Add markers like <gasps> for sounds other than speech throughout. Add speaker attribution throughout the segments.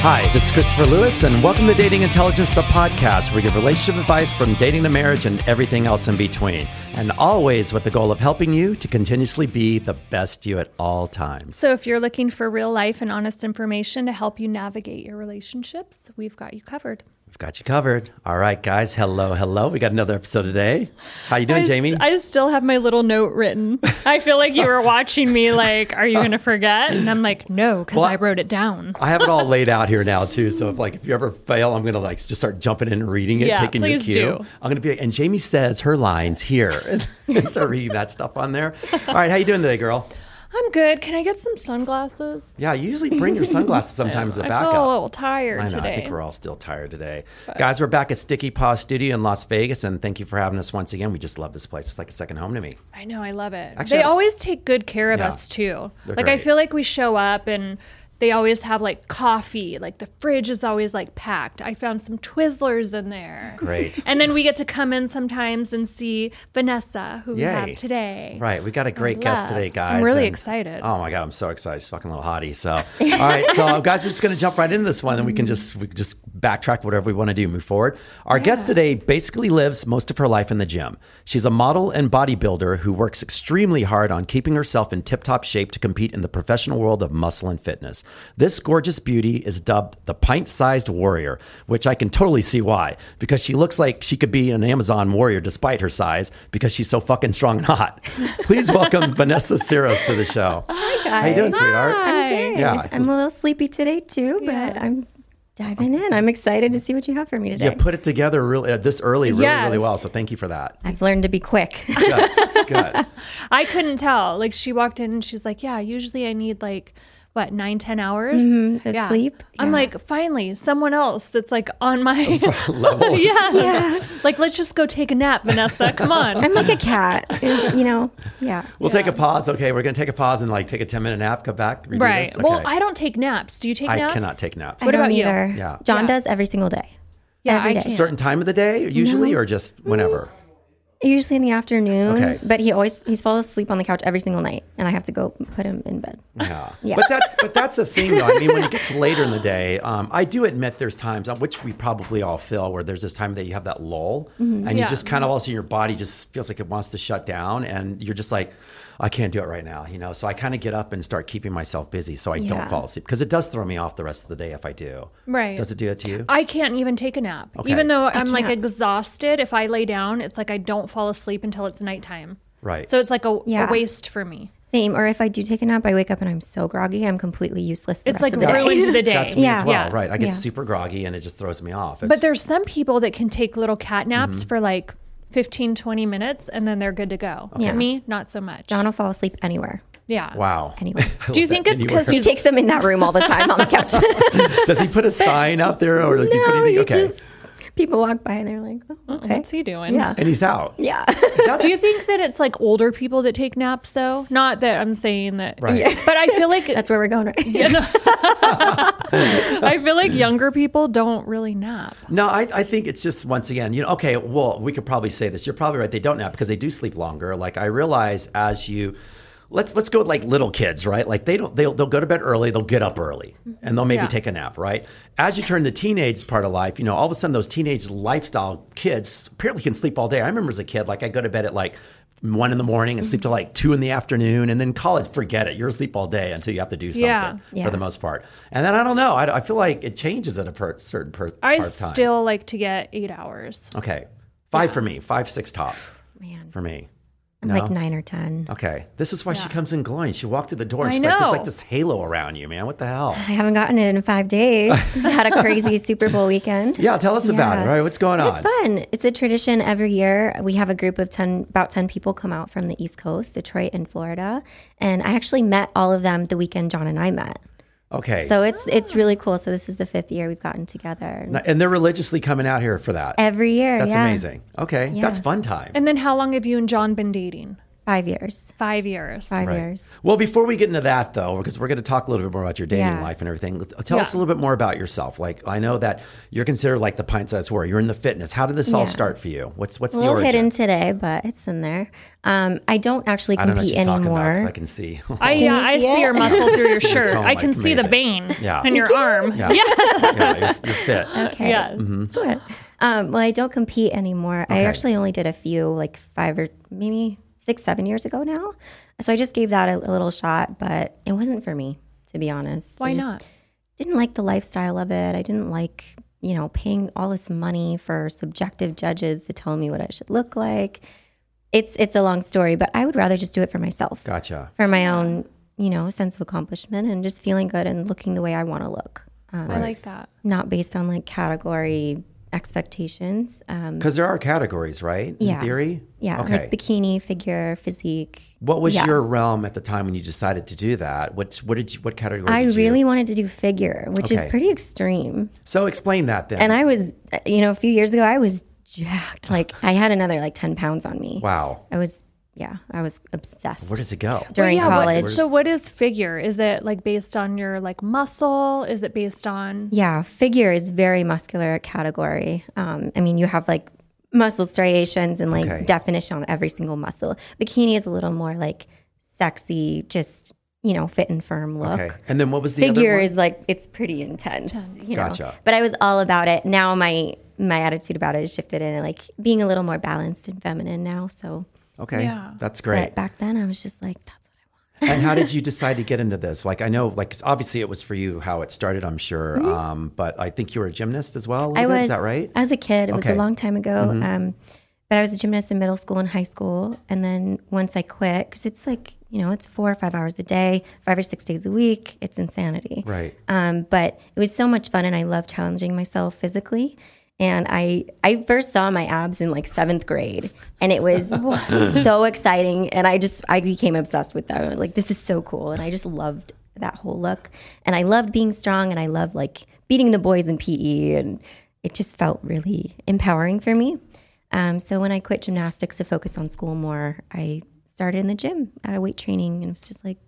Speaker 1: Hi, this is Christopher Lewis, and welcome to Dating Intelligence, the podcast, where we give relationship advice from dating to marriage and everything else in between. And always with the goal of helping you to continuously be the best you at all times.
Speaker 2: So, if you're looking for real life and honest information to help you navigate your relationships, we've got you covered.
Speaker 1: We've got you covered. All right, guys. Hello, hello. We got another episode today. How you doing,
Speaker 2: I s-
Speaker 1: Jamie?
Speaker 2: I still have my little note written. I feel like you were watching me, like, are you going to forget? And I'm like, no, because
Speaker 1: Well,
Speaker 2: I wrote it down.
Speaker 1: I have it all laid out here now too. So if like if you ever fail, I'm gonna like just start jumping in and reading it,
Speaker 2: Yeah,
Speaker 1: taking your
Speaker 2: please
Speaker 1: cue.
Speaker 2: do.
Speaker 1: I'm gonna be like, and Jamie says her lines here, <laughs> and, start reading that stuff on there. All right, how you doing today, girl?
Speaker 2: I'm good. Can I get some sunglasses?
Speaker 1: Yeah, you usually bring your sunglasses sometimes as a
Speaker 2: I
Speaker 1: backup.
Speaker 2: feel a little tired
Speaker 1: I know.
Speaker 2: today.
Speaker 1: I think we're all still tired today, guys. We're back at Sticky Paw Studio in Las Vegas, and thank you for having us once again. We just love this place. It's like a second home to me.
Speaker 2: I know, I love it.
Speaker 1: Actually,
Speaker 2: they
Speaker 1: I-
Speaker 2: always take good care of
Speaker 1: Yeah.
Speaker 2: us too.
Speaker 1: They're
Speaker 2: like I
Speaker 1: great.
Speaker 2: feel like we show up and they always have like coffee. Like the fridge is always like packed. I found some Twizzlers in there.
Speaker 1: Great.
Speaker 2: <laughs> And then we get to come in sometimes and see Vanessa, who we
Speaker 1: Yay.
Speaker 2: have today.
Speaker 1: Right, we got a great guest
Speaker 2: love.
Speaker 1: today,
Speaker 2: I'm
Speaker 1: guys.
Speaker 2: really excited.
Speaker 1: Oh my god, I'm so excited! She's a fucking little hottie. So, all right, so guys, we're just gonna jump right into this one, and we can just we can just backtrack whatever we want to do, move forward. Our guest today basically lives most of her life in the gym. She's a model and bodybuilder who works extremely hard on keeping herself in tip-top shape to compete in the professional world of muscle and fitness. This gorgeous beauty is dubbed the pint-sized warrior, which I can totally see why, because she looks like she could be an Amazon warrior despite her size, because she's so fucking strong and hot. Please welcome <laughs> Vanessa Siros to the show. Hi guys. How you doing, sweetheart?
Speaker 2: Hi.
Speaker 1: Yeah.
Speaker 3: I'm a little sleepy today too, but I'm diving in. I'm excited to see what you have for me today.
Speaker 1: You put it together really uh, this early, really, really
Speaker 2: Yes.
Speaker 1: well. So thank you for
Speaker 2: <laughs>
Speaker 1: that.
Speaker 3: I've learned to be quick.
Speaker 1: Good. Good.
Speaker 2: I couldn't tell. Like she walked in and she's like, Yeah, usually I need like what, nine, ten hours Yeah.
Speaker 3: of Mm-hmm. sleep.
Speaker 2: I'm
Speaker 3: Yeah.
Speaker 2: like, finally, someone else that's like on my
Speaker 1: <laughs> Level.
Speaker 2: <laughs> yeah.
Speaker 3: <laughs> Yeah.
Speaker 2: Like, let's just go take a
Speaker 1: <laughs>
Speaker 2: nap, Vanessa. Come on.
Speaker 3: I'm like a cat. <laughs> you know, yeah.
Speaker 1: We'll take a pause. Okay, we're gonna take a pause and like take a ten minute nap. Come back. redo
Speaker 2: Right.
Speaker 1: this.
Speaker 2: Well,
Speaker 1: Okay.
Speaker 2: I don't take naps. Do you take
Speaker 1: I
Speaker 2: naps?
Speaker 1: cannot take naps.
Speaker 3: I
Speaker 2: What
Speaker 3: don't
Speaker 2: about you?
Speaker 3: either.
Speaker 1: Yeah.
Speaker 3: John
Speaker 2: Yeah.
Speaker 3: does every single day.
Speaker 2: Yeah,
Speaker 3: every
Speaker 2: I
Speaker 3: day.
Speaker 2: can't.
Speaker 1: Certain time of the day usually,
Speaker 3: No.
Speaker 1: or just whenever.
Speaker 3: Usually in the afternoon.
Speaker 1: Okay.
Speaker 3: But he always he falls asleep on the couch every single night and I have to go put him in bed.
Speaker 1: Yeah.
Speaker 3: Yeah.
Speaker 1: But that's but that's a thing though. I mean, when it gets later in the day, um, I do admit there's times um, which we probably all feel where there's this time that you have that lull, and you
Speaker 2: Mm-hmm. Yeah.
Speaker 1: just kind of all of a sudden your body just feels like it wants to shut down, and you're just like, I can't do it right now, you know. So I kind of get up and start keeping myself busy so I don't
Speaker 3: Yeah.
Speaker 1: fall asleep because it does throw me off the rest of the day if I do.
Speaker 2: Right. Uh,
Speaker 1: Does it do that to you?
Speaker 2: I can't even take a nap.
Speaker 1: Okay.
Speaker 2: Even though I'm like exhausted, if I lay down, it's like I don't fall asleep until it's nighttime.
Speaker 1: right.
Speaker 2: So it's like a,
Speaker 3: Yeah.
Speaker 2: a waste for me.
Speaker 3: Same. Or if I do take a nap, I wake up and I'm so groggy, I'm completely useless. The
Speaker 2: It's
Speaker 3: rest
Speaker 2: like
Speaker 3: of the day.
Speaker 2: ruined the day.
Speaker 1: that's me
Speaker 3: Yeah.
Speaker 1: as well,
Speaker 2: Yeah.
Speaker 1: right? I get
Speaker 3: Yeah.
Speaker 1: super groggy and it just throws me off. It's-
Speaker 2: But there's some people that can take little cat naps
Speaker 1: Mm-hmm.
Speaker 2: for like 15, 20 minutes and then they're good to go.
Speaker 3: Yeah.
Speaker 2: Me, not so much.
Speaker 3: John will fall asleep anywhere.
Speaker 2: Yeah.
Speaker 1: wow.
Speaker 3: Anywhere.
Speaker 1: <laughs> I
Speaker 2: Do you
Speaker 1: love that
Speaker 2: think it's
Speaker 1: anywhere.
Speaker 2: because
Speaker 3: He
Speaker 2: he's
Speaker 3: takes him in that room all the time on
Speaker 1: <laughs>
Speaker 3: the couch.
Speaker 1: does he put
Speaker 2: <laughs>
Speaker 1: a sign out there or does he put
Speaker 3: No,
Speaker 1: anything?
Speaker 3: you
Speaker 1: Okay.
Speaker 3: just- people walk by and they're like, oh, okay.
Speaker 2: what's he doing? <laughs>
Speaker 3: Yeah.
Speaker 1: and he's out.
Speaker 3: <laughs> Yeah.
Speaker 1: That's
Speaker 2: Do you think that it's like older people that take naps though? Not that I'm saying that,
Speaker 1: Right.
Speaker 2: but I feel <laughs> like
Speaker 3: That's where we're going, right?
Speaker 2: You know? I feel
Speaker 1: <laughs>
Speaker 2: like younger people don't really nap.
Speaker 1: No, I, I think it's just once again, you know, okay, well, we could probably say this. You're probably right. They don't nap because they do sleep longer. Like I realize as you let's let's go with like little kids, right? Like they don't they'll they'll go to bed early, they'll get up early and they'll maybe
Speaker 2: Yeah.
Speaker 1: take a nap, right? As you turn the teenage part of life, you know, all of a sudden those teenage lifestyle kids apparently can sleep all day. I remember as a kid, like I go to bed at like one in the morning and sleep till like two in the afternoon, and then college, forget it. You're asleep all day until you have to do something
Speaker 2: Yeah.
Speaker 1: for
Speaker 3: Yeah.
Speaker 1: the most part. And then I don't know. I, I feel like it changes at a per, certain per,
Speaker 2: I
Speaker 1: part of time.
Speaker 2: still like to get eight hours.
Speaker 1: Okay. Five for me, five, six tops
Speaker 3: <laughs> Man.
Speaker 1: for me.
Speaker 3: I'm like nine or 10.
Speaker 1: Okay. This is why she comes in glowing. She walked through the door. And
Speaker 2: I
Speaker 1: she's like, there's
Speaker 2: know.
Speaker 1: like this halo around you, man. What the hell?
Speaker 3: I haven't gotten it in five
Speaker 1: <laughs>
Speaker 3: days. I had a crazy Super Bowl weekend.
Speaker 1: Yeah, tell us about it.
Speaker 3: Yeah.
Speaker 1: All right, what's going on?
Speaker 3: It's fun. It's a tradition every year. We have a group of 10, about 10 people come out from the East Coast, Detroit and Florida. And I actually met all of them the weekend John and I met.
Speaker 1: Okay.
Speaker 3: So it's it's really cool. So this is the fifth year we've gotten together.
Speaker 1: and they're religiously coming out here for that.
Speaker 3: Every year.
Speaker 1: That's
Speaker 3: yeah.
Speaker 1: amazing. Okay. That's fun time.
Speaker 2: And then how long have you and John been dating?
Speaker 3: Five years.
Speaker 2: Five years.
Speaker 3: Five
Speaker 1: Right.
Speaker 3: years.
Speaker 1: Well, before we get into that though, because we're going to talk a little bit more about your dating
Speaker 3: Yeah.
Speaker 1: life and everything, let- tell us a
Speaker 2: Yeah.
Speaker 1: little bit more about yourself. Like, I know that you're considered like the pint-sized warrior. You're in the fitness. How did this all
Speaker 3: Yeah.
Speaker 1: start for you? What's what's
Speaker 3: A
Speaker 1: the
Speaker 3: little
Speaker 1: origin?
Speaker 3: hidden today, but it's in there. Um, I don't actually
Speaker 1: I don't know what
Speaker 3: compete
Speaker 1: she's talking about
Speaker 3: anymore.
Speaker 1: because I can see. <laughs>
Speaker 2: I, yeah, I
Speaker 3: see
Speaker 2: see
Speaker 3: it?
Speaker 2: your muscle through your shirt.
Speaker 1: tone,
Speaker 2: I can
Speaker 1: like,
Speaker 2: see the
Speaker 1: amazing.
Speaker 2: vein
Speaker 1: Yeah.
Speaker 2: in your arm.
Speaker 1: yeah, Mm-hmm. yeah,
Speaker 3: <laughs>
Speaker 1: you're, you're fit.
Speaker 3: okay.
Speaker 2: Yes.
Speaker 3: Good. Um, well, I don't compete anymore. I
Speaker 1: Okay.
Speaker 3: actually only did a few, like five or maybe six, seven years ago now. So I just gave that a, a little shot, but it wasn't for me, to be honest. I
Speaker 2: Why
Speaker 3: just
Speaker 2: not?
Speaker 3: Didn't like the lifestyle of it. I didn't like, you know, paying all this money for subjective judges to tell me what I should look like. It's it's a long story, but I would rather just do it for myself,
Speaker 1: Gotcha.
Speaker 3: for my own, you know, sense of accomplishment and just feeling good and looking the way I want to look. Um,
Speaker 2: I like that.
Speaker 3: not based on like category expectations. Um,
Speaker 1: Because there are categories, right? In
Speaker 3: Yeah.
Speaker 1: theory.
Speaker 3: yeah,
Speaker 1: Okay.
Speaker 3: like bikini, figure, physique.
Speaker 1: what was
Speaker 3: yeah.
Speaker 1: your realm at the time when you decided to do that? What what did you, what category?
Speaker 3: I
Speaker 1: did you-
Speaker 3: really wanted to do figure, which
Speaker 1: Okay.
Speaker 3: is pretty extreme.
Speaker 1: So explain that then.
Speaker 3: And I was, uh, you know, a few years ago, I was
Speaker 1: <laughs>
Speaker 3: jacked. Like I had another like ten pounds on me.
Speaker 1: wow.
Speaker 3: I was, yeah, I was obsessed
Speaker 1: Where does it go?
Speaker 3: during
Speaker 2: yeah,
Speaker 3: college.
Speaker 2: What, so what is figure? Is it like based on your like muscle? Is it based on
Speaker 3: Yeah, figure is very muscular category. Um, I mean, you have like muscle striations and like
Speaker 1: Okay.
Speaker 3: definition on every single muscle. Bikini is a little more like sexy, just you know, fit and firm look.
Speaker 1: Okay. And then what was the
Speaker 3: Figure
Speaker 1: other one?
Speaker 3: is like it's pretty intense. You know?
Speaker 1: Gotcha.
Speaker 3: But I was all about it. Now my my attitude about it has shifted and like being a little more balanced and feminine now. So,
Speaker 1: Okay.
Speaker 2: Yeah.
Speaker 1: That's
Speaker 3: but
Speaker 1: great.
Speaker 3: back then I was just like, that's what
Speaker 1: and how
Speaker 3: <laughs>
Speaker 1: did you decide to get into this? Like, I know, like, obviously it was for you how it started, I'm sure. Um, but I think you were a gymnast as well. a
Speaker 3: Mm-hmm. I
Speaker 1: little bit,
Speaker 3: was. uh,
Speaker 1: Is that right?
Speaker 3: As a kid, it was
Speaker 1: Okay. Mm-hmm.
Speaker 3: a long time ago. Um, but I was a gymnast in middle school and high school, and then once I quit, because it's like you know, it's four or five hours a day, five or six days a week. It's insanity.
Speaker 1: Right.
Speaker 3: Um, but it was so much fun, and I love challenging myself physically. And I, I first saw my abs in like seventh grade, and it
Speaker 1: <laughs>
Speaker 3: was so exciting. And I just, I became obsessed with them. I was Like this is so cool, and I just loved that whole look. And I loved being strong, and I loved like beating the boys in PE, and it just felt really empowering for me. Um, so when I quit gymnastics to focus on school more, I started in the gym, uh, weight training, and it was just like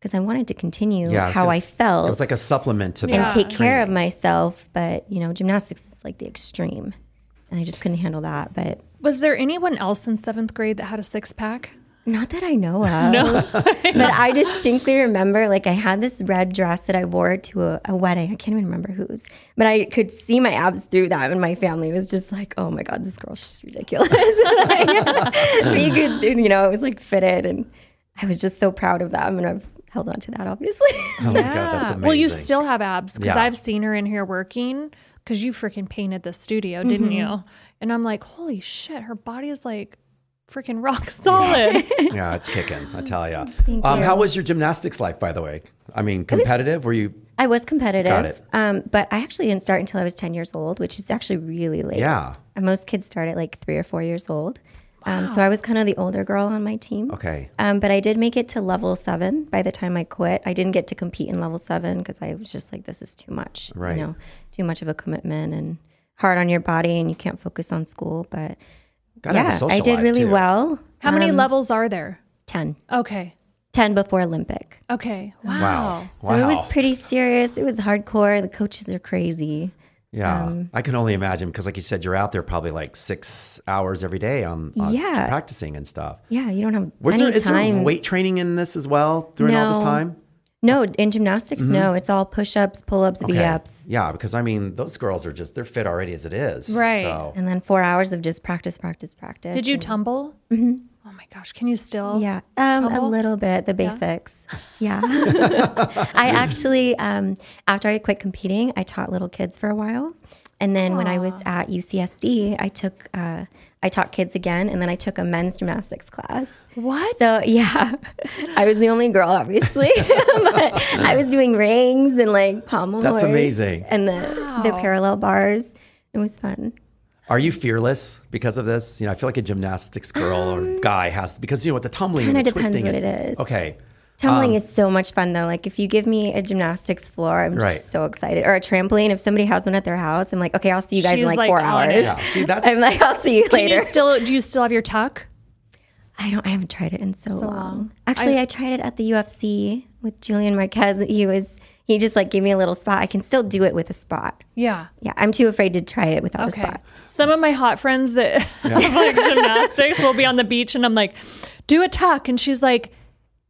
Speaker 3: because I wanted to continue
Speaker 1: Yeah. was
Speaker 3: how
Speaker 1: gonna
Speaker 3: I
Speaker 1: s-
Speaker 3: felt
Speaker 1: It was like a supplement to
Speaker 3: and
Speaker 1: that.
Speaker 3: take care of myself. But you know, gymnastics is like the extreme, and I just couldn't handle that. But
Speaker 2: was there anyone else in seventh grade that had a six pack?
Speaker 3: not that I know of. <laughs> but I distinctly remember, like, I had this red dress that I wore to a, a wedding. I can't even remember whose, but I could see my abs through that, and my family was just like, "Oh my god, this girl, she's ridiculous." <laughs> Like, <laughs> so you could, you know, it was like fitted, and I was just so proud of them, and I've held on to that, obviously.
Speaker 1: <laughs>
Speaker 3: <laughs>
Speaker 1: Oh my God, that's amazing.
Speaker 2: Well, you still have abs because
Speaker 1: Yeah.
Speaker 2: I've seen her in here working because you freaking painted the studio, didn't
Speaker 3: Mm-hmm.
Speaker 2: you? And I'm like, holy shit, her body is like freaking rock <laughs>
Speaker 3: <laughs>
Speaker 2: solid.
Speaker 1: Yeah, it's kicking, I tell ya. Um, how was your gymnastics life, by the way? I mean, competitive? Were you?
Speaker 3: I was competitive.
Speaker 1: Got it.
Speaker 3: Um, but I actually didn't start until I was 10 years old, which is actually really late.
Speaker 1: Yeah.
Speaker 3: And most kids start at like three or four years old. Um, so I was kind of the older girl on my team.
Speaker 1: Okay.
Speaker 3: Um, but I did make it to level seven by the time I quit. I didn't get to compete in level seven because I was just like, this is too much.
Speaker 1: Right.
Speaker 3: You know, too much of a commitment and hard on your body, and you can't focus on school. But
Speaker 1: Gotta have a
Speaker 3: yeah,
Speaker 1: social
Speaker 3: I did
Speaker 1: life,
Speaker 3: really
Speaker 1: too.
Speaker 3: well.
Speaker 2: How many
Speaker 3: Um,
Speaker 2: levels are there?
Speaker 3: 10.
Speaker 2: Okay.
Speaker 3: 10 before Olympic.
Speaker 2: Okay. Wow.
Speaker 1: Wow.
Speaker 3: So
Speaker 1: wow.
Speaker 3: it was pretty serious. It was hardcore. The coaches are crazy.
Speaker 1: Yeah, I can only imagine because, like you said, you're out there probably like six hours every day on, on
Speaker 3: Yeah.
Speaker 1: practicing and stuff.
Speaker 3: Yeah, you don't have
Speaker 1: Was
Speaker 3: any
Speaker 1: there is
Speaker 3: time.
Speaker 1: there weight training in this as well during all this
Speaker 3: No.
Speaker 1: time?
Speaker 3: No, in gymnastics, no. It's all push ups, pull ups, V
Speaker 1: Mm-hmm. Okay.
Speaker 3: ups,
Speaker 1: Yeah, because I mean, those girls are just they're fit already as it is.
Speaker 2: Right.
Speaker 1: So
Speaker 3: and then four hours of just practice, practice, practice.
Speaker 2: Did you tumble? Mm-hmm. Oh my gosh. Can you still?
Speaker 3: Yeah, um, a
Speaker 2: Tumble?
Speaker 3: little bit,
Speaker 2: <laughs>
Speaker 3: the basics. Yeah. I actually, um, after I quit competing, I taught little kids for a while. And then when I was at UCSD, I took uh, I taught kids again, and then I took a men's gymnastics class.
Speaker 2: What?
Speaker 3: So yeah, I was the only girl, obviously, <laughs> but I was doing rings and like pommel.
Speaker 1: That's
Speaker 3: horse
Speaker 1: amazing.
Speaker 3: And the the
Speaker 2: Wow.
Speaker 3: parallel bars. It was fun.
Speaker 1: Are you fearless because of this? You know, I feel like a gymnastics girl or guy has because you know with the tumbling and the
Speaker 3: Um, Kinda depends
Speaker 1: twisting.
Speaker 3: what
Speaker 1: and-
Speaker 3: it is.
Speaker 1: Okay,
Speaker 3: Tumbling
Speaker 1: Um,
Speaker 3: is so much fun though. Like if you give me a gymnastics floor, I'm
Speaker 1: Right.
Speaker 3: just so excited. Or a trampoline. If somebody has one at their house, I'm like, okay, I'll see you guys
Speaker 2: She's,
Speaker 3: in like,
Speaker 2: like,
Speaker 3: four
Speaker 2: on
Speaker 3: hours.
Speaker 2: it.
Speaker 1: yeah.
Speaker 3: <laughs>
Speaker 1: See, that's
Speaker 3: I'm like, I'll see you
Speaker 2: Can
Speaker 3: later.
Speaker 2: you still do you still have your tuck?
Speaker 3: I don't. I haven't tried it in so, long.
Speaker 2: long.
Speaker 3: Actually, I, tried it at the UFC with Julian Marquez. He was. He just like gave me a little spot. I can still do it with a spot.
Speaker 2: Yeah.
Speaker 3: Yeah, I'm too afraid to try it without a
Speaker 2: Okay.
Speaker 3: spot.
Speaker 2: Some of my hot friends that <laughs> like gymnastics will be on the beach and I'm like, do a tuck. And she's like,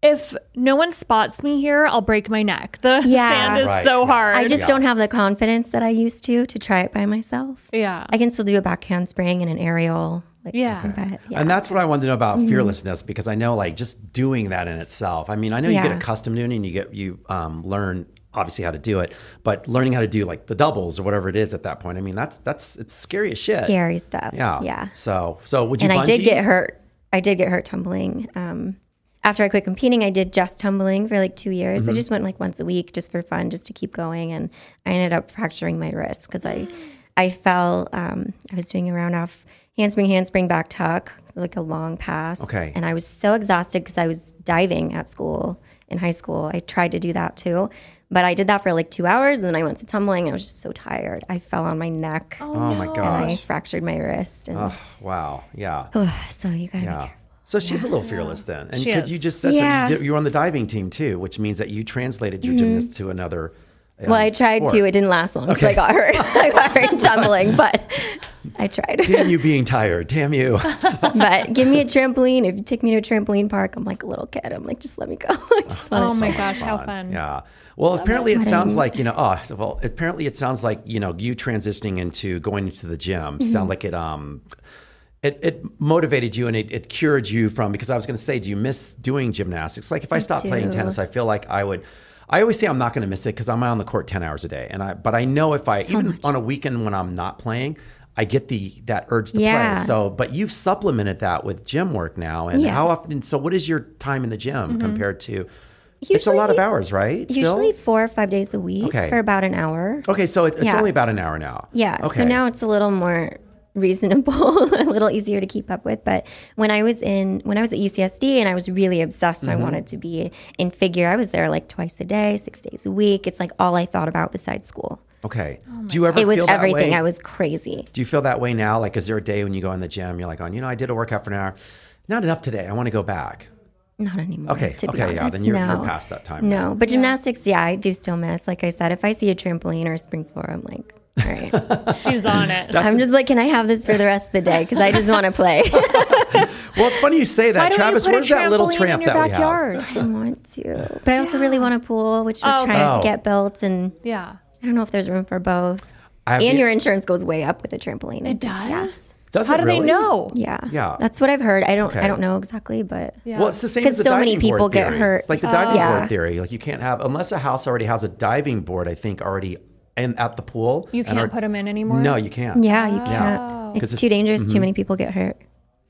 Speaker 2: if no one spots me here, I'll break my neck. The <laughs>
Speaker 3: Yeah.
Speaker 2: sand is
Speaker 1: Right,
Speaker 2: so
Speaker 1: yeah.
Speaker 2: hard.
Speaker 3: I just don't have the confidence that I used to to try it by myself.
Speaker 2: yeah.
Speaker 3: I can still do a back handspring and an aerial. Like,
Speaker 2: Yeah.
Speaker 3: but yeah. Mm-hmm.
Speaker 1: And that's what I wanted to know about fearlessness because I know like just doing that in itself. I mean, I know you
Speaker 3: Yeah.
Speaker 1: get accustomed to it and you get you um, learn obviously how to do it, but learning how to do like the doubles or whatever it is at that point. I mean, that's that's it's scary as shit.
Speaker 3: Scary stuff.
Speaker 1: Yeah.
Speaker 3: yeah.
Speaker 1: So so would you?
Speaker 3: and I did
Speaker 1: bungee?
Speaker 3: get hurt. I did get hurt tumbling. Um, after I quit competing, I did just tumbling for like two years.
Speaker 1: Mm-hmm.
Speaker 3: I just went like once a week just for fun, just to keep going. And I ended up fracturing my wrist because I, I fell. Um, I was doing a round off handspring, handspring back tuck, like a long pass.
Speaker 1: Okay.
Speaker 3: And I was so exhausted because I was diving at school in high school. I tried to do that too, but I did that for like two hours, and then I went to tumbling. I was just so tired. I fell on my neck.
Speaker 1: Oh my
Speaker 3: And I
Speaker 1: gosh!
Speaker 3: fractured my wrist. And
Speaker 1: Ugh, wow. Yeah.
Speaker 3: so you gotta be
Speaker 1: Yeah.
Speaker 3: careful.
Speaker 1: Ah. So she's a little fearless then, and
Speaker 2: She
Speaker 1: because
Speaker 2: is.
Speaker 1: you just said something,
Speaker 3: Yeah. Mm-hmm.
Speaker 1: you, did- you were on the diving team too, which means that you translated your gymnast to another. um,
Speaker 3: Well, I tried
Speaker 1: sport.
Speaker 3: to. It didn't last long 'cause I got hurt. <laughs> I got
Speaker 1: <laughs>
Speaker 3: hurt tumbling, but I tried.
Speaker 1: Damn you being tired. Damn you.
Speaker 3: <laughs> but give me a trampoline. If you take me to a trampoline park, I'm like a little kid. I'm like, just let me go. <laughs> I just want
Speaker 2: Oh
Speaker 3: to.
Speaker 2: my
Speaker 1: so much
Speaker 2: gosh, how fun.
Speaker 1: Yeah. Well, apparently it sounds
Speaker 3: sweating.
Speaker 1: like, you know, oh, so, well, apparently it sounds like, you know, you transitioning into going into the gym
Speaker 3: Mm-hmm.
Speaker 1: sound like it, um, it, it motivated you and it, it cured you from, because I was going to say, do you miss doing gymnastics? Like if I stopped playing
Speaker 3: do.
Speaker 1: tennis, I feel like I would, I always say I'm not going to miss it because I'm on the court 10 hours a day. And I, but I know if I, even on a weekend when I'm not playing, I get the, that urge to
Speaker 3: Yeah.
Speaker 1: play. So, but you've supplemented that with gym work now. And
Speaker 3: Yeah. Mm-hmm.
Speaker 1: how often, so what is your time in the gym compared to, it's a lot of
Speaker 3: Usually-
Speaker 1: hours, right? Still?
Speaker 3: Usually four or five days a week
Speaker 1: Okay.
Speaker 3: for about an hour.
Speaker 1: Okay, so it, it's
Speaker 3: Yeah.
Speaker 1: only about an hour now.
Speaker 3: Yeah.
Speaker 1: Okay.
Speaker 3: So now it's a little more reasonable, <laughs> a little easier to keep up with. But when I was in, when I was at UCSD and I was really obsessed,
Speaker 1: Mm-hmm.
Speaker 3: I wanted to be in figure. I was there like twice a day, six days a week. It's like all I thought about besides school.
Speaker 1: Okay. Do you ever
Speaker 3: Oh It was
Speaker 1: feel that
Speaker 3: everything.
Speaker 1: way?
Speaker 3: I was crazy.
Speaker 1: Do you feel that way now? Like, is there a day when you go in the gym, you're like, "On, you know, I did a workout for an hour, not enough today. I want to go back."
Speaker 3: Not anymore.
Speaker 1: Okay,
Speaker 3: To
Speaker 1: okay,
Speaker 3: be
Speaker 1: yeah,
Speaker 3: honest,
Speaker 1: then you're-
Speaker 3: no.
Speaker 1: you're past that time
Speaker 3: No, but gymnastics, yeah, I do still miss. Like I said, if I see a trampoline or a spring floor, I'm like,
Speaker 1: <laughs>
Speaker 3: all right.
Speaker 2: She's on it.
Speaker 3: I'm just like, can I have this for the rest of the day? Because I just want to <laughs> play.
Speaker 1: Well, it's funny you
Speaker 3: <laughs>
Speaker 1: say that,
Speaker 2: Why don't
Speaker 1: Travis.
Speaker 2: you put
Speaker 1: Where's
Speaker 2: a
Speaker 1: that little
Speaker 2: trampoline
Speaker 1: tramp
Speaker 2: in your
Speaker 1: that
Speaker 2: backyard?
Speaker 1: we have?
Speaker 3: I want to, but I also really want a pool, which we're
Speaker 2: Oh,
Speaker 3: trying
Speaker 1: okay.
Speaker 3: to get built, and
Speaker 2: Yeah.
Speaker 3: I don't know if there's room for both.
Speaker 1: I have
Speaker 3: and
Speaker 1: the-
Speaker 3: your insurance goes way up with a trampoline.
Speaker 2: It does?
Speaker 1: Does
Speaker 2: How
Speaker 1: it
Speaker 2: do
Speaker 1: really?
Speaker 2: they know?
Speaker 3: Yeah.
Speaker 1: Yeah.
Speaker 3: That's what I've heard. I don't.
Speaker 1: Okay.
Speaker 3: I don't know exactly, but
Speaker 2: Yeah.
Speaker 1: Well, it's the same
Speaker 3: 'Cause
Speaker 1: as the
Speaker 3: so
Speaker 1: diving
Speaker 3: many people
Speaker 1: board
Speaker 3: get
Speaker 1: theory.
Speaker 3: hurt.
Speaker 1: It's like the diving
Speaker 3: Yeah.
Speaker 1: board theory. Like you can't have unless a house already has a diving board. I think already and at the pool.
Speaker 2: You
Speaker 1: and
Speaker 2: can't
Speaker 1: are-
Speaker 2: put them in anymore?
Speaker 1: No, you can't.
Speaker 3: yeah, you can't.
Speaker 1: 'Cause Mm-hmm.
Speaker 3: It's
Speaker 1: it's-
Speaker 3: too dangerous. Too many people get hurt.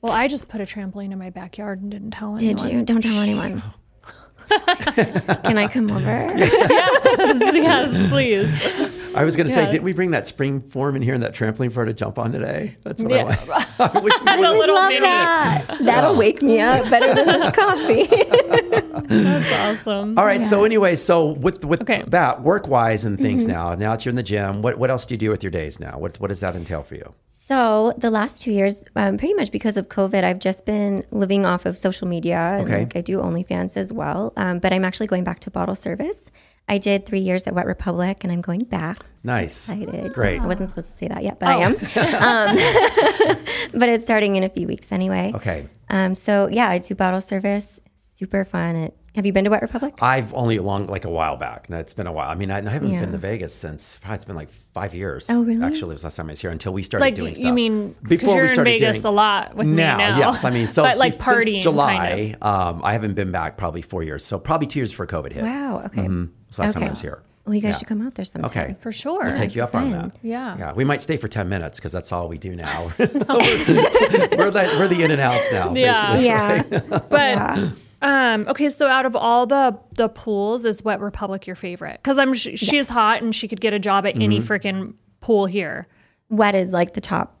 Speaker 2: Well, I just put a trampoline in my backyard and didn't tell
Speaker 3: Did
Speaker 2: anyone.
Speaker 3: you? Don't tell anyone. <laughs> Can I
Speaker 1: <laughs>
Speaker 3: come over?
Speaker 2: <laughs> yes, yes, please.
Speaker 1: I was going to say,
Speaker 2: Yes.
Speaker 1: didn't we bring that spring form in here and that trampoline for her to jump on today? That's what
Speaker 2: Yeah.
Speaker 1: I
Speaker 2: <laughs>
Speaker 1: want. I wish we
Speaker 2: A
Speaker 1: would've-
Speaker 2: little
Speaker 3: Love
Speaker 1: <laughs>
Speaker 2: mini.
Speaker 3: that.
Speaker 1: Oh.
Speaker 3: That'll wake me up better than this coffee. <laughs>
Speaker 2: That's awesome.
Speaker 1: All right. So anyway, so with with
Speaker 2: Okay. Mm-hmm.
Speaker 1: that work wise and things now, now that you're in the gym, what what else do you do with your days now? What what does that entail for you?
Speaker 3: So the last two years, um, pretty much because of COVID, I've just been living off of social media. And,
Speaker 1: Okay.
Speaker 3: Like I do OnlyFans as well, um, but I'm actually going back to bottle service. I did three years at Wet Republic, and I'm going back.
Speaker 1: Nice.
Speaker 3: Excited.
Speaker 1: Great. Oh.
Speaker 3: I wasn't supposed to say that yet, but I
Speaker 1: <laughs>
Speaker 3: am. um, <laughs> but it's starting in a few weeks anyway.
Speaker 1: Okay.
Speaker 3: Um, so yeah, I do bottle service. Super fun. It, have you been to Wet Republic?
Speaker 1: I've only long like a while back. No, it's been a while. I mean, I, I haven't
Speaker 3: Yeah.
Speaker 1: been to Vegas since probably it's been like five years.
Speaker 3: Oh, really?
Speaker 1: Actually, it was the last time I was here until we started
Speaker 2: Like,
Speaker 1: doing
Speaker 2: you
Speaker 1: stuff.
Speaker 2: mean, before you're in Vegas a lot with
Speaker 1: now,
Speaker 2: me now.
Speaker 1: yes. I mean, so
Speaker 2: <laughs> but like partying.
Speaker 1: since
Speaker 2: Kind of.
Speaker 1: July, um, I haven't been back probably four years. So probably two years before COVID hit.
Speaker 3: Wow. Okay.
Speaker 1: It's the last time I
Speaker 3: Okay.
Speaker 1: was here.
Speaker 3: Well, you guys
Speaker 1: Yeah.
Speaker 3: should come out there sometime.
Speaker 1: Okay.
Speaker 2: for sure.
Speaker 1: I'll take you up on that.
Speaker 2: Yeah.
Speaker 1: Yeah. We might stay for 10 minutes because that's all we do
Speaker 2: <laughs>
Speaker 1: now. <laughs> we're, we're the, we're the in and outs now.
Speaker 2: Yeah.
Speaker 1: basically. <laughs>
Speaker 3: Yeah.
Speaker 2: But <gasps> um, okay, so out of all the the pools, is Wet Republic your favorite? Because I'm sh- she is hot and she could get a job at any
Speaker 1: Mm-hmm.
Speaker 2: freaking pool here.
Speaker 3: Wet is like the top.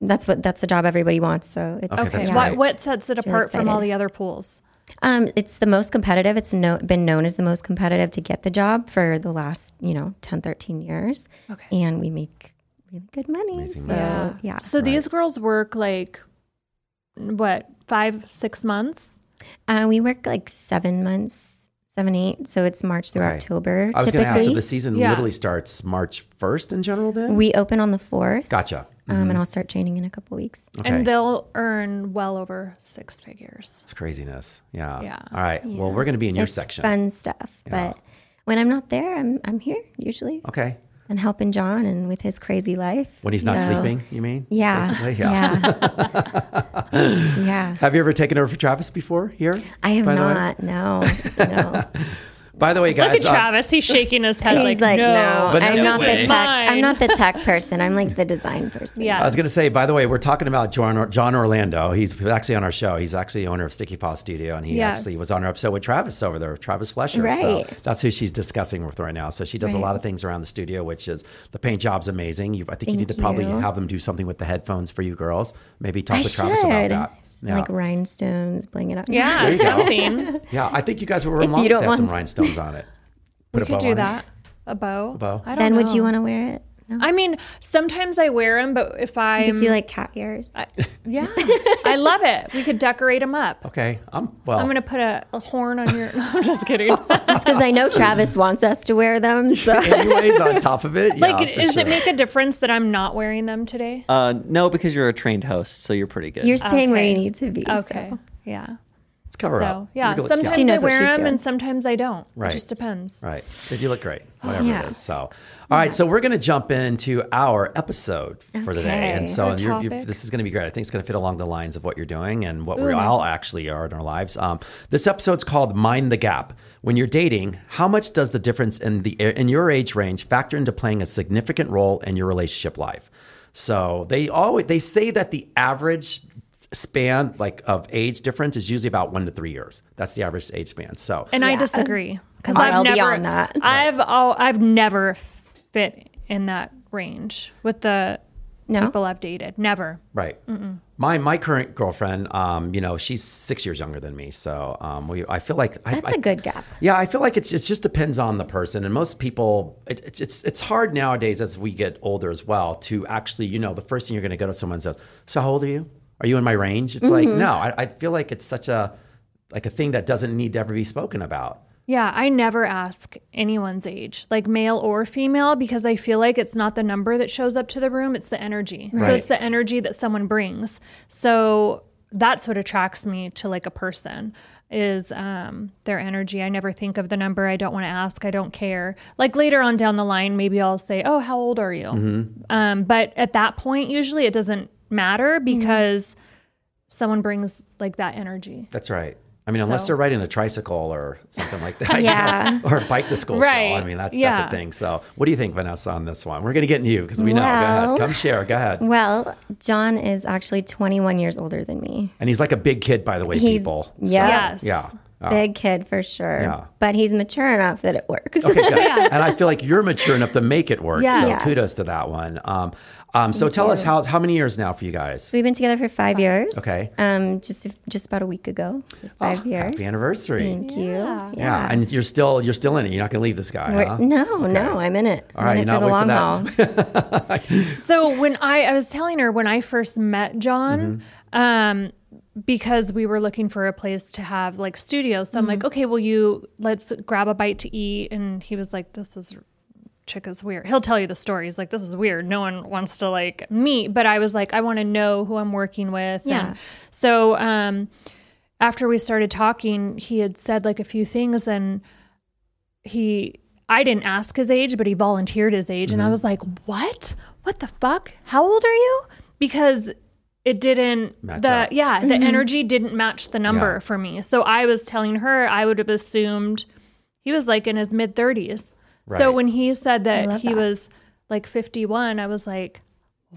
Speaker 3: That's what that's the job everybody wants. So it's
Speaker 1: Okay,
Speaker 2: Okay,
Speaker 1: that's
Speaker 3: yeah.
Speaker 1: right.
Speaker 2: what what sets it apart from all
Speaker 3: excited.
Speaker 2: the other pools?
Speaker 3: Um, it's the most competitive. It's no, been known as the most competitive to get the job for the last, you know, 10, 13 years.
Speaker 2: Okay.
Speaker 3: And we make really good money. so,
Speaker 2: Yeah.
Speaker 3: yeah.
Speaker 2: So these girls work like what five six months?
Speaker 3: Uh, we work like seven months, seven, eight. So it's March through
Speaker 1: Okay.
Speaker 3: October.
Speaker 1: I was going to ask,
Speaker 3: typically,
Speaker 1: so the season
Speaker 2: Yeah.
Speaker 1: literally starts March 1st in general then?
Speaker 3: we open on the 4th,
Speaker 1: gotcha.
Speaker 3: um, and I'll start training in a couple weeks.
Speaker 1: Okay.
Speaker 2: And they'll earn well over six figures.
Speaker 1: it's craziness. Yeah.
Speaker 2: Yeah.
Speaker 1: All right. Well, we're going to be in your
Speaker 3: it's
Speaker 1: section.
Speaker 3: fun stuff. But when I'm not there, I'm, I'm here usually
Speaker 1: Okay.
Speaker 3: and helping John and with his crazy life.
Speaker 1: When he's not
Speaker 3: So-
Speaker 1: sleeping, you mean?
Speaker 3: Yeah.
Speaker 1: Basically. Yeah.
Speaker 3: Yeah.
Speaker 1: <laughs>
Speaker 3: yeah.
Speaker 1: Have you ever taken over for Travis before here?
Speaker 3: I have
Speaker 1: by the way?
Speaker 3: not. No. No.
Speaker 1: <laughs> By the way, guys.
Speaker 2: Look at
Speaker 1: uh,
Speaker 2: Travis; he's shaking his head like,
Speaker 3: He's like,
Speaker 2: no.
Speaker 3: no.
Speaker 1: But
Speaker 3: I'm
Speaker 1: no
Speaker 3: not
Speaker 1: way.
Speaker 3: the tech.
Speaker 2: Mine.
Speaker 3: I'm not the tech person. I'm like
Speaker 2: <laughs>
Speaker 3: the design person.
Speaker 2: Yeah.
Speaker 1: I was going to say, by the way, we're talking about John, John Orlando. He's actually on our show. He's actually owner of Sticky Paw Studio, and he
Speaker 2: Yes.
Speaker 1: actually was on our episode with Travis over there, Travis Flesher. So
Speaker 3: Right.
Speaker 1: that's who she's discussing with right now. So she does a lot of things around the studio, which is the paint job's amazing. You, I think you
Speaker 3: Thank
Speaker 1: need to probably
Speaker 3: you.
Speaker 1: have them do something with the headphones for you girls. Maybe talk
Speaker 3: I
Speaker 1: with Travis about
Speaker 3: should.
Speaker 1: that. Yeah.
Speaker 3: Like rhinestones, bling it up.
Speaker 1: There you
Speaker 2: Yeah,
Speaker 1: go.
Speaker 2: something.
Speaker 1: yeah, I think you guys were in
Speaker 3: you
Speaker 1: love
Speaker 3: don't
Speaker 1: that had some
Speaker 3: want-
Speaker 1: rhinestones on it.
Speaker 2: <laughs>
Speaker 1: Put
Speaker 2: We
Speaker 1: a bow
Speaker 2: could do
Speaker 1: on it.
Speaker 2: that. A bow. A
Speaker 1: bow.
Speaker 2: I don't
Speaker 3: Then would you
Speaker 2: know.
Speaker 3: want to wear it? No.
Speaker 2: I mean, sometimes I wear them, but if I
Speaker 3: Could do like cat
Speaker 2: <laughs>
Speaker 3: ears. <laughs>
Speaker 2: yeah, I love it. We could decorate them up.
Speaker 1: Okay, I'm well.
Speaker 2: I'm gonna put a, a horn on your. <laughs> No, I'm just
Speaker 1: <laughs>
Speaker 2: kidding. like, <laughs>
Speaker 3: Just because I know Travis wants us to wear them.
Speaker 2: <laughs>
Speaker 3: So
Speaker 1: Anyways, on top of it, yeah, for
Speaker 2: does
Speaker 1: sure.
Speaker 2: it make a difference that I'm not wearing them today?
Speaker 4: Uh, no, because you're a trained host, so you're pretty good.
Speaker 3: you're staying where you
Speaker 2: Okay.
Speaker 3: need to be.
Speaker 2: okay.
Speaker 3: so.
Speaker 2: Yeah.
Speaker 1: Let's cover
Speaker 2: So
Speaker 1: up.
Speaker 2: yeah,
Speaker 1: You look-
Speaker 2: sometimes
Speaker 3: She
Speaker 2: I
Speaker 3: knows what
Speaker 2: wear
Speaker 3: she's
Speaker 2: them
Speaker 3: doing.
Speaker 2: and sometimes I don't.
Speaker 1: Right.
Speaker 2: It just depends.
Speaker 1: Right. But you look great, whatever
Speaker 3: Yeah.
Speaker 1: it is. So, all right. So, we're going to jump into our episode for today. And
Speaker 3: Okay.
Speaker 1: so,
Speaker 2: Our
Speaker 1: and you're, you're,
Speaker 2: topic.
Speaker 1: this is going to be great. I think it's going to fit along the lines of what you're doing and what we all actually are in our lives. Um, this episode's called Mind the Gap. When you're dating, how much does the difference in, the, in your age range factor into playing a significant role in your relationship life? So, they always they say that the average span like of age difference is usually about one to three years that's the average age span so
Speaker 2: And I disagree because
Speaker 3: Well,
Speaker 2: I've never.
Speaker 3: beyond that.
Speaker 2: I've all I've never fit in that range with the
Speaker 3: No.
Speaker 2: people I've dated. Never.
Speaker 1: Right. My my current girlfriend, um, you know, she's six years younger than me, so um, we I feel like I,
Speaker 3: That's
Speaker 1: I-
Speaker 3: a good gap.
Speaker 1: Yeah, I feel like it's it just depends on the person, and most people, it, it- it's it's hard nowadays as we get older as well to actually, you know, the first thing you're going to go to someone says, "So how old are you? Are you in my range?" It's like
Speaker 3: Mm-hmm.
Speaker 1: no, I, I feel like it's such a like a thing that doesn't need to ever be spoken about.
Speaker 2: Yeah, I never ask anyone's age, like male or female, because I feel like it's not the number that shows up to the room, it's the energy. So
Speaker 1: Right.
Speaker 2: it's the energy that someone brings. So that's what attracts me to like a person is um their energy. I never think of the number. I don't want to ask. I don't care. Like later on down the line, maybe I'll say, "Oh, how old are you?"
Speaker 1: Mm-hmm.
Speaker 2: Um, but at that point, usually it doesn't matter because someone brings like that energy.
Speaker 1: That's right. I mean, unless
Speaker 2: So-
Speaker 1: they're riding a tricycle or something like that, you
Speaker 3: Yeah.
Speaker 1: know, <laughs> or a bike to school.
Speaker 2: Right.
Speaker 1: Still. I mean, that's
Speaker 2: Yeah.
Speaker 1: that's a thing. So, what do you think, Vanessa, on this one? We're going to get in you because we know. Go
Speaker 3: Well-
Speaker 1: ahead, come share. Go ahead.
Speaker 3: Well, John is actually 21 years older than me.
Speaker 1: And he's like a big kid, by the way,
Speaker 3: He's-
Speaker 1: people.
Speaker 3: yeah.
Speaker 2: Yes.
Speaker 3: <laughs>
Speaker 1: Yeah. Oh,
Speaker 3: Big kid for sure.
Speaker 1: Yeah.
Speaker 3: But he's mature enough that it works.
Speaker 1: okay, good. And I feel like you're mature enough to make it work.
Speaker 2: Yeah.
Speaker 1: So
Speaker 3: Yes.
Speaker 1: kudos to that one. Um, um, so tell us how how many years now for you guys?
Speaker 3: <laughs> We've been together for five years.
Speaker 1: Okay. Oh,
Speaker 3: Um, just just about a week ago. Just five years.
Speaker 1: Happy anniversary.
Speaker 3: Thank you. Yeah.
Speaker 1: Yeah. And you're still you're still in it. You're not going to leave this guy.
Speaker 3: We're-
Speaker 1: Huh?
Speaker 3: No, no, I'm in it.
Speaker 1: All
Speaker 3: I'm
Speaker 1: right,
Speaker 3: in it
Speaker 1: you're
Speaker 3: for the
Speaker 1: not <laughs>
Speaker 3: long haul.
Speaker 1: waiting
Speaker 2: So when I I was telling her when I first met John, um, because we were looking for a place to have like studios. So I'm like, okay, well you let's grab a bite to eat, and he was like, this is chick is weird. He'll tell you the story. He's like, this is weird. No one wants to like meet. But I was like, I want to know who I'm working with.
Speaker 3: Yeah.
Speaker 2: And so um, after we started talking, he had said like a few things and he I didn't ask his age, but he volunteered his age
Speaker 1: Mm-hmm.
Speaker 2: and I was like, "What? What the fuck? How old are you?" Because it didn't
Speaker 1: Match
Speaker 2: the
Speaker 1: up.
Speaker 2: yeah,
Speaker 3: Mm-hmm.
Speaker 2: the energy didn't match the number
Speaker 1: Yeah.
Speaker 2: for me. So I was telling her I would have assumed he was like in his mid 30s. So
Speaker 1: Right.
Speaker 2: when he said that
Speaker 3: love
Speaker 2: he
Speaker 3: that.
Speaker 2: was like 51, I was like,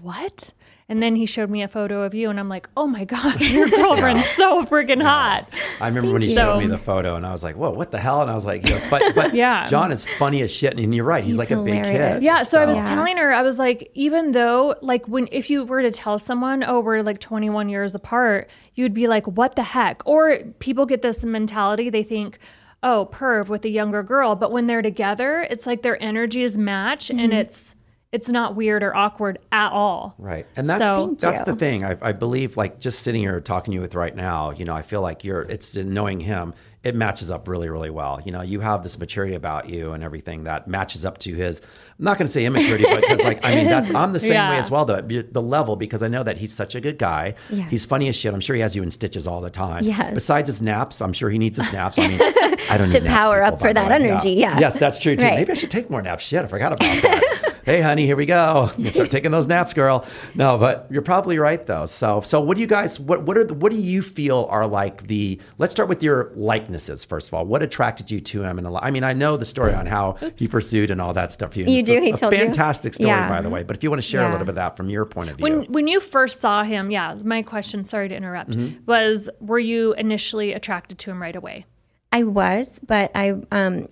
Speaker 2: what? And then he showed me a photo of you, and I'm like, oh my <laughs> gosh,
Speaker 1: <laughs>
Speaker 2: your girlfriend's so freaking hot.
Speaker 1: I remember when he
Speaker 3: you.
Speaker 1: showed
Speaker 2: So-
Speaker 1: me the photo, and I was like, "Whoa, what the hell?" And I was like, yeah, "But, but
Speaker 2: Yeah.
Speaker 1: John is funny as shit." And you're right; he's,
Speaker 3: He's
Speaker 1: like a big
Speaker 3: hilarious.
Speaker 1: kid.
Speaker 2: Yeah, so I was
Speaker 3: Yeah.
Speaker 2: telling her, I was like, even though, like, when if you were to tell someone, oh, we're like 21 years apart, you'd be like, what the heck? Or people get this mentality, they think, oh, perv with a younger girl. But when they're together, it's like their energies match and it's, it's not weird or awkward at all.
Speaker 1: Mm-hmm. Right. And that's
Speaker 2: So-
Speaker 3: Thank
Speaker 1: that's
Speaker 3: you.
Speaker 1: the thing. I, I believe like just sitting here talking to you with right now, you know, I feel like you're it's knowing him, it matches up really, really well. You know, you have this maturity about you and everything that matches up to his I'm not gonna say immaturity, but because like I mean
Speaker 3: <laughs>
Speaker 1: that's I'm the same way
Speaker 2: Yeah.
Speaker 1: as well though. The level because I know that he's such a good guy.
Speaker 3: Yeah.
Speaker 1: He's funny as shit. I'm sure he has you in stitches all the time.
Speaker 3: Yes.
Speaker 1: Besides his naps, I'm sure he needs his naps. I
Speaker 3: <laughs>
Speaker 1: mean I don't
Speaker 3: To
Speaker 1: need naps,
Speaker 3: power up
Speaker 1: people,
Speaker 3: for
Speaker 1: by the
Speaker 3: that
Speaker 1: way.
Speaker 3: energy, yeah.
Speaker 1: Yes, that's true too.
Speaker 3: Right.
Speaker 1: Maybe I should take more naps. Shit, I forgot about
Speaker 3: <laughs>
Speaker 1: that. hey, honey, here we go. You Start taking those naps, girl. No, but you're probably right though. So, so what do you guys? What what are the, what do you feel are like the? Let's start with your likenesses first of all. What attracted you to him? And a lot- I mean, I know the story on how he pursued and all that stuff. You,
Speaker 3: You do? He
Speaker 1: a
Speaker 3: told you?
Speaker 1: fantastic story,
Speaker 3: Yeah.
Speaker 1: by the way. But if you want to share a
Speaker 3: Yeah.
Speaker 1: little bit of that from your point of view,
Speaker 2: When when you first saw him, yeah, my question, sorry to interrupt,
Speaker 1: Mm-hmm.
Speaker 2: was were you initially attracted to him right away?
Speaker 3: I was, but I um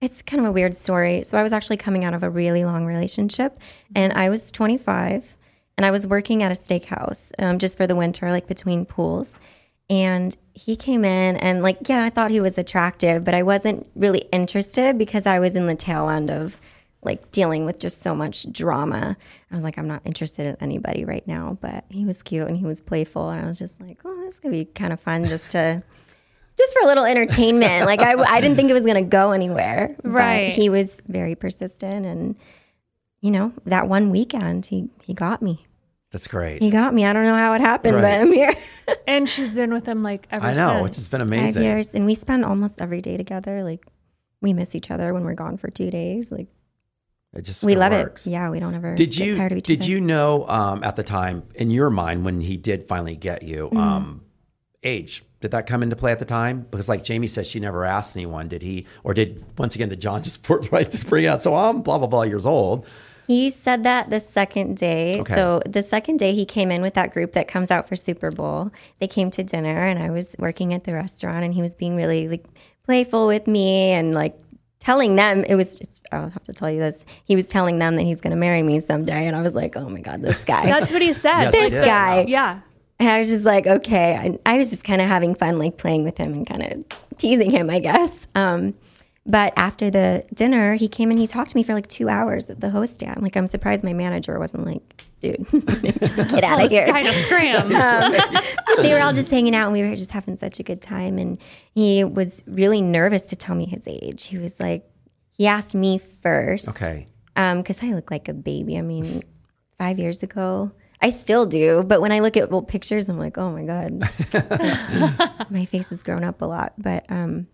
Speaker 3: it's kind of a weird story. So I was actually coming out of a really long relationship and I was 25 and I was working at a steakhouse um, just for the winter like between pools and he came in and like yeah, I thought he was attractive, but I wasn't really interested because I was in the tail end of like dealing with just so much drama. I was like, I'm not interested in anybody right now, but he was cute and he was playful. And I was just like, oh, this could be kind of fun just to just for a little entertainment. like I, I didn't think it was going to go anywhere. but
Speaker 2: Right.
Speaker 3: he was very persistent, and you know that one weekend he he got me.
Speaker 1: that's great.
Speaker 3: He got me. I don't know how it happened,
Speaker 1: Right.
Speaker 3: but I'm here.
Speaker 2: And she's been with him like ever
Speaker 1: I know,
Speaker 2: since.
Speaker 1: which has been
Speaker 3: Five
Speaker 1: amazing.
Speaker 3: years, and we spend almost every day together. Like we miss each other when we're gone for two days. Like
Speaker 1: It just
Speaker 3: we
Speaker 1: it
Speaker 3: love
Speaker 1: works.
Speaker 3: it. Yeah, we don't ever
Speaker 1: Did
Speaker 3: get
Speaker 1: you
Speaker 3: tired of each
Speaker 1: did
Speaker 3: other.
Speaker 1: you know um, at the time in your mind when he did finally get you
Speaker 3: Mm-hmm.
Speaker 1: um, age? Did that come into play at the time? Because like Jamie says, she never asked anyone. Did he or did once again did John just <laughs> forthright just bring it out? So I'm blah blah blah years old.
Speaker 3: He said that the second day.
Speaker 1: Okay.
Speaker 3: So the second day he came in with that group that comes out for Super Bowl. They came to dinner and I was working at the restaurant and he was being really like playful with me and like telling them it was it's, I'll have to tell you this. He was telling them that he's going to marry me someday and I was like, "Oh my god, this guy."
Speaker 2: That's what he said.
Speaker 1: Yes, I
Speaker 2: Like,
Speaker 1: did.
Speaker 2: the-
Speaker 3: Guy.
Speaker 2: Yeah.
Speaker 3: And I was just like, okay. I, I was just kind of having fun, like playing with him and kind of teasing him, I guess. Um, but after the dinner, he came and he talked to me for like two hours at the host stand. Like, I'm surprised my manager wasn't like, dude, <laughs> get out of here
Speaker 2: Kind of
Speaker 1: <laughs>
Speaker 2: scram.
Speaker 3: they were all just hanging out and we were just having such a good time and he was really nervous to tell me his age he was like he asked me first
Speaker 1: Okay.
Speaker 3: because Um, i look like a baby i mean five years ago i still do but when i look at old pictures i'm like oh my god my face has grown up a lot but um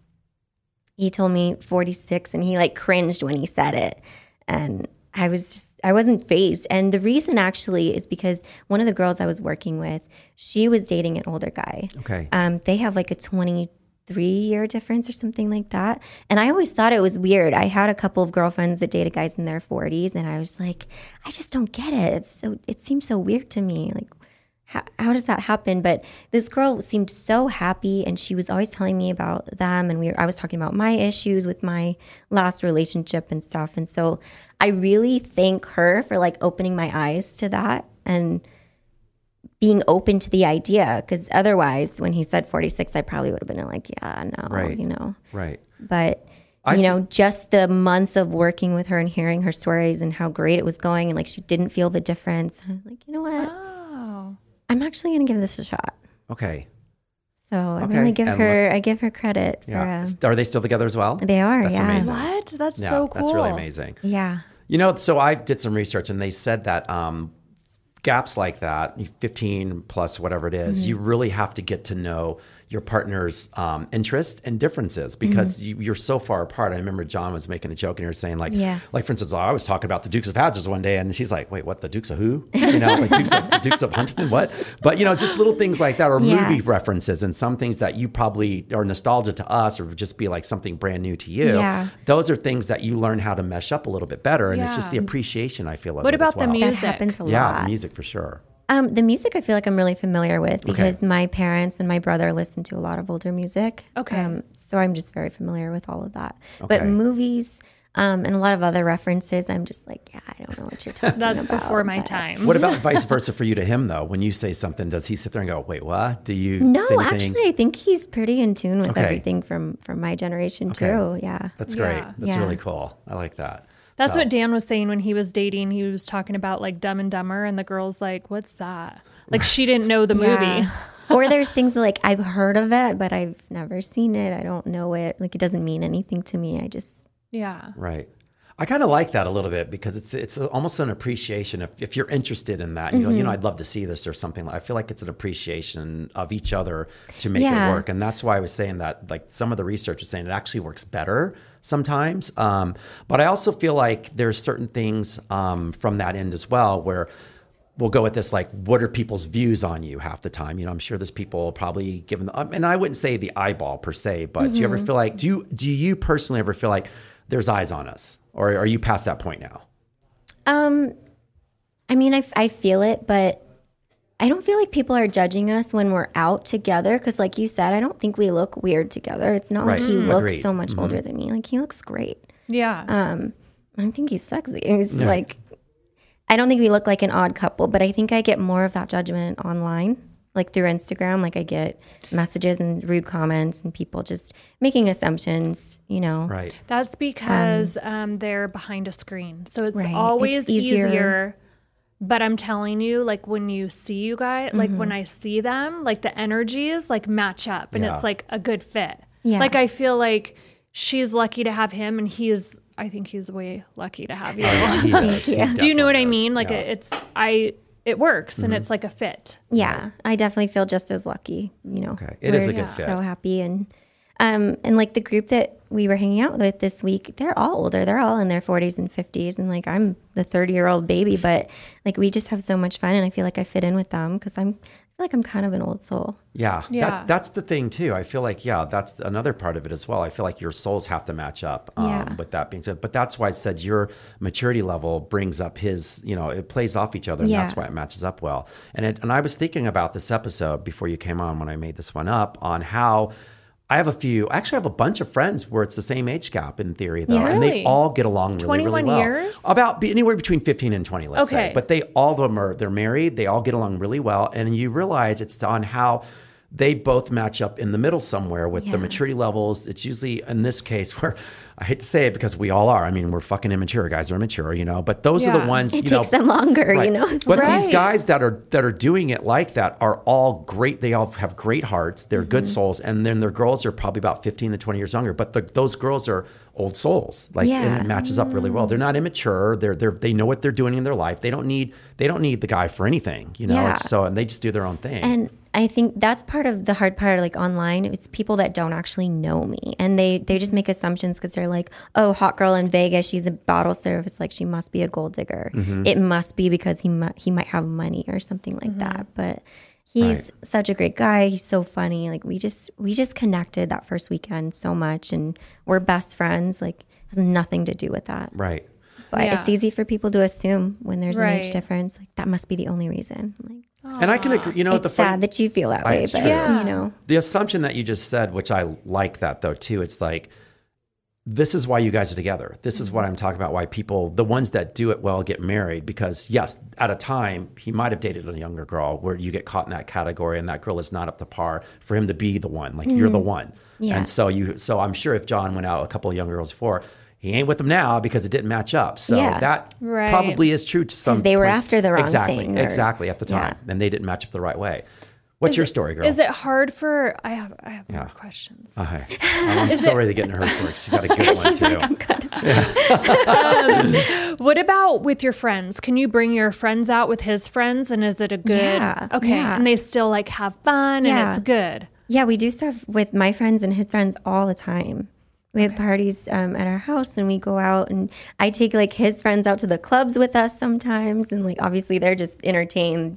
Speaker 3: he told me 46 and he like cringed when he said it and i was just i wasn't phased and the reason actually is because one of the girls i was working with she was dating an older guy
Speaker 1: Okay.
Speaker 3: um, they have like a 23 year difference or something like that. And I always thought it was weird. I had a couple of girlfriends that dated guys in their 40s, and I was like, I just don't get it. It's so, it seems so weird to me. Like, how, how does that happen? But this girl seemed so happy, and she was always telling me about them. And we were, I was talking about my issues with my last relationship and stuff. And so I really thank her for like opening my eyes to that. And being open to the idea because otherwise when he said 46 i probably would have been like yeah no
Speaker 1: Right.
Speaker 3: you know
Speaker 1: right.
Speaker 3: but
Speaker 1: I
Speaker 3: you know just the months of working with her and hearing her stories and how great it was going and like she didn't feel the difference i was like you know what
Speaker 2: oh.
Speaker 3: i'm actually going to give this a shot
Speaker 1: Okay.
Speaker 3: so i
Speaker 1: Okay.
Speaker 3: really give
Speaker 1: And
Speaker 3: her i give her credit
Speaker 1: Yeah.
Speaker 3: for um,
Speaker 1: Are they still together as well?
Speaker 3: uh, they are
Speaker 1: That's
Speaker 3: yeah
Speaker 1: amazing.
Speaker 2: What? That's
Speaker 1: yeah,
Speaker 2: so cool.
Speaker 1: that's really amazing.
Speaker 3: yeah
Speaker 1: You know, so I did some research and they said that um,
Speaker 3: Mm-hmm.
Speaker 1: gaps like that, 15 plus, whatever it is, you really have to get to know your partner's um, interests and differences
Speaker 3: Mm-hmm.
Speaker 1: because you, you're so far apart. I remember John was making a joke and he was saying like,
Speaker 3: Yeah.
Speaker 1: like for instance, I was talking about the Dukes of Hazzards one day, and she's like, "Wait, what? The Dukes of who? You know, like Dukes of, the Dukes of Huntington? What?" But you know, just little things like that, or
Speaker 3: Yeah.
Speaker 1: movie references, and some things that you probably are nostalgia to us, or would just be like something brand new to you.
Speaker 3: Yeah.
Speaker 1: Those are things that you learn how to mesh up a little bit better, and it's just the
Speaker 2: Yeah.
Speaker 1: appreciation I feel of
Speaker 2: What
Speaker 1: it as
Speaker 2: about the
Speaker 1: well.
Speaker 2: music?
Speaker 3: That happens a
Speaker 1: Yeah,
Speaker 3: lot.
Speaker 1: the music for sure.
Speaker 3: Um, the music I feel like I'm really familiar with because my parents and my brother listen to a lot of older music.
Speaker 2: Okay.
Speaker 3: Um, so I'm just very familiar with all of that.
Speaker 1: Okay.
Speaker 3: But movies um, and a lot of other references, I'm just like, yeah, I don't know
Speaker 1: <laughs>
Speaker 3: what you're talking about.
Speaker 2: That's before my
Speaker 3: but-
Speaker 2: time.
Speaker 1: What
Speaker 2: <laughs>
Speaker 1: about vice versa for you to him though? When you say something, does he sit there and go, "Wait, what?" Do you
Speaker 3: No,
Speaker 1: say anything?
Speaker 3: actually, I think he's pretty in tune with
Speaker 1: Okay.
Speaker 3: everything from from my generation
Speaker 1: Okay.
Speaker 3: too. Yeah.
Speaker 1: That's
Speaker 2: Yeah.
Speaker 1: great. That's
Speaker 3: Yeah.
Speaker 1: really cool. I like that.
Speaker 2: That's
Speaker 1: So-
Speaker 2: what Dan was saying when he was dating. He was talking about like Dumb and Dumber, and the girl's like, "What's that?" Like she didn't know the
Speaker 1: <laughs>
Speaker 2: movie.
Speaker 3: Yeah. <laughs> or there's things that, like I've heard of it, but I've never seen it. I don't know it. Like it doesn't mean anything to me. I just
Speaker 2: Yeah.
Speaker 1: Right. I kind of like that a little bit because it's it's almost an appreciation if, if you're interested in that. You go, you
Speaker 2: Mm-hmm.
Speaker 1: know, I'd love to see this or something. I feel like it's an appreciation of each other to make it
Speaker 3: Yeah.
Speaker 1: work, and that's why I was saying that. Like some of the research is saying, it actually works better sometimes. Um, but I also feel like there's certain things um, from that end as well where we'll go with this like what are people's views on you half the time you know i'm sure there's people probably given the um, and i wouldn't say the eyeball per se but do you
Speaker 2: Mm-hmm.
Speaker 1: ever feel like do you do you personally ever feel like there's eyes on us or are you past that point now
Speaker 3: um I mean, I, f- I feel it, but I don't feel like people are judging us when we're out together. Cause, like you said, I don't think we look weird together. It's not
Speaker 1: Right.
Speaker 3: like he
Speaker 1: Mm.
Speaker 3: looks
Speaker 1: Agreed.
Speaker 3: so much older than me. Like, he looks great.
Speaker 2: Yeah.
Speaker 3: I think he's sexy. He's like, I don't think we look like an odd couple, but I think I get more of that judgment online, like through Instagram. Like, I get messages and rude comments and people just making assumptions, you know?
Speaker 2: <laughs>
Speaker 1: right
Speaker 2: That's because um, they're behind a screen. So it's
Speaker 3: Right. It's
Speaker 2: always easier.
Speaker 3: easier.
Speaker 2: But I'm telling you, like when you see you guys, like
Speaker 3: Mm-hmm.
Speaker 2: when I see them, like the energies like match up and
Speaker 1: Yeah.
Speaker 2: it's like a good fit.
Speaker 3: Yeah.
Speaker 2: Like I feel like she's lucky to have him and he is, I think he's way lucky to have you.
Speaker 1: Oh, He is. He
Speaker 2: <laughs> Do you know what I
Speaker 1: definitely is.
Speaker 2: mean? Like
Speaker 1: Yeah. Mm-hmm.
Speaker 2: it, it's, I, it works and it's like a fit.
Speaker 3: Yeah, I definitely feel just as lucky. You know,
Speaker 1: Okay. It is
Speaker 3: We're
Speaker 1: a good fit.
Speaker 3: So happy and um and like the group that we were hanging out with this week, they're all older. They're all in their forties and fifties, and like I'm the thirty year old baby, but like we just have so much fun, and I feel like I fit in with them because I'm I feel like I'm kind of an old soul.
Speaker 1: Yeah,
Speaker 2: Yeah.
Speaker 1: That's, that's the thing too. I feel like yeah, that's another part of it as well. I feel like your souls have to match up. Um,
Speaker 3: Yeah.
Speaker 1: With that being said, but that's why I said your maturity level brings up his. You know, it plays off each other, and that's
Speaker 3: Yeah.
Speaker 1: why it matches up well. And it, and I was thinking about this episode before you came on when I made this one up on how. I have a few. I actually have a bunch of friends where it's the same age gap in theory, though, and they
Speaker 2: Really?
Speaker 1: all get along really, really
Speaker 2: 21
Speaker 1: well.
Speaker 2: years?
Speaker 1: About be anywhere between fifteen and twenty, let's say.
Speaker 2: Okay.
Speaker 1: But they all of them are they're married they all get along really well and you realize it's on how they both match up in the middle somewhere with the maturity levels it's usually in this case <laughs> where i hate to say it because we all are i mean we're fucking immature guys are immature you know but those are
Speaker 2: Yeah.
Speaker 1: the ones
Speaker 3: It
Speaker 1: you
Speaker 3: takes
Speaker 1: know
Speaker 3: them longer,
Speaker 1: Right.
Speaker 3: you know. It's
Speaker 1: but
Speaker 3: like-
Speaker 1: these
Speaker 2: Right.
Speaker 1: guys that are that are doing it like that are all great. They all have great hearts. They're
Speaker 3: Mm-hmm.
Speaker 1: good souls, and then their girls are probably about fifteen to twenty years younger. But the, those girls are old souls, like and
Speaker 3: Yeah. Mm-hmm.
Speaker 1: it matches up really well. They're not immature. They're they are they know what they're doing in their life. They don't need they don't need the guy for anything, you know.
Speaker 3: Yeah.
Speaker 1: It's So and they just do their own thing.
Speaker 3: And I think that's part of the hard part, like online. It's people that don't actually know me, and they they just make assumptions because they're like, "Oh, hot girl in Vegas, she's a bottle service, like she must be a gold digger.
Speaker 1: Mm-hmm.
Speaker 3: It must be because he mu- he might have money or something like
Speaker 2: Mm-hmm.
Speaker 3: that." But he's
Speaker 1: Right.
Speaker 3: such a great guy. He's so funny. Like we just we just connected that first weekend so much, and we're best friends. Like has nothing to do with that.
Speaker 1: right.
Speaker 3: But
Speaker 2: Yeah.
Speaker 3: it's easy for people to assume when there's an
Speaker 2: Right.
Speaker 3: age difference. Like that must be the only reason. Like
Speaker 1: And I can agree. You know,
Speaker 3: it's
Speaker 1: the funny-
Speaker 3: sad that you feel that
Speaker 1: I-
Speaker 3: way,
Speaker 1: it's
Speaker 3: but
Speaker 1: true.
Speaker 2: Yeah.
Speaker 3: you know.
Speaker 1: the assumption that you just said, which I like that though too, it's like this is why you guys are together. This is what
Speaker 3: Mm-hmm.
Speaker 1: I'm talking about. Why people, the ones that do it well, get married because yes, at a time he might have dated a younger girl where you get caught in that category, and that girl is not up to par for him to be the one. Like you're the one,
Speaker 3: Mm-hmm. Yeah.
Speaker 1: and so you. So I'm sure if John went out a couple of younger girls before, he ain't with them now because it didn't match up. So
Speaker 3: Yeah.
Speaker 1: that
Speaker 2: Right.
Speaker 1: probably is true to some.
Speaker 3: they were
Speaker 1: points.
Speaker 3: after the wrong
Speaker 1: exactly,
Speaker 3: thing or-
Speaker 1: exactly at the time, and they didn't match up the right way. What's your story, girl?
Speaker 2: Is it hard for, I have, I have more questions.
Speaker 1: Okay.
Speaker 3: <laughs>
Speaker 1: I'm sorry to get into her story. 'cause She's got a good one too.
Speaker 2: What about with your friends? Can you bring your friends out with his friends and is it a good
Speaker 3: Yeah,
Speaker 2: Okay,
Speaker 3: yeah.
Speaker 2: and they still like have fun
Speaker 3: Yeah.
Speaker 2: and it's good.
Speaker 3: Yeah, we do stuff with my friends and his friends all the time. We have parties um, at our house and we go out and I take like his friends out to the clubs with us sometimes and like obviously they're just entertained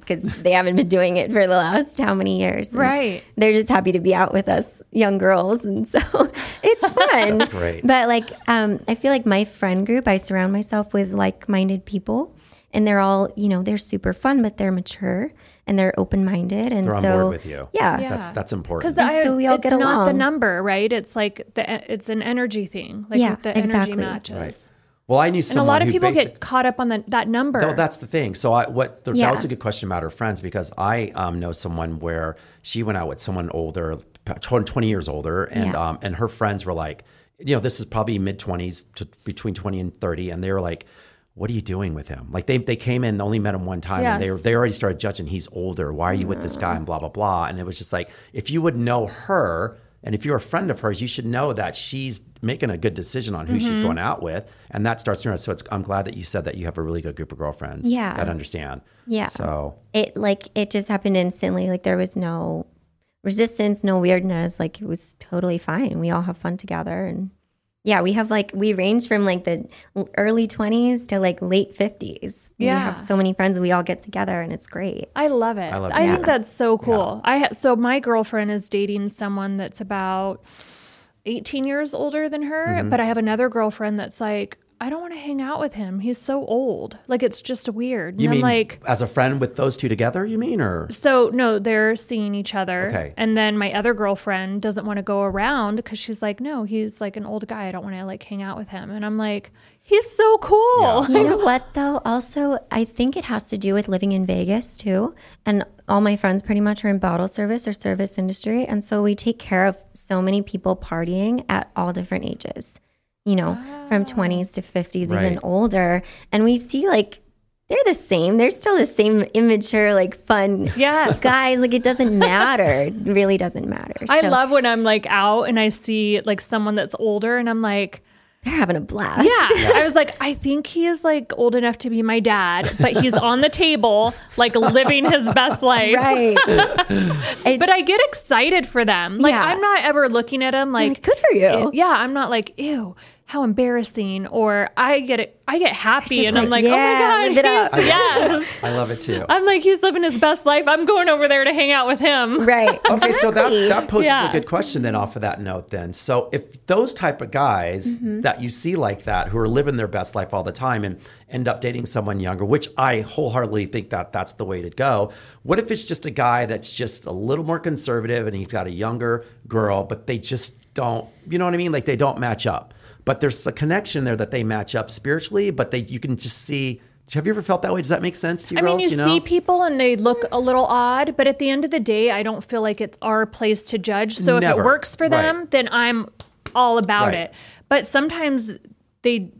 Speaker 1: <laughs>
Speaker 3: because they haven't been doing it for the last how many years. And
Speaker 2: Right.
Speaker 3: They're just happy to be out with us young girls and so <laughs>
Speaker 1: <laughs>
Speaker 3: it's fun. That's
Speaker 1: great.
Speaker 3: But like um, I feel like my friend group, I surround myself with like-minded people and they're all, you know, they're super fun but they're mature and they're open-minded and
Speaker 1: They're on
Speaker 3: so
Speaker 1: board with you.
Speaker 3: Yeah.
Speaker 2: Yeah.
Speaker 1: That's that's important.
Speaker 2: Because I,
Speaker 3: so we all
Speaker 2: it's
Speaker 3: get
Speaker 2: not the
Speaker 3: along.
Speaker 2: number, right? It's like the it's an energy thing, like
Speaker 3: Yeah,
Speaker 2: the energy
Speaker 3: exactly.
Speaker 2: matches.
Speaker 1: right. Well, I knew
Speaker 2: And a
Speaker 1: someone
Speaker 2: lot of
Speaker 1: who
Speaker 2: people
Speaker 1: basic-
Speaker 2: get caught up on the, that number.
Speaker 1: No, that's the thing. So I what the, that
Speaker 3: Yeah.
Speaker 1: was a good question about her friends because I um, know someone where she went out with someone older, tw- twenty years older, and
Speaker 3: Yeah.
Speaker 1: um, and her friends were like, you know, this is probably mid twenties to between twenty and thirty, and they were like. What are you doing with him? Like they, they came in, only met him one time, and they
Speaker 2: Yes.
Speaker 1: were, they already started judging. He's older. Why are you with this guy? And blah blah blah. And it was just like, if you would know her, and if you're a friend of hers, you should know that she's making a good decision on who
Speaker 2: Mm-hmm.
Speaker 1: she's going out with, and that starts. to- So it's, I'm glad that you said that you have a really good group of girlfriends
Speaker 3: Yeah.
Speaker 1: that understand.
Speaker 3: Yeah.
Speaker 1: So
Speaker 3: it like it just happened instantly. Like there was no resistance, no weirdness. Like it was totally fine. We all have fun together, and yeah, we have like we range from like the early twenties to like late fifties. we
Speaker 2: Yeah.
Speaker 3: have so many friends. We all get together, and it's great.
Speaker 2: I love it. I,
Speaker 1: love that.
Speaker 2: think that's so cool. I ha- so my girlfriend is dating someone that's about 18 years older than her,
Speaker 1: Mm-hmm.
Speaker 2: but I have another girlfriend that's like I don't want to hang out with him. He's so old. Like it's just weird. And
Speaker 1: you
Speaker 2: I'm
Speaker 1: mean
Speaker 2: like
Speaker 1: as a friend with those two together? You mean or
Speaker 2: <laughs> so no, they're seeing each other.
Speaker 1: Okay.
Speaker 2: And then my other girlfriend doesn't want to go around because she's like, no, he's like an old guy. I don't want to like hang out with him. And I'm like, he's so cool.
Speaker 3: You know what though? Also, I think it has to do with living in Vegas too. And all my friends pretty much are in bottle service or service industry. And so we take care of so many people partying at all different ages, you know,
Speaker 2: Ah.
Speaker 3: from 20s to 50s,
Speaker 1: Right.
Speaker 3: even older. And we see like they're the same. They're still the same immature, like fun
Speaker 2: Yes.
Speaker 3: guys. Like it doesn't matter. it really doesn't matter.
Speaker 2: <laughs> I
Speaker 3: So
Speaker 2: love when I'm like out and I see like someone that's older and I'm like,
Speaker 3: they're having a blast.
Speaker 2: yeah. I was like, I think he is like old enough to be my dad, but he's on the table, like living his
Speaker 3: <laughs>
Speaker 2: best life.
Speaker 3: Right.
Speaker 2: <laughs> But I get excited for them. Like,
Speaker 3: Yeah.
Speaker 2: I'm not ever looking at him like,
Speaker 3: Good for you.
Speaker 2: yeah, I'm not like, ew, how embarrassing. Or I get it, I get happy and I'm like,
Speaker 3: like, yeah,
Speaker 2: oh my
Speaker 3: live
Speaker 2: God,
Speaker 3: it up.
Speaker 2: he's, yes.
Speaker 1: I love it too.
Speaker 2: I'm like, he's living his best life. I'm going over there to hang out with him. <laughs>
Speaker 3: Right.
Speaker 1: Okay, so that, that poses a
Speaker 2: Yeah.
Speaker 1: good question then off of that note then. So if those type of guys
Speaker 2: Mm-hmm.
Speaker 1: that you see like that who are living their best life all the time and end up dating someone younger, which I wholeheartedly think that that's the way to go. What if it's just a guy that's just a little more conservative and he's got a younger girl, but they just don't, you know what I mean? Like they don't match up. But there's a connection there that they match up spiritually, but they you can just see have you ever felt that way? Does that make sense to you
Speaker 2: I
Speaker 1: girls?
Speaker 2: mean, you,
Speaker 1: know?
Speaker 2: see people and they look a little odd, but at the end of the day, I don't feel like it's our place to judge. So if
Speaker 1: Never.
Speaker 2: it works for them,
Speaker 1: Right.
Speaker 2: then I'm all about
Speaker 1: Right.
Speaker 2: it. But sometimes they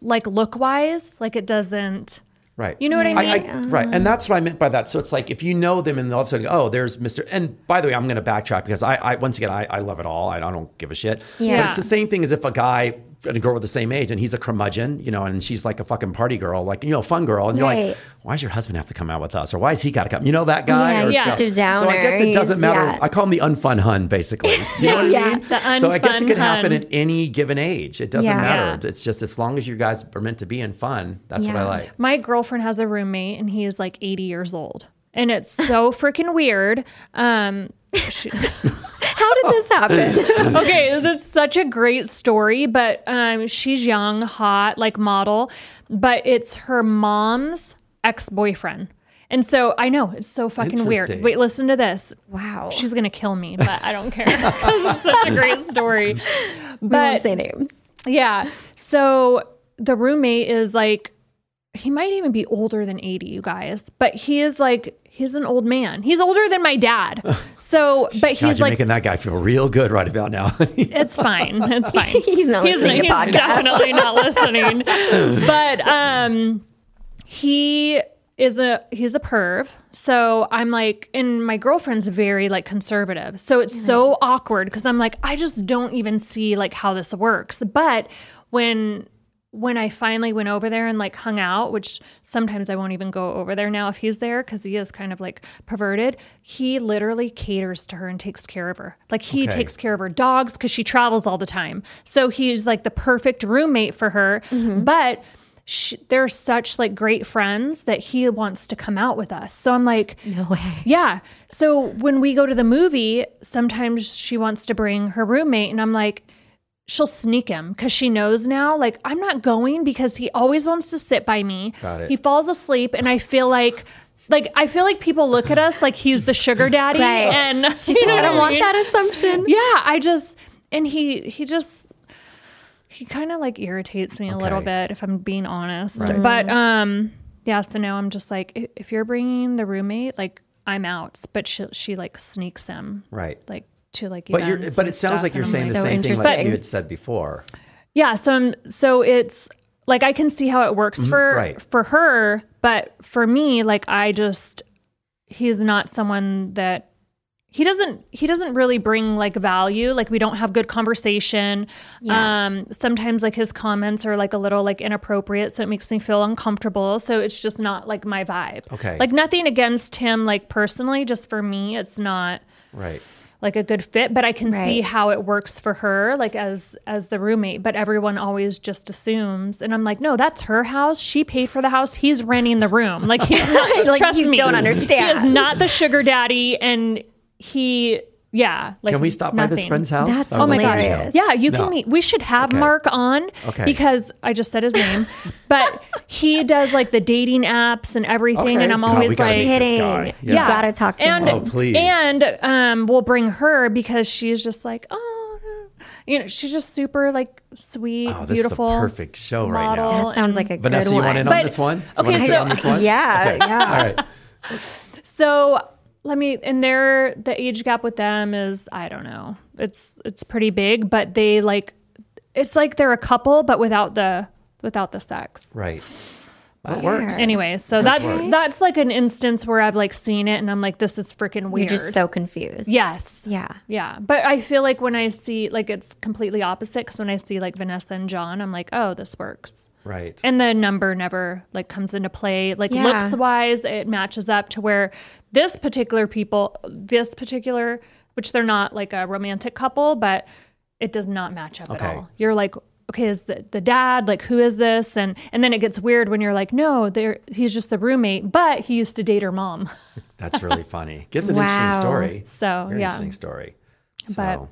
Speaker 2: like look wise, like it doesn't.
Speaker 1: Right.
Speaker 2: You know what I mean?
Speaker 1: right.
Speaker 3: Uh-huh.
Speaker 1: And that's what I meant by that. So it's like if you know them and all of a sudden, oh, there's Mr. And by the way, I'm going to backtrack because I, I once again, I, I love it all. I, I don't give a shit. But
Speaker 3: Yeah.
Speaker 1: it's the same thing as if a guy and a girl were the same age and he's a curmudgeon, you know, and she's like a fucking party girl, like, you know, fun girl. And you're like,
Speaker 3: Right.
Speaker 1: why does your husband have to come out with us? Or why has he got to come? You know, that guy?
Speaker 3: Yeah,
Speaker 1: or
Speaker 3: he's
Speaker 1: so-
Speaker 3: such a
Speaker 1: So I guess it
Speaker 3: downer.
Speaker 1: doesn't matter.
Speaker 3: He's- yeah.
Speaker 1: I call him the unfun hun,
Speaker 3: <laughs>
Speaker 1: basically. Do you know what I
Speaker 2: Yeah,
Speaker 1: mean?
Speaker 2: the
Speaker 1: so I guess it
Speaker 2: unfun
Speaker 1: can happen
Speaker 2: hun.
Speaker 1: at any given age. It doesn't
Speaker 3: Yeah.
Speaker 1: matter.
Speaker 2: Yeah.
Speaker 1: It's just as long as you guys are meant to be in fun, that's what I
Speaker 3: Yeah.
Speaker 1: like.
Speaker 2: My girlfriend has a roommate and he is like 80 years old. And it's so <laughs> freaking weird. Um, she-
Speaker 3: How did
Speaker 2: <laughs>
Speaker 3: this happen?
Speaker 2: okay, that's such a great story, but um, she's young, hot, like model, but it's her mom's ex boyfriend. And so I know it's so fucking weird.
Speaker 1: Interesting.
Speaker 2: Wait, listen to this.
Speaker 3: wow.
Speaker 2: She's gonna kill me, but I don't care. <laughs> this is such a great
Speaker 1: <laughs>
Speaker 2: story. But
Speaker 3: say names.
Speaker 2: yeah, so the roommate is like, he might even be older than 80, you guys, but he is like, he's an old man. He's older than
Speaker 1: <laughs>
Speaker 2: my dad. So, but
Speaker 1: God,
Speaker 2: he's
Speaker 1: you're
Speaker 2: like,
Speaker 1: making that guy feel real good right about now. <laughs>
Speaker 2: it's fine.
Speaker 3: <laughs>
Speaker 2: It's fine.
Speaker 3: He's not listening to podcasts.
Speaker 2: definitely
Speaker 3: <laughs>
Speaker 2: not listening. but um, he is a he's a perv. So I'm like, and my girlfriend's very like conservative. So it's so awkward because I'm like, I just don't even see like how this works. But when when I finally went over there and like hung out, which sometimes I won't even go over there now if he's there because he is kind of like perverted, he literally caters to her and takes care of her. Like he
Speaker 1: Okay.
Speaker 2: takes care of her dogs because she travels all the time. So he's like the perfect roommate for her. But sh they're such like great friends that he wants to come out with us. So I'm like,
Speaker 3: No way.
Speaker 2: yeah. So when we go to the movie, sometimes she wants to bring her roommate, and I'm like, she'll sneak him because she knows now, like, I'm not going because he always wants to sit by me.
Speaker 1: Got it.
Speaker 2: He falls asleep, and I feel like. Like I feel like people look at us like he's the sugar daddy,
Speaker 3: Right.
Speaker 2: and
Speaker 3: She's
Speaker 2: you know
Speaker 3: like,
Speaker 2: what <laughs>
Speaker 3: I don't want
Speaker 2: mean?
Speaker 3: that assumption.
Speaker 2: Yeah, I just and he he just he kind of like irritates me a little
Speaker 1: Okay.
Speaker 2: bit if I'm being honest. But um yeah, so now I'm just like if, if you're bringing the roommate, like I'm out, but she she like sneaks him
Speaker 1: Right.
Speaker 2: like to like
Speaker 1: But you're,
Speaker 2: events
Speaker 1: but
Speaker 2: and
Speaker 1: it sounds
Speaker 2: stuff,
Speaker 1: like you're
Speaker 2: and I'm
Speaker 1: saying the
Speaker 3: So
Speaker 1: same thing like
Speaker 3: interesting.
Speaker 1: you had said before.
Speaker 2: yeah, so I'm so it's like I can see how it works for
Speaker 1: Mm-hmm. right.
Speaker 2: for her, but for me, like I just he's not someone that he doesn't he doesn't really bring like value. Like we don't have good conversation. Um sometimes like his comments are like a little like inappropriate, so it makes me feel uncomfortable. So it's just not like my vibe.
Speaker 1: Okay.
Speaker 2: Like nothing against him like personally, just for me it's not
Speaker 1: Right.
Speaker 2: like a good fit but i can see
Speaker 3: Right.
Speaker 2: how it works for her like as as the roommate but everyone always just assumes and i'm like no that's her house she paid for the house he's renting the room like
Speaker 3: <laughs>
Speaker 2: he's not
Speaker 3: Like,
Speaker 2: trust
Speaker 3: you
Speaker 2: me
Speaker 3: don't understand.
Speaker 2: he is not the sugar daddy and he yeah like
Speaker 1: Can we stop by this
Speaker 2: nothing.
Speaker 1: friend's house?
Speaker 3: That's
Speaker 1: I
Speaker 2: Oh
Speaker 1: would
Speaker 2: my
Speaker 1: like to
Speaker 2: gosh.
Speaker 3: Hilarious.
Speaker 1: know.
Speaker 2: Yeah, you
Speaker 1: No.
Speaker 2: can meet. We should have
Speaker 1: Okay.
Speaker 2: Mark on
Speaker 1: Okay.
Speaker 2: because I just said his name, but he does like the dating apps and everything.
Speaker 1: Okay.
Speaker 2: And I'm
Speaker 1: God, we
Speaker 2: always
Speaker 1: gotta
Speaker 2: like,
Speaker 1: meet this guy.
Speaker 3: Kidding.
Speaker 1: Yeah.
Speaker 3: You gotta talk to
Speaker 2: and,
Speaker 3: him.
Speaker 1: Oh, please.
Speaker 2: And um, we'll bring her because she's just like, oh, no." you know, she's just super like sweet,
Speaker 1: Oh, this
Speaker 2: beautiful,
Speaker 1: is a perfect show right now.
Speaker 2: model.
Speaker 3: That sounds like a
Speaker 1: Vanessa,
Speaker 3: good
Speaker 1: you
Speaker 3: one.
Speaker 1: want in on
Speaker 2: But-
Speaker 1: this one? You
Speaker 2: okay,
Speaker 1: wanna sit
Speaker 2: so-
Speaker 1: on this one?
Speaker 3: Yeah,
Speaker 1: Okay.
Speaker 3: yeah.
Speaker 1: All right.
Speaker 2: So let me. And their the age gap with them is I don't know. It's it's pretty big, but they like it's like they're a couple, but without the without the sex. <laughs>
Speaker 1: Right. That works.
Speaker 2: Anyway, so that's that's like an instance where I've like seen it and I'm like, this is freaking
Speaker 3: You're
Speaker 2: weird.
Speaker 3: just so confused.
Speaker 2: yes.
Speaker 3: Yeah.
Speaker 2: Yeah, but I feel like when I see like it's completely opposite because when I see like Vanessa and John, I'm like, oh, this works.
Speaker 1: Right.
Speaker 2: And the number never like comes into play. Like
Speaker 3: Yeah.
Speaker 2: looks wise, it matches up to where this particular people, this particular, which they're not like a romantic couple, but it does not match up
Speaker 1: Okay.
Speaker 2: at all. You're like, okay, is the, the dad like who is this? And and then it gets weird when you're like, no, they're he's just the roommate, but he used to date her mom. <laughs>
Speaker 1: That's really funny. Gives an
Speaker 3: Wow.
Speaker 1: interesting story.
Speaker 2: So
Speaker 1: Very
Speaker 2: yeah.
Speaker 1: interesting story. So.
Speaker 2: But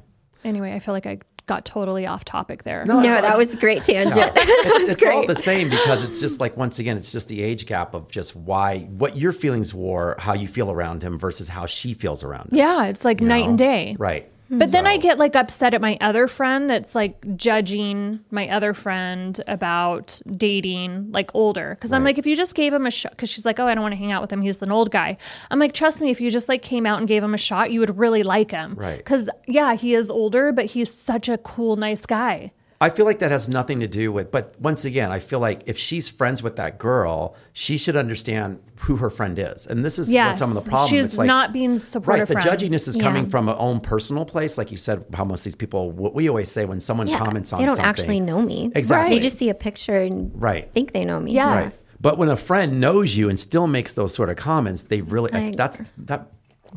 Speaker 2: anyway, I feel like I got totally off topic there.
Speaker 1: No,
Speaker 3: No,
Speaker 1: it's-
Speaker 3: that
Speaker 1: it's-
Speaker 3: was a great tangent.
Speaker 1: it's, it's all
Speaker 3: great.
Speaker 1: the same because it's just like once again it's just the age gap of just why what your feelings were how you feel around him versus how she feels around him
Speaker 2: Yeah, it's like night
Speaker 1: you know?
Speaker 2: and day.
Speaker 1: right
Speaker 2: But then I get like upset at my other friend that's like judging my other friend about dating like older. Cause I'm like, if you just gave him a shot, cause she's like, oh, I don't want to hang out with him. He's an old guy. I'm like, trust me, if you just like came out and gave him a shot, you would really like him.
Speaker 1: Right.
Speaker 2: Cause yeah, he is older, but he's such a cool, nice guy.
Speaker 1: i feel like that has nothing to do with but once again i feel like if she's friends with that girl she should understand who her friend is and this is
Speaker 2: Yeah.
Speaker 1: what some of the problem
Speaker 2: She's
Speaker 1: it's like
Speaker 2: not being
Speaker 1: Right,
Speaker 2: supportive.
Speaker 1: the
Speaker 2: friend.
Speaker 1: judginess is coming from a own personal place, like you said. How most of these people, what we always say when someone
Speaker 3: Yeah.
Speaker 1: comments on
Speaker 3: they don't
Speaker 1: something,
Speaker 3: actually know me.
Speaker 1: Exactly.
Speaker 3: They just see a picture and
Speaker 1: Right.
Speaker 3: think they know me.
Speaker 2: Yeah.
Speaker 1: Right. But when a friend knows you and still makes those sort of comments, they really it's,
Speaker 3: Like-
Speaker 1: that's that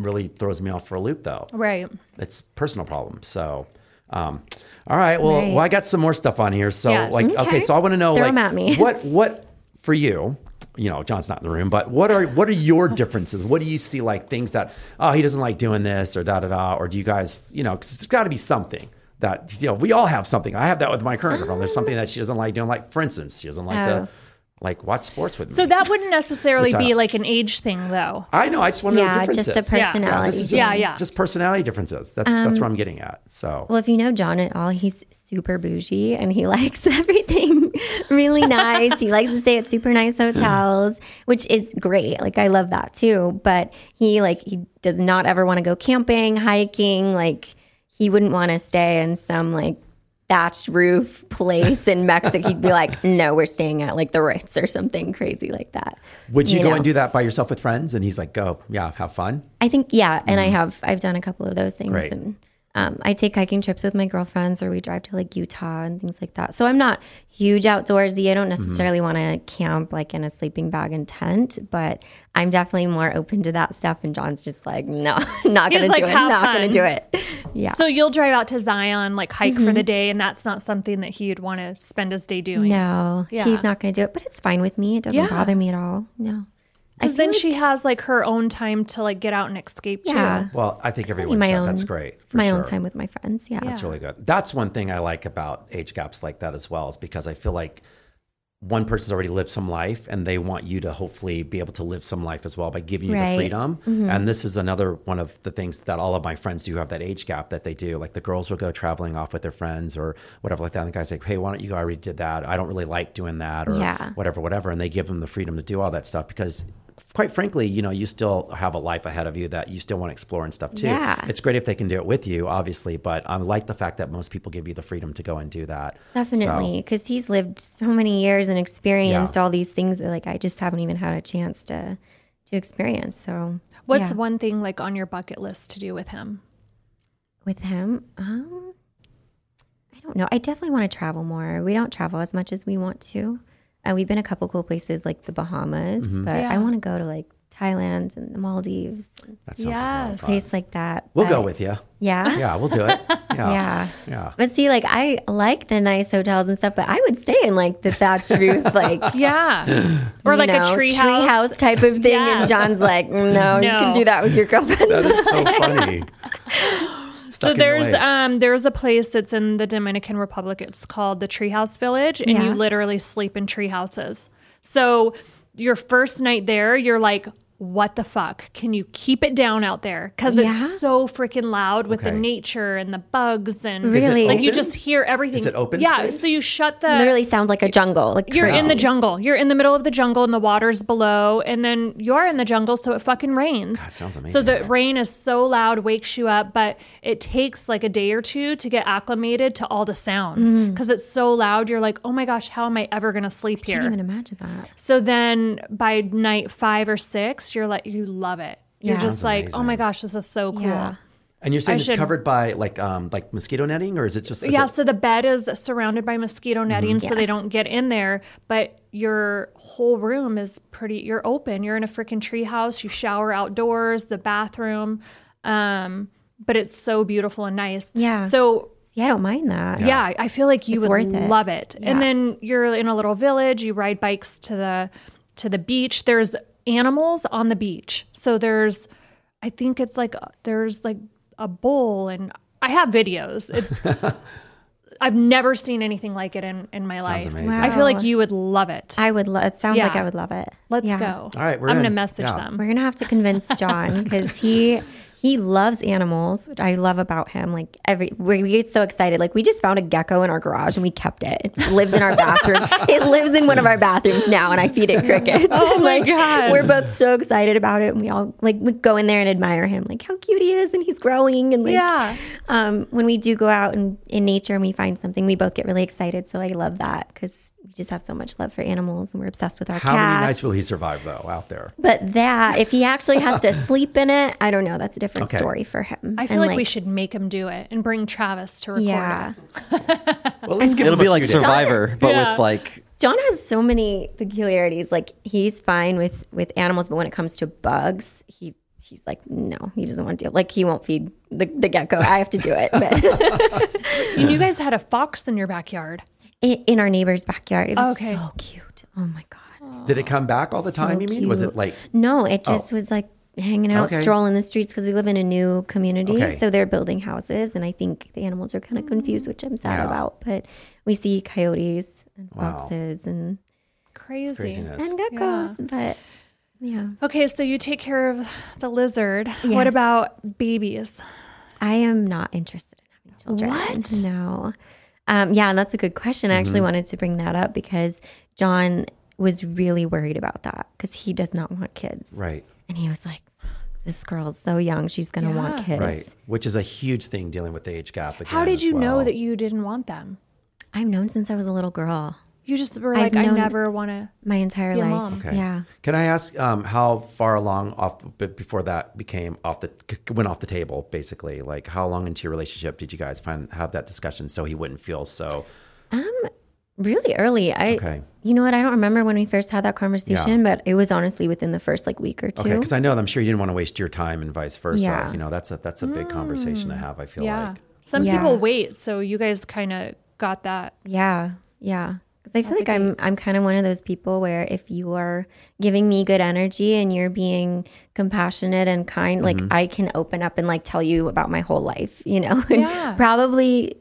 Speaker 1: really throws me off for a loop though.
Speaker 2: Right.
Speaker 1: It's a personal problem. So um, all right, well, well, I got some more stuff on here. So
Speaker 2: Yes.
Speaker 1: like, okay.
Speaker 3: Okay.
Speaker 1: so I want to know
Speaker 3: Throw
Speaker 1: like
Speaker 3: 'em at me.
Speaker 1: what what for you. You know, John's not in the room, but what are what are
Speaker 3: <laughs>
Speaker 1: your differences? What do you see like things that oh he doesn't like doing this or da da da or do you guys you know 'cause it's got to be something that you know we all have something. I have that with my current girlfriend. There's something that she doesn't like doing. Like for instance, she doesn't like
Speaker 3: Oh.
Speaker 1: to like watch sports with me.
Speaker 2: So that wouldn't necessarily
Speaker 1: Which I
Speaker 2: be
Speaker 1: don't-
Speaker 2: like an age thing though.
Speaker 1: I know. I just want to know
Speaker 3: Yeah,
Speaker 1: differences.
Speaker 3: just a personality. Um,
Speaker 1: Yeah, this is just,
Speaker 2: Yeah, yeah.
Speaker 1: just personality differences. That's that's what I'm getting at. So
Speaker 3: Well, if you know John at all, he's super bougie and he <laughs> likes everything really nice. he likes to stay at super nice hotels, which is great. Like I love that too. But he like he does not ever want to go camping, hiking. Like he wouldn't want to stay in some like thatched roof place in Mexico. He'd be like, "No, we're staying at like the Ritz or something crazy like that."
Speaker 1: would you,
Speaker 3: you
Speaker 1: go
Speaker 3: know.
Speaker 1: and do that by yourself with friends? And he's like, go, yeah, have fun.
Speaker 3: I think yeah, and I have I've done a couple of those things
Speaker 1: Great.
Speaker 3: and um, I take hiking trips with my girlfriends, or we drive to like Utah and things like that. So I'm not huge outdoorsy. I don't necessarily want to camp like in a sleeping bag and tent, but I'm definitely more open to that stuff. And John's just like, no, <laughs> not
Speaker 2: He's
Speaker 3: gonna
Speaker 2: like,
Speaker 3: do it.
Speaker 2: "Have
Speaker 3: Not gonna
Speaker 2: fun."
Speaker 3: do it.
Speaker 2: <laughs>
Speaker 3: Yeah. Mm-hmm.
Speaker 2: So you'll drive out to Zion, like hike for the day, and that's not something that he'd want to spend his day doing.
Speaker 3: no,
Speaker 2: Yeah.
Speaker 3: he's not gonna do it. But it's fine with me. It doesn't
Speaker 2: Yeah.
Speaker 3: bother me at all. No. I
Speaker 2: Because
Speaker 3: feel
Speaker 2: then she has like her own time to like get out and escape
Speaker 3: Yeah.
Speaker 2: too.
Speaker 1: Well, I think
Speaker 3: spending
Speaker 1: everyone should. That's great. for
Speaker 3: my
Speaker 1: sure.
Speaker 3: own time with my friends. Yeah.
Speaker 1: That's really good. That's one thing I like about age gaps like that as well, is because I feel like one person's already lived some life and they want you to hopefully be able to live some life as well by giving you the
Speaker 3: Right. Mm-hmm.
Speaker 1: freedom. And this is another one of the things that all of my friends do who have that age gap that they do. Like the girls will go traveling off with their friends or whatever like that. And the guy's like, hey, why don't you go? I already did that. I don't really like doing that or
Speaker 3: Yeah.
Speaker 1: whatever, whatever. And they give them the freedom to do all that stuff because quite frankly, you know, you still have a life ahead of you that you still want to explore and stuff too.
Speaker 3: Yeah.
Speaker 1: It's great if they can do it with you, obviously, but I like the fact that most people give you the freedom to go and do that.
Speaker 3: Definitely, because he's lived so many years and experienced all these things that like I just haven't even had a chance to to experience. So
Speaker 2: What's
Speaker 3: yeah.
Speaker 2: one thing like on your bucket list to do with him?
Speaker 3: with him? Um, I don't know. I definitely want to travel more. We don't travel as much as we want to. Uh, we've been a couple cool places like the Bahamas,
Speaker 1: Mm-hmm.
Speaker 3: but I
Speaker 2: Yeah.
Speaker 3: want to go to like Thailand and the Maldives,
Speaker 1: So
Speaker 3: and
Speaker 1: that sounds like a lot of
Speaker 2: Yes.
Speaker 1: fun.
Speaker 3: place like that.
Speaker 1: We'll go
Speaker 3: but-
Speaker 1: with you.
Speaker 3: yeah,
Speaker 1: Yeah, we'll
Speaker 2: <laughs>
Speaker 1: do it. Yeah.
Speaker 3: yeah.
Speaker 1: Yeah.
Speaker 3: But see, like I like the nice hotels and stuff, but I would stay in like the thatched roof, like
Speaker 2: Yeah. <gasps> or like
Speaker 3: you know,
Speaker 2: a tree house.
Speaker 3: treehouse type of thing.
Speaker 2: Yes.
Speaker 3: And John's like, "Mm, no, you
Speaker 2: No.
Speaker 3: can do that with your girlfriend. <laughs>
Speaker 1: That is so funny. Stuck
Speaker 2: <laughs> So
Speaker 1: in your
Speaker 2: there's
Speaker 1: ways.
Speaker 2: um there's a place that's in the Dominican Republic. It's called the Treehouse Village, and you
Speaker 3: Yeah.
Speaker 2: literally sleep in tree houses. So your first night there, you're like, what the fuck? Can you keep it down out there? Because
Speaker 3: Yeah.
Speaker 2: it's so freaking loud with the
Speaker 1: Okay.
Speaker 2: nature and the bugs and
Speaker 3: Is it Really?
Speaker 2: like you
Speaker 1: open?
Speaker 2: just hear everything.
Speaker 1: Is it open
Speaker 2: Yeah.
Speaker 1: space?
Speaker 2: So you shut the
Speaker 3: Literally sounds like a jungle. Like
Speaker 2: You're in the
Speaker 3: crazy.
Speaker 2: jungle. You're in the middle of the jungle and the water's below, and then you're in the jungle, so it fucking rains.
Speaker 1: That sounds amazing.
Speaker 2: So the rain is so loud, wakes you up, but it takes like a day or two to get acclimated to all the sounds because it's so loud. You're like, oh my gosh, how am I ever going to sleep
Speaker 3: Mm. I can't even
Speaker 2: here?
Speaker 3: imagine that.
Speaker 2: So then by night five or six, you're like, you love it. You're
Speaker 3: Yeah.
Speaker 2: just
Speaker 1: Sounds
Speaker 2: like, oh
Speaker 1: amazing.
Speaker 2: my gosh, this is so cool.
Speaker 3: Yeah.
Speaker 1: and you're saying
Speaker 2: I
Speaker 1: it's
Speaker 2: should-
Speaker 1: covered by like um like mosquito netting or is it just is
Speaker 2: yeah,
Speaker 1: it- Mm-hmm.
Speaker 2: so the bed is surrounded by mosquito netting so they don't get in there, but your whole room is pretty you're open. You're in a freaking treehouse, you shower outdoors, the bathroom. Um, but it's so beautiful and nice.
Speaker 3: Yeah.
Speaker 2: So
Speaker 3: See, I don't mind that.
Speaker 2: yeah, I feel like you
Speaker 3: It's
Speaker 2: would
Speaker 3: worth it.
Speaker 2: love it.
Speaker 3: Yeah.
Speaker 2: And then you're in a little village, you ride bikes to the to the beach. There's animals on the beach. So there's I think it's like uh, there's like a bull and I have videos. It's I've never seen anything like it in in my life.
Speaker 1: amazing.
Speaker 2: I feel like
Speaker 3: Wow.
Speaker 2: you would love it.
Speaker 3: I would. Lo- it sounds like
Speaker 2: Yeah.
Speaker 3: I would love it.
Speaker 2: Let's
Speaker 3: Yeah.
Speaker 2: go.
Speaker 1: All right, we're
Speaker 2: I'm gonna
Speaker 1: in.
Speaker 2: message
Speaker 1: Yeah.
Speaker 2: them.
Speaker 3: We're gonna have to convince John because he he loves animals, which I love about him. Like every we we get so excited. Like we just found a gecko in our garage and we kept it. It lives in our bathroom. it lives in one of our bathrooms now, and I feed it crickets. Oh
Speaker 2: my
Speaker 3: like,
Speaker 2: God.
Speaker 3: We're both so excited about it, and we all like we go in there and admire him, like how cute he is, and he's growing, and like
Speaker 2: Yeah.
Speaker 3: um, when we do go out in, in nature and we find something, we both get really excited. So I love that because we just have so much love for animals, and we're obsessed with our
Speaker 1: how
Speaker 3: cats.
Speaker 1: many nights will he survive though out there?
Speaker 3: But that, if he actually has to sleep in it, I don't know. That's a different
Speaker 1: Okay.
Speaker 3: story for him.
Speaker 2: I feel
Speaker 3: And,
Speaker 2: like, we should make him do it and bring Travis to record it.
Speaker 3: Yeah,
Speaker 1: Well, let's give
Speaker 4: It'll
Speaker 1: him a
Speaker 4: be like
Speaker 1: few days.
Speaker 4: Survivor, but
Speaker 2: Yeah.
Speaker 4: with like
Speaker 3: John has so many peculiarities. Like he's fine with with animals, but when it comes to bugs, he he's like no, he doesn't want to do. It. Like he won't feed the, the gecko. I have to do it.
Speaker 2: <laughs>
Speaker 3: But <laughs>
Speaker 2: And you guys had a fox in your backyard.
Speaker 3: in, in our neighbor's backyard, it was
Speaker 2: Okay.
Speaker 3: so cute. Oh my god,
Speaker 1: Did it come back all the time? you mean was
Speaker 3: cute.
Speaker 1: it like
Speaker 3: no! It just was like hanging out,
Speaker 1: Oh. Okay.
Speaker 3: strolling the streets because we live in a new community,
Speaker 1: Okay.
Speaker 3: so they're building houses, and I think the animals are kind of confused, which I'm sad
Speaker 1: Yeah.
Speaker 3: about. But we see coyotes and
Speaker 1: Wow.
Speaker 3: foxes and
Speaker 2: Crazy.
Speaker 1: craziness?
Speaker 3: and geckos, but yeah,
Speaker 2: Okay, so you take care of the lizard. What
Speaker 3: Yes.
Speaker 2: about babies?
Speaker 3: I am not interested in having children.
Speaker 2: What?
Speaker 3: No. Um, yeah, and that's a good question. I
Speaker 1: Mm-hmm.
Speaker 3: actually wanted to bring that up because John was really worried about that because he does not want kids.
Speaker 1: Right.
Speaker 3: And he was like, this girl's so young. She's going to want kids.
Speaker 1: Right. Which is a huge thing dealing with the age gap.
Speaker 2: How
Speaker 1: again
Speaker 2: did
Speaker 1: as
Speaker 2: you know
Speaker 1: well.
Speaker 2: that you didn't want them?
Speaker 3: I've known since I was a little girl.
Speaker 2: You just were
Speaker 3: I've
Speaker 2: like, I
Speaker 3: known-
Speaker 2: never want to.
Speaker 3: my entire
Speaker 2: Be a
Speaker 3: life.
Speaker 2: mom.
Speaker 1: Okay.
Speaker 3: Yeah.
Speaker 1: Can I ask um, how far along off b- before that became off the c- went off the table basically? Like how long into your relationship did you guys find have that discussion so he wouldn't feel so
Speaker 3: Really early. I
Speaker 1: Okay.
Speaker 3: you know what, I don't remember when we first had that conversation, but it was honestly within the first like week or two.
Speaker 1: okay? Because I know that I'm sure you didn't want to waste your time and vice versa.
Speaker 3: Yeah. Mm.
Speaker 1: You know that's a that's a big conversation to have. I feel
Speaker 2: Yeah.
Speaker 1: like
Speaker 2: Some
Speaker 3: Yeah.
Speaker 2: people wait. So you guys kind of got that.
Speaker 3: Yeah, yeah. Because I feel like I'm I'm kind of one of those people where if you are giving me good energy and you're being compassionate and kind, like I can open up and like tell you about my whole life, you know. <laughs> And
Speaker 2: Yeah.
Speaker 3: probably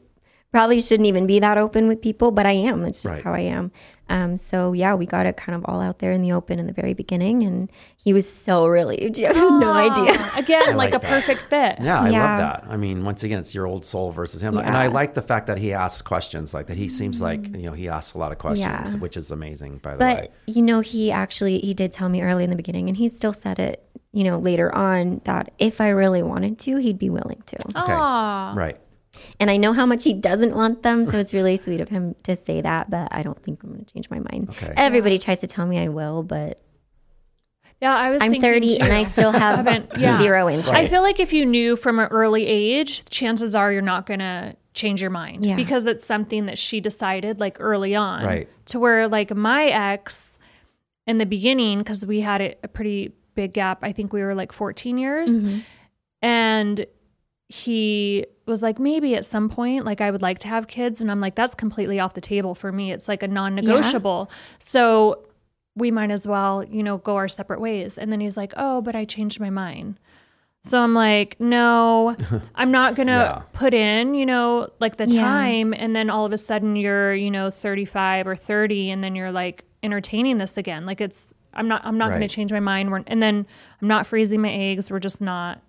Speaker 3: probably shouldn't even be that open with people, but I am. It's just
Speaker 1: Right.
Speaker 3: how I am. Um, so yeah, we got it kind of all out there in the open in the very beginning, and he was so relieved. <laughs> You have no idea.
Speaker 2: Aw, Again, like,
Speaker 1: like
Speaker 2: a
Speaker 1: that.
Speaker 2: perfect fit.
Speaker 1: Yeah, I
Speaker 3: Yeah.
Speaker 1: love that. I mean, once again, it's your old soul versus him. And I like the fact that he asks questions like that. He seems like, you know, he asks a lot of questions,
Speaker 3: Mm. Yeah.
Speaker 1: which is amazing, by the way.
Speaker 3: But you know, he actually he did tell me early in the beginning, and he still said it. You know, later on that if I really wanted to, he'd be willing to.
Speaker 1: Okay. Right.
Speaker 3: And I know how much he doesn't want them, so it's really sweet of him to say that. But I don't think I'm going to change my mind.
Speaker 1: Okay.
Speaker 3: Everybody tries to tell me I will, but
Speaker 2: Yeah, I was
Speaker 3: I'm
Speaker 2: thinking
Speaker 3: 30
Speaker 2: too.
Speaker 3: and I
Speaker 2: <laughs>
Speaker 3: still have
Speaker 2: yeah.
Speaker 3: zero interest.
Speaker 2: I feel like if you knew from an early age, chances are you're not going to change your mind
Speaker 3: Yeah.
Speaker 2: because it's something that she decided like early on.
Speaker 1: Right.
Speaker 2: To where like my ex in the beginning, because we had a, a pretty big gap, I think we were like 14 years.
Speaker 3: Mm-hmm.
Speaker 2: And he was like, maybe at some point, like I would like to have kids. And I'm like, that's completely off the table for me. It's like a non negotiable. So we might as well, you know, go our separate ways. And then he's like, oh, but I changed my mind. So I'm
Speaker 1: <laughs>
Speaker 2: like, no, I'm not going to
Speaker 1: Yeah.
Speaker 2: put in, you know, like the
Speaker 3: Yeah.
Speaker 2: time. And then all of a sudden you're, you know, 35 or 30, and then you're like entertaining this again. Like it's, I'm not, I'm not going
Speaker 1: Right.
Speaker 2: to change my mind. We're, and then I'm not freezing my eggs. We're just not,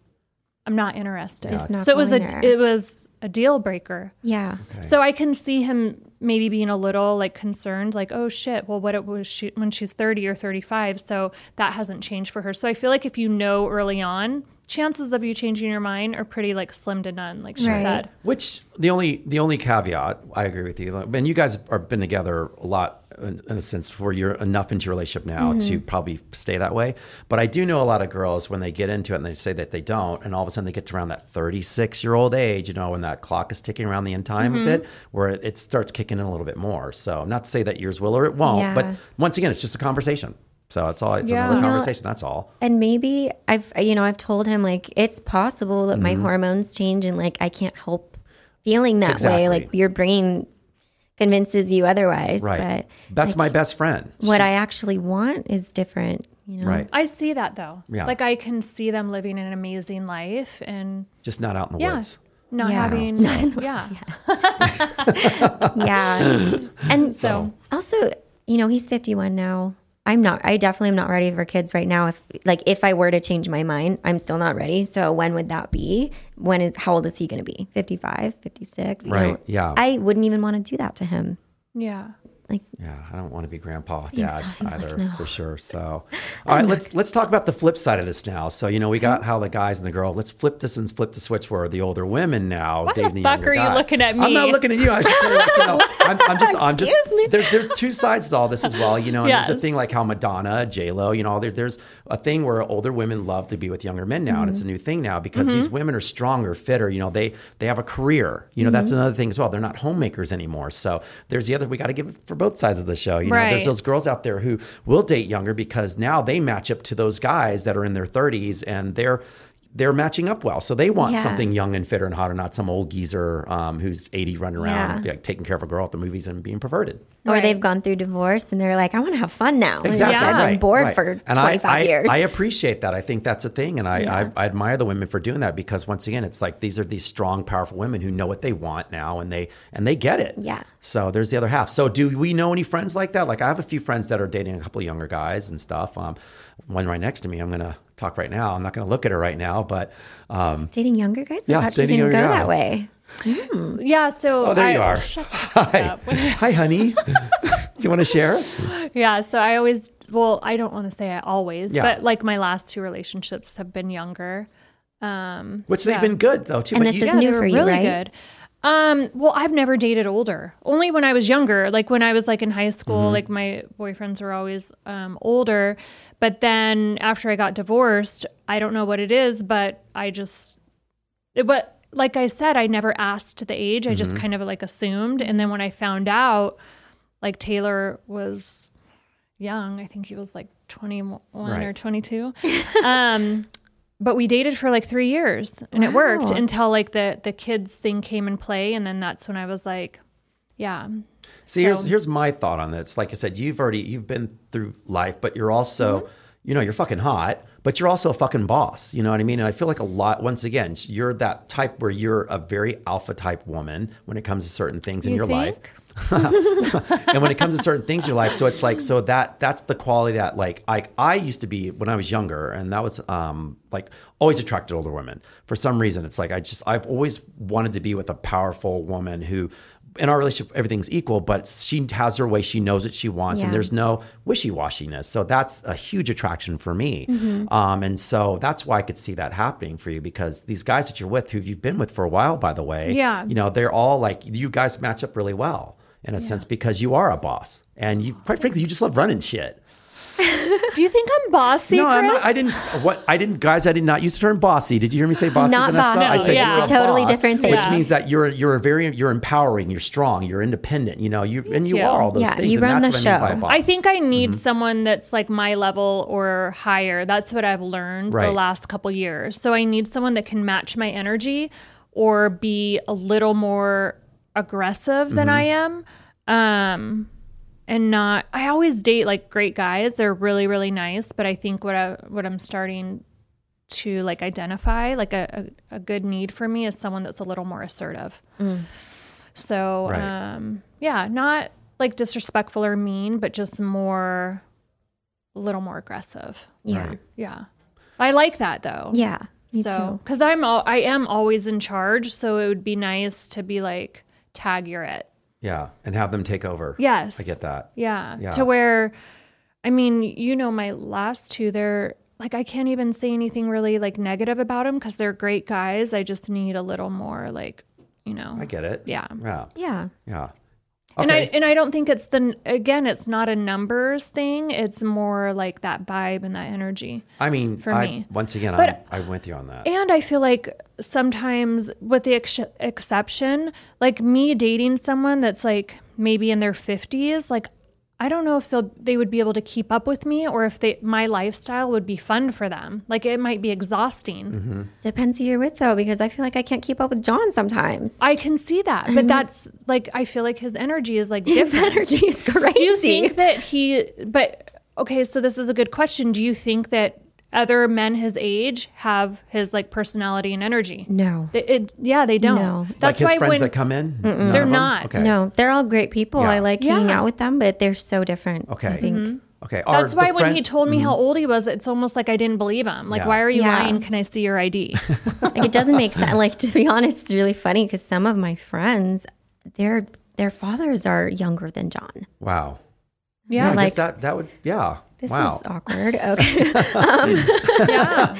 Speaker 2: I'm not interested.
Speaker 3: Just not
Speaker 2: so it was a,
Speaker 3: going there.
Speaker 2: it was a deal breaker.
Speaker 3: yeah,
Speaker 2: So I can see him maybe being a little like concerned, like, oh shit, well, what it was she when she's 30 or 35. So that hasn't changed for her. So I feel like if you know early on, chances of you changing your mind are pretty like slim to none, like she
Speaker 3: Right.
Speaker 2: said.
Speaker 1: Which the only the only caveat I agree with you, and you guys have been together a lot in, in a sense where you're enough into your relationship now to
Speaker 3: Mm-hmm.
Speaker 1: probably stay that way. But I do know a lot of girls when they get into it and they say that they don't, and all of a sudden they get to around that 36 year old age, you know, when that clock is ticking around the end time of
Speaker 3: Mm-hmm.
Speaker 1: it, where it, it starts kicking in a little bit more. So not to say that yours will or it won't,
Speaker 3: Yeah.
Speaker 1: but once again, it's just a conversation. So it's all it's
Speaker 2: Yeah.
Speaker 1: another
Speaker 2: You know,
Speaker 1: conversation. that's all.
Speaker 3: and maybe I've you know I've told him like it's possible that
Speaker 1: Mm-hmm.
Speaker 3: my hormones change and like I can't help feeling that
Speaker 1: Exactly.
Speaker 3: way. Like your brain convinces you otherwise,
Speaker 1: Right.
Speaker 3: but
Speaker 1: That's my best friend.
Speaker 3: what I actually want is different. You know,
Speaker 1: Right.
Speaker 2: I see that though.
Speaker 1: Yeah.
Speaker 2: Like I can see them living an amazing life and
Speaker 1: Just not out in the
Speaker 2: yeah,
Speaker 1: woods.
Speaker 2: not
Speaker 3: Yeah.
Speaker 2: having, <laughs> yeah.
Speaker 1: <laughs>
Speaker 3: yeah. and
Speaker 2: So-
Speaker 3: so also, you know, he's 51 now. I'm not I definitely am not ready for kids right now. If like if I were to change my mind, I'm still not ready. So when would that be? When is how old is he going to be? 55, 56? You know,
Speaker 1: Right. Yeah.
Speaker 3: I wouldn't even want to do that to him.
Speaker 2: Yeah.
Speaker 3: Like
Speaker 1: Yeah, I don't want to be grandpa, dad
Speaker 3: so. I'm like,
Speaker 1: either
Speaker 3: no.
Speaker 1: for sure. So,
Speaker 2: <laughs>
Speaker 1: all right, let's let's talk about the flip side of this now. So, you know, we
Speaker 2: Oh.
Speaker 1: got how the guys and the girl. Let's flip this and flip the switch where the older women now Why dating the,
Speaker 2: the fuck
Speaker 1: younger
Speaker 2: are you
Speaker 1: guys.
Speaker 2: looking at
Speaker 1: I'm not
Speaker 2: me?
Speaker 1: looking at you. I was just saying, like, you
Speaker 2: <laughs>
Speaker 1: know, I'm, I'm just I'm just there's there's two sides to all this as well. You know, and there's a
Speaker 2: Yes.
Speaker 1: thing like how Madonna, J Lo, you know, there, there's a thing where older women love to be with younger men now, and it's a
Speaker 2: Mm-hmm.
Speaker 1: new thing now because these women are stronger, fitter. You know, they they have a career. You know, that's
Speaker 2: Mm-hmm.
Speaker 1: another thing as well. They're not homemakers anymore. So there's the other. We got to give it for both sides of the show. You know,
Speaker 2: Right.
Speaker 1: there's those girls out there who will date younger because now they match up to those guys that are in their 30s and they're they're matching up well. So they want
Speaker 3: Yeah.
Speaker 1: something young and fitter and hotter, not some old geezer um, who's 80 running around
Speaker 3: Yeah.
Speaker 1: like, taking care of a girl at the movies and being perverted.
Speaker 3: or
Speaker 2: Right.
Speaker 3: they've gone through divorce and they're like I want to have fun now. Like,
Speaker 1: Exactly.
Speaker 2: Yeah.
Speaker 3: I've been
Speaker 1: right,
Speaker 3: bored
Speaker 1: right.
Speaker 3: for
Speaker 1: And I-
Speaker 3: 25
Speaker 1: I,
Speaker 3: years.
Speaker 1: I appreciate that. I think that's a thing. And I, I, I admire the women for doing that because once again, it's like these are these strong, powerful women who know what they want now and they and they get it.
Speaker 3: Yeah.
Speaker 1: So there's the other half. So do we know any friends like that? Like I have a few friends that are dating a couple of younger guys and stuff. Um, one right next to me, I'm gonna talk right now. I'm not gonna look at her right now, but um,
Speaker 3: dating younger guys?
Speaker 1: Yeah,
Speaker 3: I thought you
Speaker 1: dating
Speaker 3: didn't go
Speaker 1: younger guy.
Speaker 3: that way.
Speaker 2: Yeah. So
Speaker 1: Oh, there
Speaker 2: I,
Speaker 1: you are.
Speaker 2: Shut the
Speaker 1: Hi. Hi, honey. <laughs> you wanna share?
Speaker 2: Yeah, so I always well, I don't want to say I always,
Speaker 1: Yeah.
Speaker 2: but like my last two relationships have been younger. Um
Speaker 1: Which they've been good though too.
Speaker 3: And
Speaker 1: but
Speaker 3: this
Speaker 1: you
Speaker 3: is
Speaker 2: yeah,
Speaker 3: new
Speaker 2: they were
Speaker 3: for you,
Speaker 2: really
Speaker 3: right?
Speaker 2: good. Um, well, I've never dated older. Only when I was younger, like when I was like in high school,
Speaker 3: Mm-hmm.
Speaker 2: like my boyfriends were always um, older. But then after I got divorced, I don't know what it is, but I just, it, but like I said, I never asked the age. I
Speaker 3: Mm-hmm.
Speaker 2: just kind of like assumed. And then when I found out, like Taylor was young. I think he was like 21 or
Speaker 1: Right.
Speaker 3: <laughs>
Speaker 2: 22. um, but we dated for like three years and it worked until like the, the kids thing came in play. And then that's when I was like, yeah,
Speaker 1: See, here's here's my thought on this. Like I said, you've already you've been through life, but you're also, you know, you're fucking hot, but you're also a fucking boss. You know what I mean? And I feel like a lot. Once again, you're that type where you're a very alpha type woman when it comes to certain things in
Speaker 2: You
Speaker 1: your life.
Speaker 2: think?
Speaker 1: and when it comes to certain things in your life so it's like so that that's the quality that like i i used to be when i was younger and that was um like always attracted older women for some reason it's like i just i've always wanted to be with a powerful woman who in our relationship everything's equal but she has her way she knows what she wants and
Speaker 3: Yeah.
Speaker 1: there's no wishy-washiness so that's a huge attraction for me um, and so that's why i could see that happening for you because these guys that you're with who you've been with for a while by the <laughs> way
Speaker 2: Yeah.
Speaker 1: you know they're all like you guys match up really well in a sense because you are a boss and you quite frankly you just love running shit
Speaker 2: do you think I'm bossy?
Speaker 1: no I'm
Speaker 2: Chris?
Speaker 1: not, i didn't what i didn't guys i did not use the term bossy did you hear me say bossy
Speaker 3: Not
Speaker 1: Vanessa?
Speaker 3: bossy.
Speaker 1: i said
Speaker 2: No, yeah.
Speaker 1: you're
Speaker 2: It's
Speaker 3: a totally
Speaker 1: boss,
Speaker 3: different thing.
Speaker 1: which
Speaker 2: Yeah.
Speaker 1: means that you're you're a very you're empowering you're strong you're independent you know you and you,
Speaker 2: you.
Speaker 1: are all those
Speaker 3: Yeah,
Speaker 1: things
Speaker 3: you
Speaker 1: and
Speaker 3: run
Speaker 1: that's
Speaker 3: the
Speaker 1: what i mean
Speaker 3: show.
Speaker 1: by boss
Speaker 2: I think I need
Speaker 1: Mm-hmm.
Speaker 2: someone that's like my level or higher. That's what I've learned the
Speaker 1: Right.
Speaker 2: last couple years. So I need someone that can match my energy or be a little more aggressive than I
Speaker 1: Mm-hmm.
Speaker 2: am. Um and not I always date like great guys. They're really really nice, but I think what I what I'm starting to like identify like a, a, a good need for me is someone that's a little more assertive.
Speaker 3: Mm.
Speaker 2: So
Speaker 1: Right.
Speaker 2: um yeah, not like disrespectful or mean, but just more a little more aggressive.
Speaker 3: Yeah.
Speaker 1: Right.
Speaker 2: Yeah. I like that though.
Speaker 3: Yeah. Me
Speaker 2: So cuz I'm all, I am always in charge, so it would be nice to be like tag you're it.
Speaker 1: yeah and have them take over
Speaker 2: Yes.
Speaker 1: i get that
Speaker 2: Yeah.
Speaker 1: Yeah.
Speaker 2: To where, I mean, you know, my last two, they're like, I can't even say anything really like negative about them because they're great guys. I just need a little more, like, you know.
Speaker 1: i get it
Speaker 2: Yeah.
Speaker 1: yeah
Speaker 3: too. Yeah.
Speaker 1: yeah okay.
Speaker 2: And I and I don't think it's the again it's not a numbers thing it's more like that vibe and that energy.
Speaker 1: I mean
Speaker 2: for
Speaker 1: I,
Speaker 2: me.
Speaker 1: once again
Speaker 2: But-
Speaker 1: I, I went with you on that
Speaker 2: And I feel like sometimes, with the ex- exception, like me dating someone that's like maybe in their 50s, like I don't know if they'll, they would be able to keep up with me or if they, my lifestyle would be fun for them. Like it might be exhausting.
Speaker 1: Mm-hmm.
Speaker 3: Depends who you're with though, because I feel like I can't keep up with John sometimes. <laughs>
Speaker 2: I can see that,
Speaker 3: Mm-hmm.
Speaker 2: but that's like, I feel like his energy is like
Speaker 3: His
Speaker 2: different.
Speaker 3: energy
Speaker 1: <laughs>
Speaker 3: is crazy.
Speaker 2: Do you think that he, but okay, so this is a good question. Do you think that other men his age have his like personality and energy?
Speaker 3: No.
Speaker 2: They- it, yeah, they don't.
Speaker 3: No.
Speaker 1: like
Speaker 2: That's
Speaker 1: his
Speaker 2: why
Speaker 1: friends
Speaker 2: when
Speaker 1: that come in none of
Speaker 2: They're
Speaker 1: them?
Speaker 2: not.
Speaker 1: okay.
Speaker 3: No, they're all great people.
Speaker 1: Yeah.
Speaker 3: I like hanging
Speaker 2: Yeah.
Speaker 3: out with them, but they're so different.
Speaker 1: Okay. Mm-hmm.
Speaker 3: I think.
Speaker 1: Okay.
Speaker 2: That's why when he told me how old he was, it's almost like I didn't believe him. Like,
Speaker 1: Mm-hmm. Yeah.
Speaker 2: why are you
Speaker 3: Yeah.
Speaker 2: lying? Can I see your
Speaker 1: <laughs>
Speaker 2: ID?
Speaker 3: Like it doesn't make sense. Like to be <laughs> honest, it's really funny because some of my friends, their their fathers are younger than John.
Speaker 1: Wow.
Speaker 2: Yeah.
Speaker 1: I
Speaker 3: like-
Speaker 1: guess that that would yeah.
Speaker 3: This
Speaker 1: wow.
Speaker 3: is awkward.
Speaker 1: <laughs>
Speaker 3: Okay.
Speaker 2: yeah.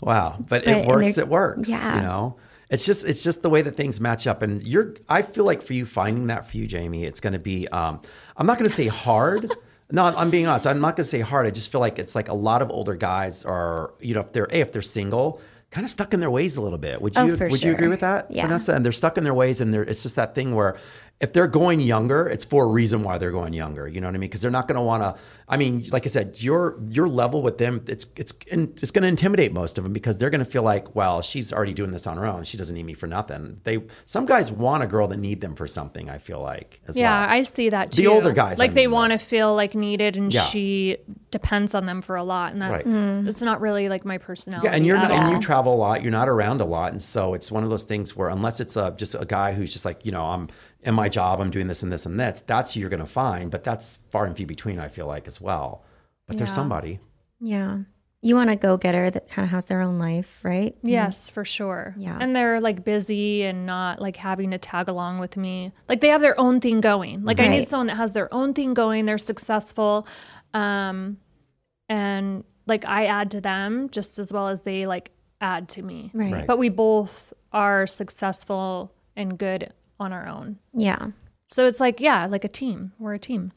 Speaker 1: Wow. But,
Speaker 3: But-
Speaker 1: it
Speaker 3: and
Speaker 1: works,
Speaker 3: they're-
Speaker 1: it works.
Speaker 3: yeah.
Speaker 1: You know? It's just it's just the way that things match up. And you're I feel like for you finding that for you, Jamie, it's gonna be um I'm not gonna say hard. <laughs> No, I'm- I'm being honest. I'm not gonna say hard. I just feel like it's like a lot of older guys are, you know, if they're A, if they're single, kind of stuck in their ways a little bit. Would
Speaker 3: Oh,
Speaker 1: you
Speaker 3: for
Speaker 1: would you agree
Speaker 3: sure.
Speaker 1: with that?
Speaker 3: Yeah.
Speaker 1: Vanessa? And they're stuck in their ways and they're it's just that thing where if they're going younger, it's for a reason why they're going younger. You know what I mean? Because they're not going to want to. I mean, like I said, your your level with them, it's it's it's going to intimidate most of them because they're going to feel like, well, she's already doing this on her own. She doesn't need me for nothing. They some guys want a girl to need them for something. I feel like as
Speaker 2: Yeah.
Speaker 1: well.
Speaker 2: I see that
Speaker 1: The
Speaker 2: too.
Speaker 1: older guys, I
Speaker 2: Like, they
Speaker 1: mean, though.
Speaker 2: want to feel like needed and
Speaker 1: Yeah.
Speaker 2: she depends on them for a lot. And that's,
Speaker 1: Right.
Speaker 2: it's not really like my personality.
Speaker 1: Yeah, and you're
Speaker 2: at
Speaker 1: not, and
Speaker 2: all.
Speaker 1: you travel a lot. You're not around a lot, and so it's one of those things where unless it's a, just a guy who's just like you know I'm in my job, I'm doing this and this and this. That's who you're gonna find, but that's far and few between. I feel like as well, but there's
Speaker 2: Yeah.
Speaker 1: somebody.
Speaker 3: yeah. You want to go get her that kind of has their own life, right?
Speaker 2: Yes, for sure.
Speaker 3: Mm-hmm. Yeah.
Speaker 2: And they're like busy and not like having to tag along with me. Like they have their own thing going. Like I need
Speaker 3: Right.
Speaker 2: someone that has their own thing going. They're successful. Um and like I add to them just as well as they like add to me.
Speaker 3: Right.
Speaker 1: Right.
Speaker 2: But we both are successful and good on our own.
Speaker 3: Yeah.
Speaker 2: So it's like, yeah, like a team. We're a team.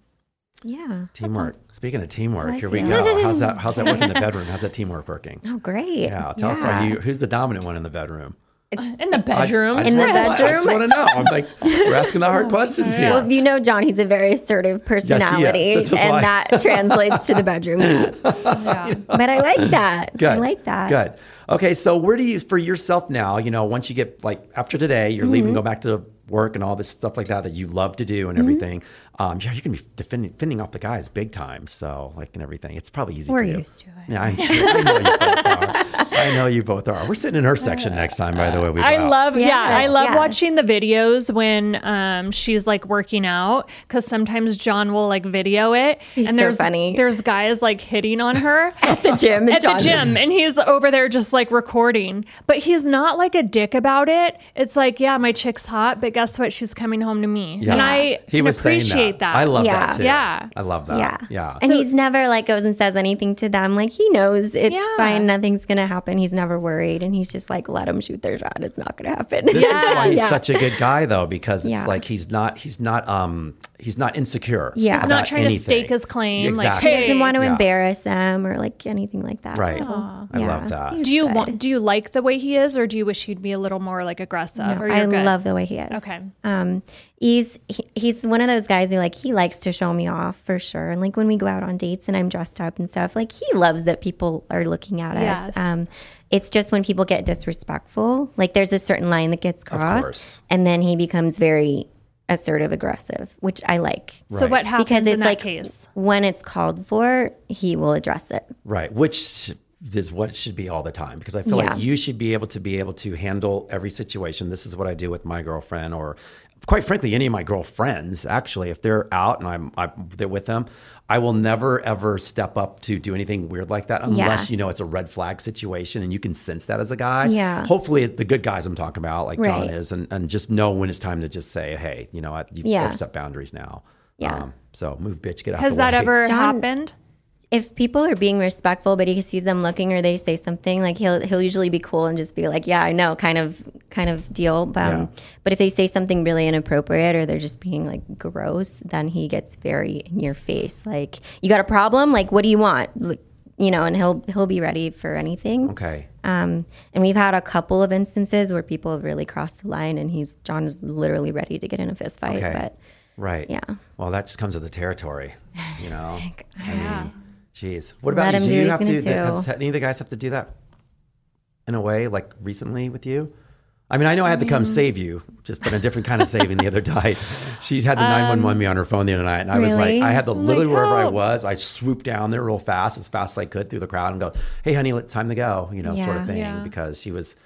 Speaker 3: Yeah.
Speaker 1: Teamwork. Speaking of teamwork,
Speaker 3: Like
Speaker 1: here we
Speaker 3: it.
Speaker 1: go. How's that? How's that working in the bedroom? How's that teamwork working?
Speaker 3: Oh, great.
Speaker 1: Yeah, tell us how you. Who's the dominant one in the bedroom?
Speaker 2: In the
Speaker 1: I- I
Speaker 2: bedroom.
Speaker 1: just
Speaker 3: In the
Speaker 1: wanna- I just
Speaker 3: bedroom?
Speaker 1: want to know. I'm like, we're asking the hard questions here.
Speaker 3: Well, you know, John, he's a very assertive personality,
Speaker 1: This is
Speaker 3: and
Speaker 1: why.
Speaker 3: that translates to
Speaker 1: <laughs>
Speaker 3: the bedroom.
Speaker 2: yeah.
Speaker 3: But I like that.
Speaker 1: Good.
Speaker 3: I like that.
Speaker 1: Good. Okay, so where do you for yourself now? You know, once you get like after today, you're
Speaker 3: Mm-hmm.
Speaker 1: leaving, go back to work and all this stuff like that that you love to do and everything. Um, yeah, you're gonna be defending, fending off the guys big time. So like and everything, it's probably easy.
Speaker 3: We're
Speaker 1: for you.
Speaker 3: used to it.
Speaker 1: Yeah, I'm sure. I know you both are. I know you both are. We're sitting in her section next time. By the way, we. go
Speaker 2: I
Speaker 1: out.
Speaker 2: love, yeah, I
Speaker 3: Yes,
Speaker 2: love
Speaker 3: yeah.
Speaker 2: watching the videos when um, she's like working out because sometimes John will like video it,
Speaker 3: He's
Speaker 2: and
Speaker 3: so
Speaker 2: there's
Speaker 3: funny.
Speaker 2: there's guys like hitting on her
Speaker 3: At the gym.
Speaker 2: at
Speaker 3: <laughs> John-
Speaker 2: the gym, and he's over there just like recording, but he's not like a dick about it. It's like, yeah, my chick's hot, but guess what? She's coming home to me,
Speaker 1: Yeah.
Speaker 2: and I
Speaker 1: he
Speaker 2: can
Speaker 1: was saying
Speaker 2: appreciate that.
Speaker 1: I love
Speaker 3: Yeah.
Speaker 1: that too.
Speaker 2: Yeah.
Speaker 1: I love that.
Speaker 3: Yeah.
Speaker 1: Yeah.
Speaker 3: And he's never like goes and says anything to them. Like he knows it's
Speaker 2: Yeah.
Speaker 3: fine. Nothing's going to happen. He's never worried. And he's just like, let them shoot their shot. It's not going to happen.
Speaker 1: This is why
Speaker 3: <laughs>
Speaker 1: he's such a good guy though, because it's
Speaker 3: Yeah.
Speaker 1: like he's not he's not um he's not insecure.
Speaker 3: Yeah. He's
Speaker 2: He's
Speaker 1: about
Speaker 2: not trying
Speaker 1: anything.
Speaker 2: to stake his claim.
Speaker 1: Exactly.
Speaker 2: Like, hey,
Speaker 3: doesn't want to
Speaker 1: Yeah.
Speaker 3: embarrass them or like anything like that.
Speaker 1: Right.
Speaker 3: So,
Speaker 1: Aw. I love that.
Speaker 3: He's
Speaker 2: do you
Speaker 3: good.
Speaker 2: want? Do you like the way he is, or do you wish he'd be a little more like aggressive?
Speaker 3: No,
Speaker 2: or
Speaker 3: I
Speaker 2: you're good?
Speaker 3: love the way he is.
Speaker 2: Okay.
Speaker 3: Um, he's he, he's one of those guys who like he likes to show me off for sure. And like when we go out on dates and I'm dressed up and stuff, like he loves that people are looking at
Speaker 2: Yes.
Speaker 3: us. Um, it's just when people get disrespectful, like there's a certain line that gets
Speaker 1: course.
Speaker 3: crossed, and then he becomes very assertive, aggressive, which I like.
Speaker 2: So
Speaker 1: Right.
Speaker 2: what happens
Speaker 3: Because
Speaker 2: in
Speaker 3: it's
Speaker 2: that
Speaker 3: like
Speaker 2: case?
Speaker 3: when it's called for, he will address it.
Speaker 1: Right, which is what it should be all the time because I feel
Speaker 3: Yeah.
Speaker 1: like you should be able to be able to handle every situation. This is what I do with my girlfriend, or quite frankly, any of my girlfriends. Actually, if they're out and I'm, I'm they're with them, I will never ever step up to do anything weird like that unless
Speaker 3: Yeah.
Speaker 1: you know it's a red flag situation and you can sense that as a guy.
Speaker 3: Yeah.
Speaker 1: Hopefully, the good guys I'm talking about, like John
Speaker 3: Right.
Speaker 1: is, and, and just know when it's time to just say, hey, you know, what, you've
Speaker 3: Yeah.
Speaker 1: you've set boundaries now. Um,
Speaker 3: Yeah.
Speaker 1: so move, bitch, get out.
Speaker 2: Has
Speaker 1: the
Speaker 2: that
Speaker 1: way.
Speaker 2: ever
Speaker 1: <laughs>
Speaker 3: John-
Speaker 2: happened?
Speaker 3: if people are being respectful, but he sees them looking or they say something, like he'll he'll usually be cool and just be like, "Yeah, I know," kind of kind of deal. But, um,
Speaker 1: Yeah.
Speaker 3: but if they say something really inappropriate or they're just being like gross, then he gets very in your face. Like, "You got a problem? Like, what do you want?" Like, You know, and he'll he'll be ready for anything.
Speaker 1: Okay.
Speaker 3: Um, and we've had a couple of instances where people have really crossed the line, and he's John is literally ready to get in a fist fight.
Speaker 1: Okay.
Speaker 3: But
Speaker 1: Right.
Speaker 3: Yeah.
Speaker 1: Well, that just comes with the territory, you know. I mean, jeez. What
Speaker 3: Let
Speaker 1: about you?
Speaker 3: him
Speaker 1: Do
Speaker 3: do
Speaker 1: you
Speaker 3: what
Speaker 1: have
Speaker 3: he's
Speaker 1: to?
Speaker 3: gonna
Speaker 1: Have,
Speaker 3: do.
Speaker 1: have any of the guys have to do that in a way, like recently with you? I mean, I know I had to
Speaker 3: Um,
Speaker 1: come save you, just but a different kind of saving the other
Speaker 3: <laughs>
Speaker 1: night. She had the nine one one me on her phone the other night, and I was like,
Speaker 3: Um, really? Oh
Speaker 1: I had to
Speaker 2: Like,
Speaker 1: literally wherever I
Speaker 2: help.
Speaker 1: was, I swooped down there real fast, as fast as I could through the crowd, and go, "Hey, honey, it's time to go," you know, sort of
Speaker 3: Yeah.
Speaker 1: thing,
Speaker 2: Yeah.
Speaker 1: because she was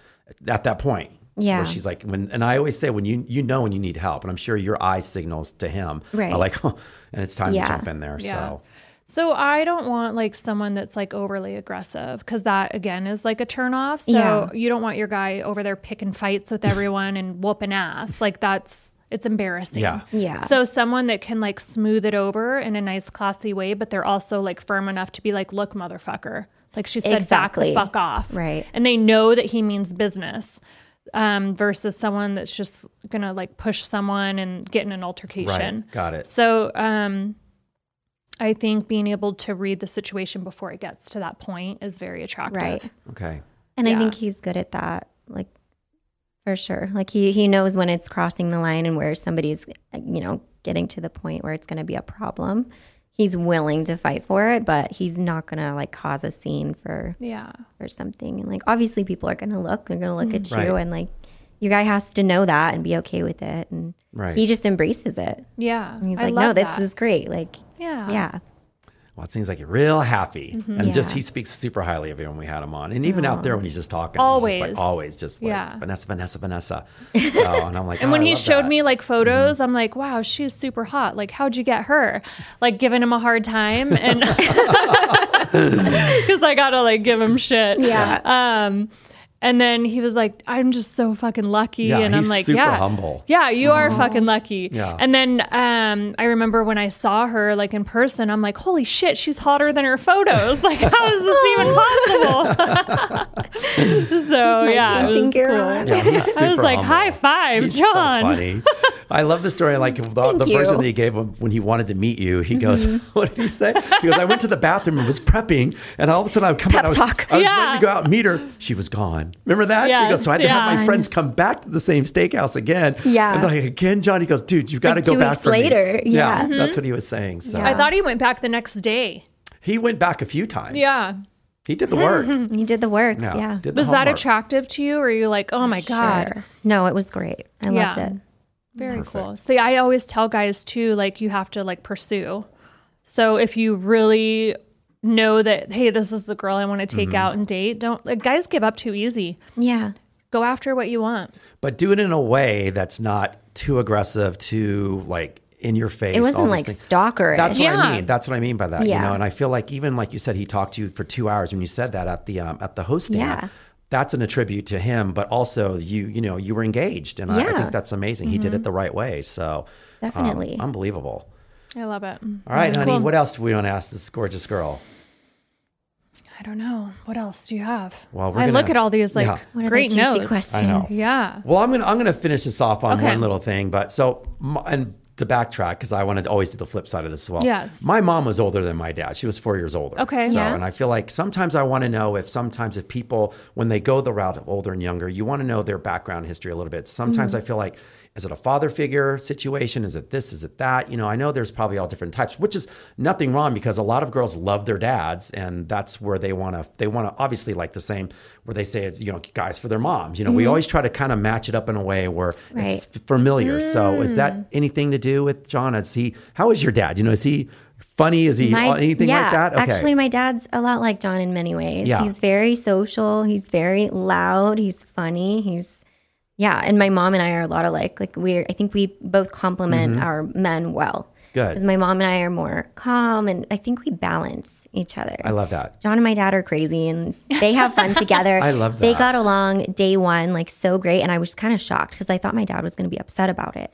Speaker 1: at that point.
Speaker 3: Yeah.
Speaker 1: Where she's like when, and I always say when you you know when you need help, and I'm sure your eye signals to him
Speaker 3: Right.
Speaker 1: are like, <laughs> and it's time
Speaker 3: Yeah.
Speaker 1: to jump in there.
Speaker 2: Yeah.
Speaker 1: So
Speaker 2: So I don't want like someone that's like overly aggressive because that again is like a turnoff. So
Speaker 3: Yeah.
Speaker 2: you don't want your guy over there picking fights with everyone and whooping ass. Like that's it's embarrassing.
Speaker 1: Yeah.
Speaker 3: Yeah.
Speaker 2: So someone that can like smooth it over in a nice classy way, but they're also like firm enough to be like, look, motherfucker. Like she said,
Speaker 3: Exactly.
Speaker 2: back the fuck off.
Speaker 3: Right.
Speaker 2: And they know that he means business. Um, versus someone that's just gonna like push someone and get in an altercation.
Speaker 1: right, got it.
Speaker 2: So, um, I think being able to read the situation before it gets to that point is very attractive.
Speaker 3: right.
Speaker 1: Okay,
Speaker 3: And
Speaker 2: Yeah.
Speaker 3: I think he's good at that, like for sure. Like he he knows when it's crossing the line and where somebody's you know getting to the point where it's going to be a problem. He's willing to fight for it, but he's not going to like cause a scene for
Speaker 2: Yeah.
Speaker 3: or something. And like obviously people are going to look, they're going to look at
Speaker 2: Mm-hmm.
Speaker 3: you
Speaker 1: Right.
Speaker 3: and like your guy has to know that and be okay with it and
Speaker 1: Right.
Speaker 3: he just embraces it.
Speaker 2: Yeah.
Speaker 3: And he's
Speaker 2: I
Speaker 3: like,
Speaker 2: love
Speaker 3: "No, this
Speaker 2: that.
Speaker 3: is great." Like
Speaker 2: yeah.
Speaker 3: yeah.
Speaker 1: well, it seems like you're real happy,
Speaker 2: Mm-hmm.
Speaker 1: and just
Speaker 3: Yeah.
Speaker 1: he speaks super highly of you when we had him on, and even out there when he's just talking, he's just
Speaker 2: Always.
Speaker 1: like, always just like
Speaker 2: Yeah.
Speaker 1: Vanessa, Vanessa,
Speaker 2: <laughs>
Speaker 1: Vanessa. So, and I'm like,
Speaker 2: And
Speaker 1: "Oh,
Speaker 2: when
Speaker 1: I
Speaker 2: he
Speaker 1: love
Speaker 2: showed
Speaker 1: that."
Speaker 2: me like photos, I'm like, wow, she's super hot. Like, how'd you get her? Like, giving him a
Speaker 1: <laughs>
Speaker 2: hard time. And <laughs> because I got to like give him shit.
Speaker 3: Yeah.
Speaker 2: Um, And then he was like, I'm just so fucking lucky.
Speaker 1: Yeah,
Speaker 2: and I'm
Speaker 1: he's
Speaker 2: like,
Speaker 1: super
Speaker 2: yeah,
Speaker 1: humble.
Speaker 2: Yeah, you are fucking lucky.
Speaker 1: Yeah.
Speaker 2: And then um, I remember when I saw her like in person, I'm like, holy shit, she's hotter than her photos. Like, how is this even possible? <laughs> so yeah, it was
Speaker 3: painting
Speaker 2: cool.
Speaker 3: girl.
Speaker 1: Yeah, he's super
Speaker 2: <laughs> I was like,
Speaker 1: humble.
Speaker 2: high five,
Speaker 1: He's
Speaker 2: John.
Speaker 1: so funny. I love the story. Like the, the
Speaker 3: you.
Speaker 1: version that he gave him when he wanted to meet you, he goes, <laughs>
Speaker 2: Mm-hmm.
Speaker 1: "What did he say?" He goes, "I went to the bathroom and was prepping, and all of a sudden I would come out. I was,
Speaker 3: talk.
Speaker 1: I was
Speaker 2: Yeah.
Speaker 1: ready to go out and meet her. She was gone. Remember that? she
Speaker 2: Yes,
Speaker 1: goes, so I had to have my
Speaker 2: yeah.
Speaker 1: friends come back to the same steakhouse again.
Speaker 3: Yeah.
Speaker 1: and like again, John. He goes, "Dude, you've got to
Speaker 3: Like
Speaker 1: go
Speaker 3: two
Speaker 1: back
Speaker 3: weeks
Speaker 1: for me."
Speaker 3: later. Yeah.
Speaker 2: Mm-hmm.
Speaker 1: that's what he was saying. So
Speaker 2: I thought he went back the next day.
Speaker 1: he went back a few times.
Speaker 2: Yeah.
Speaker 1: he did the
Speaker 2: <laughs>
Speaker 1: work.
Speaker 3: You did the work.
Speaker 1: Yeah,
Speaker 3: Yeah.
Speaker 1: did the
Speaker 2: Was that
Speaker 1: homework.
Speaker 2: attractive to you? Or are you like, oh my God?
Speaker 3: Sure. No, it was great. I loved
Speaker 2: Yeah.
Speaker 3: it.
Speaker 2: Very cool. See, I always tell guys too, like you have to like pursue. So if you really know that, hey, this is the girl I want to take out and date, don't like guys give up too easy.
Speaker 3: Yeah.
Speaker 2: Go after what you want.
Speaker 1: but do it in a way that's not too aggressive, too like in your face.
Speaker 3: It wasn't
Speaker 1: all these
Speaker 3: like
Speaker 1: things.
Speaker 3: stalker.
Speaker 1: That's what I
Speaker 2: Yeah.
Speaker 1: mean. That's what I mean by that. You
Speaker 3: Yeah.
Speaker 1: know, and I feel like even like you said, he talked to you for two hours when you said that at the um, at the host stand.
Speaker 3: Yeah.
Speaker 1: That's an attribute to him, but also you you know you were engaged, and I, I
Speaker 3: Yeah. Mm-hmm.
Speaker 1: think that's amazing. He did it the right way. So um,
Speaker 3: Definitely.
Speaker 1: unbelievable.
Speaker 2: I love it.
Speaker 1: All right, honey. What else do we want to ask this gorgeous girl?
Speaker 2: I don't know. What else do you have?
Speaker 1: Well,
Speaker 2: Well,
Speaker 1: we're
Speaker 2: I
Speaker 1: gonna-
Speaker 2: look at all these like
Speaker 1: Yeah.
Speaker 3: What are
Speaker 2: great
Speaker 3: the juicy
Speaker 2: notes.
Speaker 3: questions?
Speaker 1: I know.
Speaker 2: Yeah.
Speaker 1: Well, I'm gonna I'm gonna finish this off on
Speaker 2: Okay.
Speaker 1: one little thing, but so m- and to backtrack because I want to always do the flip side of this as well.
Speaker 2: Yes.
Speaker 1: my mom was older than my dad. She was four years older.
Speaker 2: Okay.
Speaker 1: so
Speaker 2: Yeah.
Speaker 1: and I feel like sometimes I want to know if sometimes if people when they go the route of older and younger, you want to know their background history a little bit. Sometimes
Speaker 3: Mm-hmm.
Speaker 1: I feel like. Is it a father figure situation? Is it this? Is it that? You know, I know there's probably all different types, which is nothing wrong because a lot of girls love their dads, and that's where they want to. They want to obviously like the same where they say it's you know guys for their moms. You know, we always try to kind of match it up in a way where it's
Speaker 3: Mm-hmm. Right. Mm.
Speaker 1: f- familiar. So is that anything to do with John? Is he? How is your dad? You know, is he funny? Is he
Speaker 3: My-
Speaker 1: anything
Speaker 3: yeah,
Speaker 1: like that?
Speaker 3: Actually, my dad's a lot like John in many ways.
Speaker 1: Yeah.
Speaker 3: He's very social. He's very loud. He's funny. He's yeah. And my mom and I are a lot alike. Like we're, I think we both complement our men well.
Speaker 1: Mm-hmm. Good.
Speaker 3: Because my mom and I are more calm, and I think we balance each other.
Speaker 1: I love that.
Speaker 3: John and my dad are crazy and they
Speaker 1: <laughs>
Speaker 3: have fun together.
Speaker 1: I love
Speaker 3: They
Speaker 1: that.
Speaker 3: got along day one, like so great. And I was kind of shocked because I thought my dad was going to be upset about it.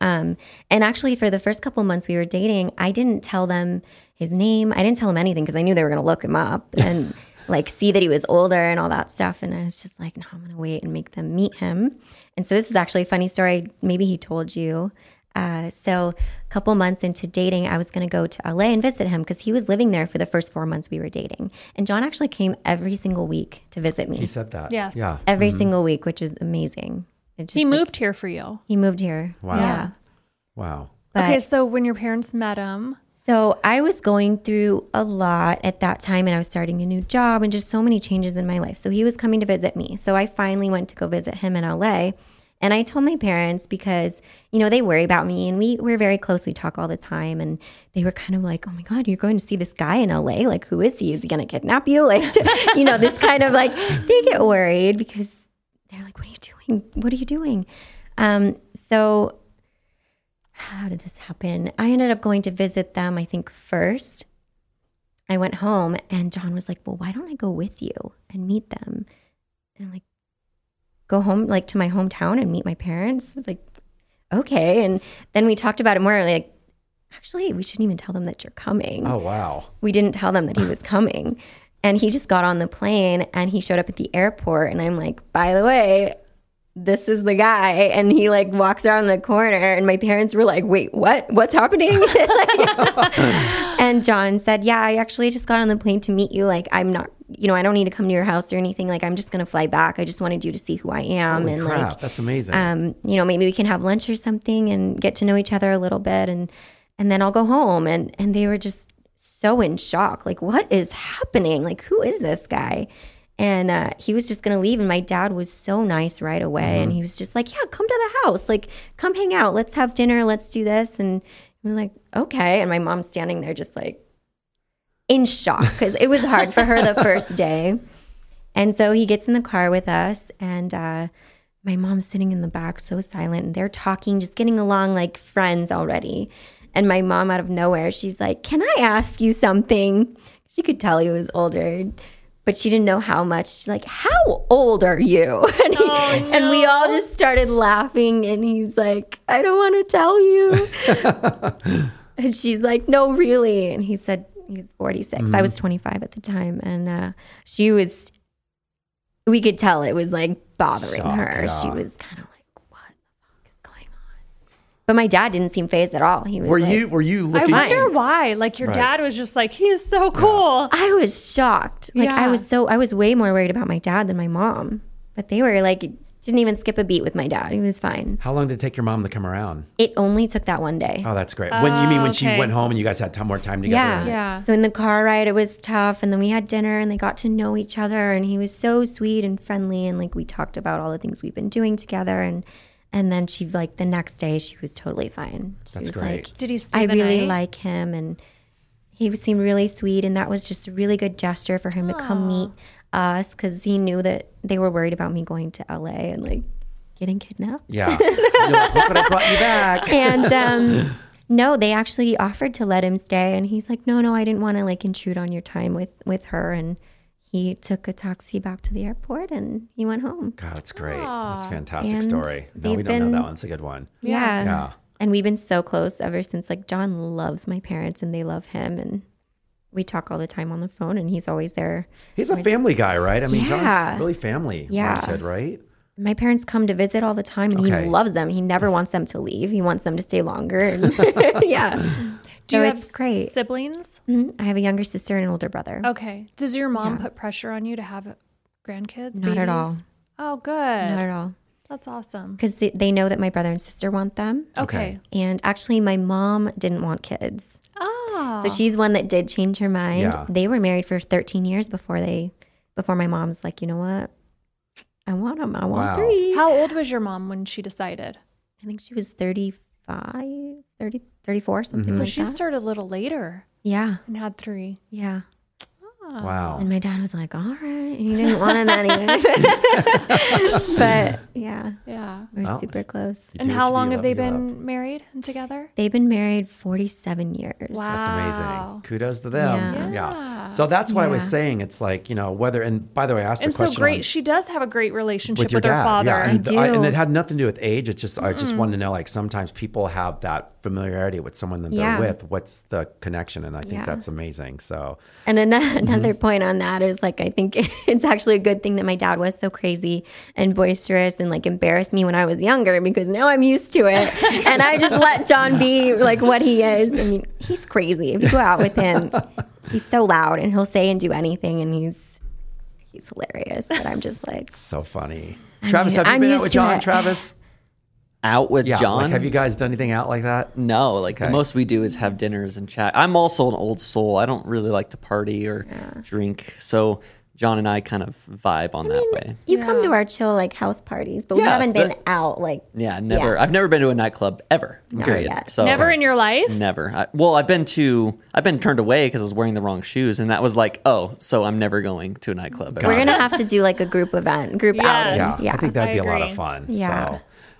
Speaker 3: Um, and actually, for the first couple months we were dating, I didn't tell them his name. I didn't tell them anything because I knew they were going to look
Speaker 1: <laughs>
Speaker 3: him up and like see that he was older and all that stuff. And I was just like, no, I'm going to wait and make them meet him. And so, this is actually a funny story. Maybe he told you. Uh, so a couple months into dating, I was going to go to LA and visit him because he was living there for the first four months we were dating. And John actually came every single week to visit me,
Speaker 1: He said that.
Speaker 2: Yes.
Speaker 1: Yeah.
Speaker 3: every single week, which is amazing. It just,
Speaker 2: He
Speaker 3: like,
Speaker 2: moved here for you.
Speaker 3: He moved here.
Speaker 1: Wow.
Speaker 3: Yeah.
Speaker 1: Wow.
Speaker 3: But-
Speaker 2: okay. So when your parents met him,
Speaker 3: So I was going through a lot at that time, and I was starting a new job and just so many changes in my life. So he was coming to visit me. So I finally went to go visit him in LA. And I told my parents because, you know, they worry about me and we, we're very close. We talk all the time. And they were kind of like, oh my God, you're going to see this guy in LA? Like, who is he? Is he going to kidnap you? <laughs> Like, you know, this kind of like, they get worried because they're like, what are you doing? What are you doing? Um, so how did this happen? I ended up going to visit them, I think, first. I went home and John was like, Well, why don't I go with you and meet them? And I'm like, Go home, like to my hometown and meet my parents? I was like, okay. And then we talked about it more. Like, actually, we shouldn't even tell them that you're coming
Speaker 1: Oh wow.
Speaker 3: we didn't tell them that he was coming. And he just got on the plane and he showed up at the airport. And I'm like, by the way, this is the guy. And he like walks around the corner. And my parents were like, wait, what? What's happening? <laughs> and John said, yeah, I actually just got on the plane to meet you. Like, I'm not, you know, I don't need to come to your house or anything. Like, I'm just going to fly back. I just wanted you to see who I am.
Speaker 1: Holy
Speaker 3: and
Speaker 1: crap.
Speaker 3: like,
Speaker 1: that's amazing.
Speaker 3: um, you know, maybe we can have lunch or something and get to know each other a little bit and and then I'll go home and and they were just so in shock. Like, what is happening? Like, who is this guy? And uh, he was just gonna leave, and my dad was so nice right away, and he was just like, "Yeah, come to the house, like, come hang out, let's have dinner, let's do this." And I was like, "Okay." And my mom's standing there, just like in shock, because it was hard for her the first day. And so he gets in the car with us, and uh, my mom's sitting in the back, so silent, and they're talking, just getting along like friends already. And my mom, out of nowhere, she's like, Can I ask you something? She could tell he was older. but she didn't know how much. She's like, How old are you? <laughs> And, he- and we all just started laughing. And he's like, I don't want to tell you. and she's like, No, really. And he said, He's 46. I
Speaker 1: Mm-hmm.
Speaker 3: was 25 at the time. And uh, she was, we could tell it was like bothering
Speaker 1: Shock,
Speaker 3: her.
Speaker 1: yeah.
Speaker 3: She was kind of like, What the fuck is going on? But my dad didn't seem phased at all. He was
Speaker 1: Were
Speaker 3: like-
Speaker 1: you were you
Speaker 2: I
Speaker 1: looking?
Speaker 2: wonder why. Like your
Speaker 1: Right.
Speaker 2: dad was just like, he is so cool.
Speaker 3: I was shocked. Like I
Speaker 2: Yeah.
Speaker 3: was so I was way more worried about my dad than my mom. But they were like didn't even skip a beat with my dad. He was fine.
Speaker 1: How long did it take your mom to come around?
Speaker 3: It only took that one day.
Speaker 1: Oh, that's great. When you mean when she
Speaker 2: Oh, okay.
Speaker 1: went home and you guys had t- more time together?
Speaker 3: yeah.
Speaker 1: and-
Speaker 2: Yeah.
Speaker 3: So in the car ride it was tough and then we had dinner and they got to know each other and he was so sweet and friendly and like we talked about all the things we've been doing together and and then she like the next day she was totally fine. She
Speaker 1: That's
Speaker 3: was
Speaker 1: great.
Speaker 3: like
Speaker 2: Did he stay
Speaker 3: I
Speaker 2: the
Speaker 3: really
Speaker 2: night?
Speaker 3: like him and he seemed really sweet and that was just a really good gesture for him to come meet us because he knew that they were worried about me going to la and like getting kidnapped
Speaker 1: Yeah. You're like, Look what I brought you back.
Speaker 3: and um no they actually offered to let him stay and he's like no no i didn't want to like intrude on your time with with her and he took a taxi back to the airport and he went home
Speaker 1: God, that's great. That's a fantastic
Speaker 3: And
Speaker 1: story. No, we
Speaker 3: they've
Speaker 1: don't know that
Speaker 3: been- um,
Speaker 1: one. It's a good one.
Speaker 3: yeah.
Speaker 1: Yeah.
Speaker 3: and we've been so close ever since like john loves my parents and they love him and we talk all the time on the phone and he's always there
Speaker 1: He's a family guy, right? I mean,
Speaker 3: Yeah.
Speaker 1: John's really family
Speaker 3: Yeah.
Speaker 1: oriented, right?
Speaker 3: my parents come to visit all the time and
Speaker 1: Okay.
Speaker 3: he loves them he never wants them to leave he wants them to stay longer and <laughs>
Speaker 1: <laughs>
Speaker 3: yeah
Speaker 2: Do
Speaker 3: so
Speaker 2: you
Speaker 3: it's
Speaker 2: have
Speaker 3: great Mm-hmm.
Speaker 2: siblings?
Speaker 3: Mhm. i have a younger sister and an older brother
Speaker 2: Okay. Does your mom put pressure on you to have uh, grandkids?
Speaker 3: Not at all.
Speaker 2: babies? Oh, good.
Speaker 3: not at all
Speaker 2: That's awesome.
Speaker 3: because they, they know that my brother and sister want them
Speaker 2: Okay.
Speaker 3: and actually my mom didn't want kids
Speaker 2: Ah.
Speaker 3: so she's one that did change her mind
Speaker 1: Yeah.
Speaker 3: they were married for 13 years before they before my mom's like you know what i want them i want
Speaker 1: Wow.
Speaker 3: three
Speaker 2: How old was your mom when she decided?
Speaker 3: i think she was 35 30 34 something
Speaker 1: Mm-hmm.
Speaker 2: So
Speaker 3: like
Speaker 2: she
Speaker 3: that.
Speaker 2: started a little later
Speaker 3: yeah
Speaker 2: and had three.
Speaker 3: yeah
Speaker 1: Wow.
Speaker 3: And my dad was like, all right. And he didn't want
Speaker 1: <laughs>
Speaker 3: him anyway. <laughs> but yeah,
Speaker 2: Yeah.
Speaker 3: we're
Speaker 1: Well,
Speaker 3: super close.
Speaker 1: You
Speaker 2: And
Speaker 1: do what
Speaker 2: how
Speaker 1: you
Speaker 2: long
Speaker 1: do,
Speaker 2: have
Speaker 1: love
Speaker 2: they
Speaker 1: what you
Speaker 2: been married and together?
Speaker 3: They've been married 47 years.
Speaker 2: Wow.
Speaker 1: That's
Speaker 2: Wow.
Speaker 1: amazing. Kudos to them. Yeah.
Speaker 3: Yeah.
Speaker 1: So that's why I was
Speaker 3: Yeah.
Speaker 1: saying it's like, you know, whether, and by the way, I asked
Speaker 2: And
Speaker 1: the
Speaker 2: so
Speaker 1: question.
Speaker 2: great.
Speaker 1: on-
Speaker 2: she does have a great relationship with,
Speaker 1: with your
Speaker 2: her
Speaker 1: dad.
Speaker 2: father.
Speaker 1: Yeah, and,
Speaker 3: I do.
Speaker 1: and it had nothing to do with age. It's just I just wanted to know like sometimes people have that familiarity with someone that
Speaker 3: Yeah.
Speaker 1: they're with. What's the connection? And I think
Speaker 3: Yeah.
Speaker 1: that's amazing. So
Speaker 3: And <laughs> an-
Speaker 1: Mm-hmm.
Speaker 3: another point on that is like, I think <laughs> it's actually a good thing that my dad was so crazy and boisterous and like embarrassed me when I was younger because now I'm used to
Speaker 1: <laughs>
Speaker 3: it. and I just let John be like what he is. I mean, he's crazy. If you go out
Speaker 1: <laughs>
Speaker 3: with him, he's so loud and he'll say and do anything and he's. He's hilarious, but I'm just like,
Speaker 1: so funny. Travis, have you
Speaker 3: I'm
Speaker 1: been out
Speaker 3: used
Speaker 1: with
Speaker 3: to
Speaker 1: John?
Speaker 3: it.
Speaker 1: Travis,
Speaker 4: Out with
Speaker 1: yeah. like,
Speaker 4: John.
Speaker 1: have you guys done anything out like that?
Speaker 4: No, like the
Speaker 1: Okay.
Speaker 4: most we do is have dinners and chat. I'm also an old soul. I don't really like to party or drink. So John and I kind of vibe on that way.
Speaker 3: You come to our chill like house parties, but we
Speaker 4: Yeah,
Speaker 3: haven't been
Speaker 4: but-
Speaker 3: out like
Speaker 4: Yeah, never. I've never been to a nightclub ever. period.
Speaker 3: yet.
Speaker 4: So
Speaker 2: Never in your life?
Speaker 4: <laughs> Never. I, well, I've been to. I've been turned away because I was wearing the wrong shoes, and that was like, oh, so I'm never going to a nightclub. ever.
Speaker 3: we're gonna have to do like a group event, group
Speaker 2: Yes.
Speaker 1: Yeah,
Speaker 3: outings.
Speaker 1: I think that'd
Speaker 2: I
Speaker 1: be a lot of
Speaker 2: agree.
Speaker 1: fun.
Speaker 3: Yeah.
Speaker 1: So,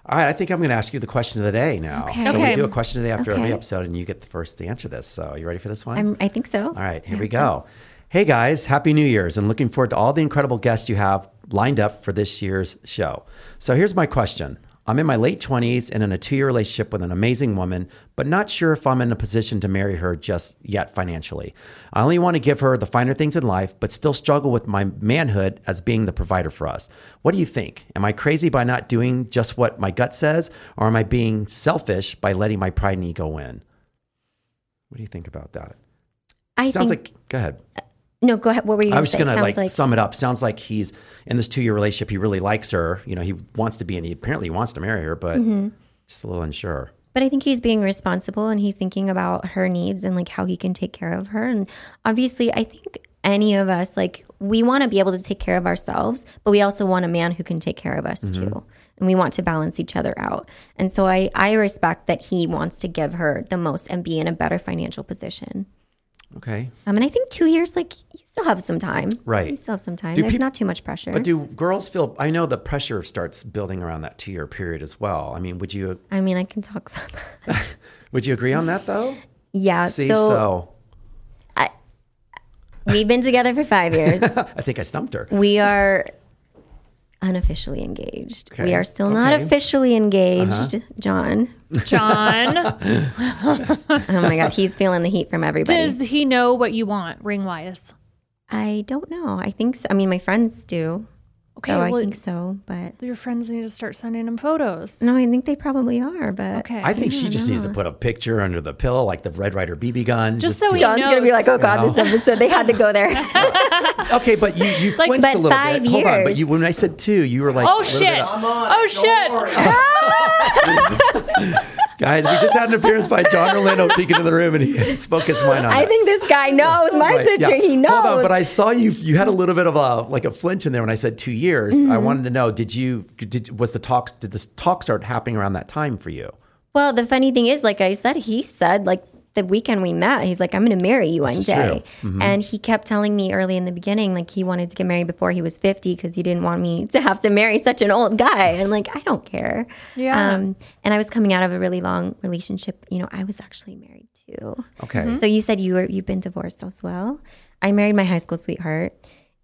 Speaker 1: all right, I think I'm going to ask you the question of the day now.
Speaker 3: Okay.
Speaker 1: So we
Speaker 2: Okay.
Speaker 1: do a question today after every
Speaker 3: Okay.
Speaker 1: episode, and you get the first to answer this. So you ready for this one?
Speaker 3: I'm, I think so.
Speaker 1: All right, here we go. Hey guys, happy New Year's and looking forward to all the incredible guests you have lined up for this year's show. So here's my question. I'm in my late 20s and in a two year relationship with an amazing woman, but not sure if I'm in a position to marry her just yet financially. I only want to give her the finer things in life, but still struggle with my manhood as being the provider for us. What do you think? Am I crazy by not doing just what my gut says, or am I being selfish by letting my pride and ego win? What do you think about that?
Speaker 3: I
Speaker 1: Sounds
Speaker 3: think
Speaker 1: like, go ahead.
Speaker 3: no. Go ahead. What were you?
Speaker 1: I was just
Speaker 3: gonna say?
Speaker 1: gonna like,
Speaker 3: Sounds like,
Speaker 1: sum it up. Sounds like he's in this two year relationship. He really likes her. You know, he wants to be, and he apparently wants to marry her, but
Speaker 3: Mm-hmm.
Speaker 1: just a little unsure.
Speaker 3: but I think he's being responsible and he's thinking about her needs and like how he can take care of her. And obviously, I think any of us like we want to be able to take care of ourselves, but we also want a man who can take care of us
Speaker 1: Mm-hmm.
Speaker 3: too. And we want to balance each other out. And so I, I respect that he wants to give her the most and be in a better financial position.
Speaker 1: Okay,
Speaker 3: Um, and I think two years, like you still have some time,
Speaker 1: Right.
Speaker 3: You still have some time.
Speaker 1: Do
Speaker 3: There's
Speaker 1: peop-
Speaker 3: not too much pressure.
Speaker 1: but do girls feel? I know the pressure starts building around that two year period as well. I mean, would you
Speaker 3: I mean, I can talk about that. <laughs> Uh,
Speaker 1: would you agree on that though?
Speaker 3: Yeah.
Speaker 1: See,
Speaker 3: so,
Speaker 1: so,
Speaker 3: We've been together for
Speaker 1: <laughs>
Speaker 3: five years.
Speaker 1: I think I stumped her.
Speaker 3: we are unofficially engaged.
Speaker 1: Okay.
Speaker 3: We are still not
Speaker 1: Okay. Uh-huh.
Speaker 3: officially engaged, John.
Speaker 2: John,
Speaker 3: Oh my God, he's feeling the heat from everybody.
Speaker 2: does he know what you want ring wise?
Speaker 3: I don't know. I think so. I mean, my friends do.
Speaker 2: Okay,
Speaker 3: so I
Speaker 2: well,
Speaker 3: think so, but
Speaker 2: your friends need to start sending him photos.
Speaker 3: no, I think they probably are. But
Speaker 2: Okay.
Speaker 1: Mm, I think she just needs to put a picture under the pillow, like the Red Rider BB gun.
Speaker 2: just so he
Speaker 3: John's
Speaker 2: knows.
Speaker 3: gonna be like, "Oh God, this episode they had to
Speaker 2: <laughs>
Speaker 3: go there."
Speaker 1: okay, but you
Speaker 3: <laughs>
Speaker 1: you flinched
Speaker 3: but
Speaker 1: a little
Speaker 3: five
Speaker 1: bit. Hold on, but
Speaker 3: years.
Speaker 1: you when I said two, you were like, a
Speaker 2: oh
Speaker 1: little
Speaker 2: shit.
Speaker 1: bit up.
Speaker 2: oh shit.
Speaker 1: guys, we just had an appearance by John Orlando peeking in the room and he <laughs> spoke his mind on
Speaker 3: I
Speaker 1: it.
Speaker 3: think this guy knows my
Speaker 1: Right, yeah.
Speaker 3: situation. He knows.
Speaker 1: Hold on, but I saw you. You had a little bit of a like a flinch in there when I said two years.
Speaker 3: Mm-hmm.
Speaker 1: I wanted to know: Did you? Did was the talks? Did this talk start happening around that time for you?
Speaker 3: Well, the funny thing is, like I said, he said like the weekend we met, he's like, "I'm going to marry you one
Speaker 1: is
Speaker 3: day," and he kept telling me early in the beginning, like he wanted to get married before he was 50 because he didn't want me <laughs> to have to marry such an old guy. And like, I don't care. Um,
Speaker 2: Yeah.
Speaker 3: and I was coming out of a really long relationship. You know, I was actually married too.
Speaker 1: Okay.
Speaker 3: So you said you were you've been divorced as well. I married my high school sweetheart,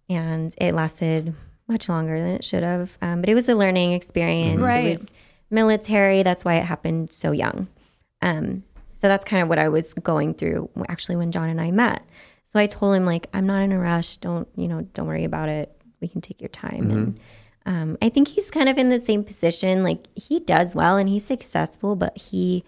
Speaker 3: and it lasted much longer than it should have. Um, but it was a learning experience.
Speaker 2: Right.
Speaker 3: It was military. That's why it happened so young. Um, so that's kind of what I was going through actually when John and I met. So I told him like I'm not in a rush. Don't you know? Don't worry about it. We can take your time. And um, I think he's kind of in the same position. Like he does well and he's successful, but he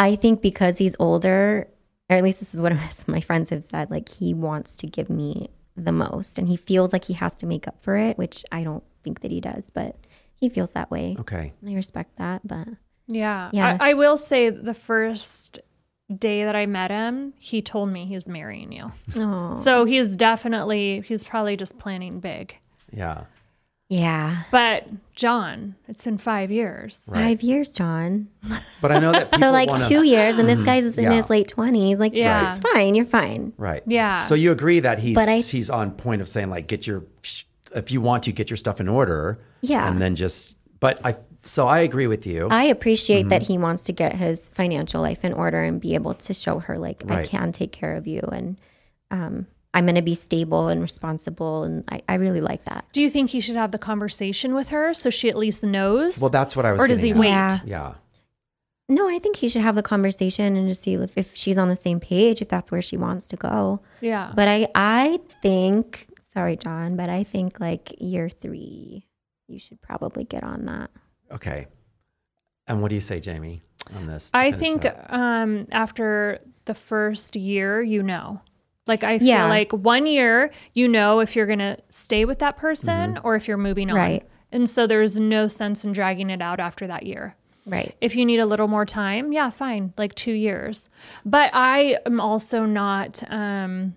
Speaker 3: I think because he's older, or at least this is what <laughs> my friends have said, like he wants to give me the most and he feels like he has to make up for it, which I don't think that he does, but he feels that way.
Speaker 1: Okay.
Speaker 3: And I respect that, but
Speaker 2: <laughs>
Speaker 1: <laughs>
Speaker 2: Yeah.
Speaker 3: Yeah.
Speaker 2: I, I will say the first day that I met him, he told me he's marrying you.
Speaker 3: oh,
Speaker 2: So he's definitely, he's probably just planning big.
Speaker 1: Yeah.
Speaker 3: yeah.
Speaker 2: But John, it's been five years.
Speaker 1: Right.
Speaker 3: Five years, John.
Speaker 1: But I know that people
Speaker 3: <laughs> so like
Speaker 1: wanna, Mm-hmm.
Speaker 3: two years, and this guy's in
Speaker 1: yeah.
Speaker 3: his late twenties. Like,
Speaker 2: Yeah.
Speaker 3: yeah, it's fine. You're fine.
Speaker 1: Right.
Speaker 2: Yeah.
Speaker 1: So you agree that he's
Speaker 3: But I-
Speaker 1: he's on point of saying like get your if you want to get your stuff in order.
Speaker 3: Yeah.
Speaker 1: And then just but I so I agree with you.
Speaker 3: I appreciate that he wants to get his financial life in order and be able to show her like I
Speaker 1: Right.
Speaker 3: can take care of you and um, I'm going to be stable and responsible and I, I really like that.
Speaker 2: Do you think he should have the conversation with her so she at least knows?
Speaker 1: well, that's what I was.
Speaker 2: or does
Speaker 1: getting
Speaker 2: he
Speaker 1: at.
Speaker 2: wait?
Speaker 3: Yeah.
Speaker 1: Yeah.
Speaker 3: No, I think he should have the conversation and just see if, if she's on the same page, if that's where she wants to go.
Speaker 2: Yeah.
Speaker 3: But I I think sorry John, but I think like year 3 you should probably get on that.
Speaker 1: Okay. And what do you say, Jamie, on this? to
Speaker 2: I
Speaker 1: finish
Speaker 2: think
Speaker 1: up?
Speaker 2: um, after the first year, you know. Like I feel
Speaker 3: Yeah.
Speaker 2: like one year, you know if you're gonna stay with that person or if you're moving on.
Speaker 3: Right.
Speaker 2: And so there's no sense in dragging it out after that year.
Speaker 3: Right.
Speaker 2: If you need a little more time, yeah, fine, like two years. But I am also not um,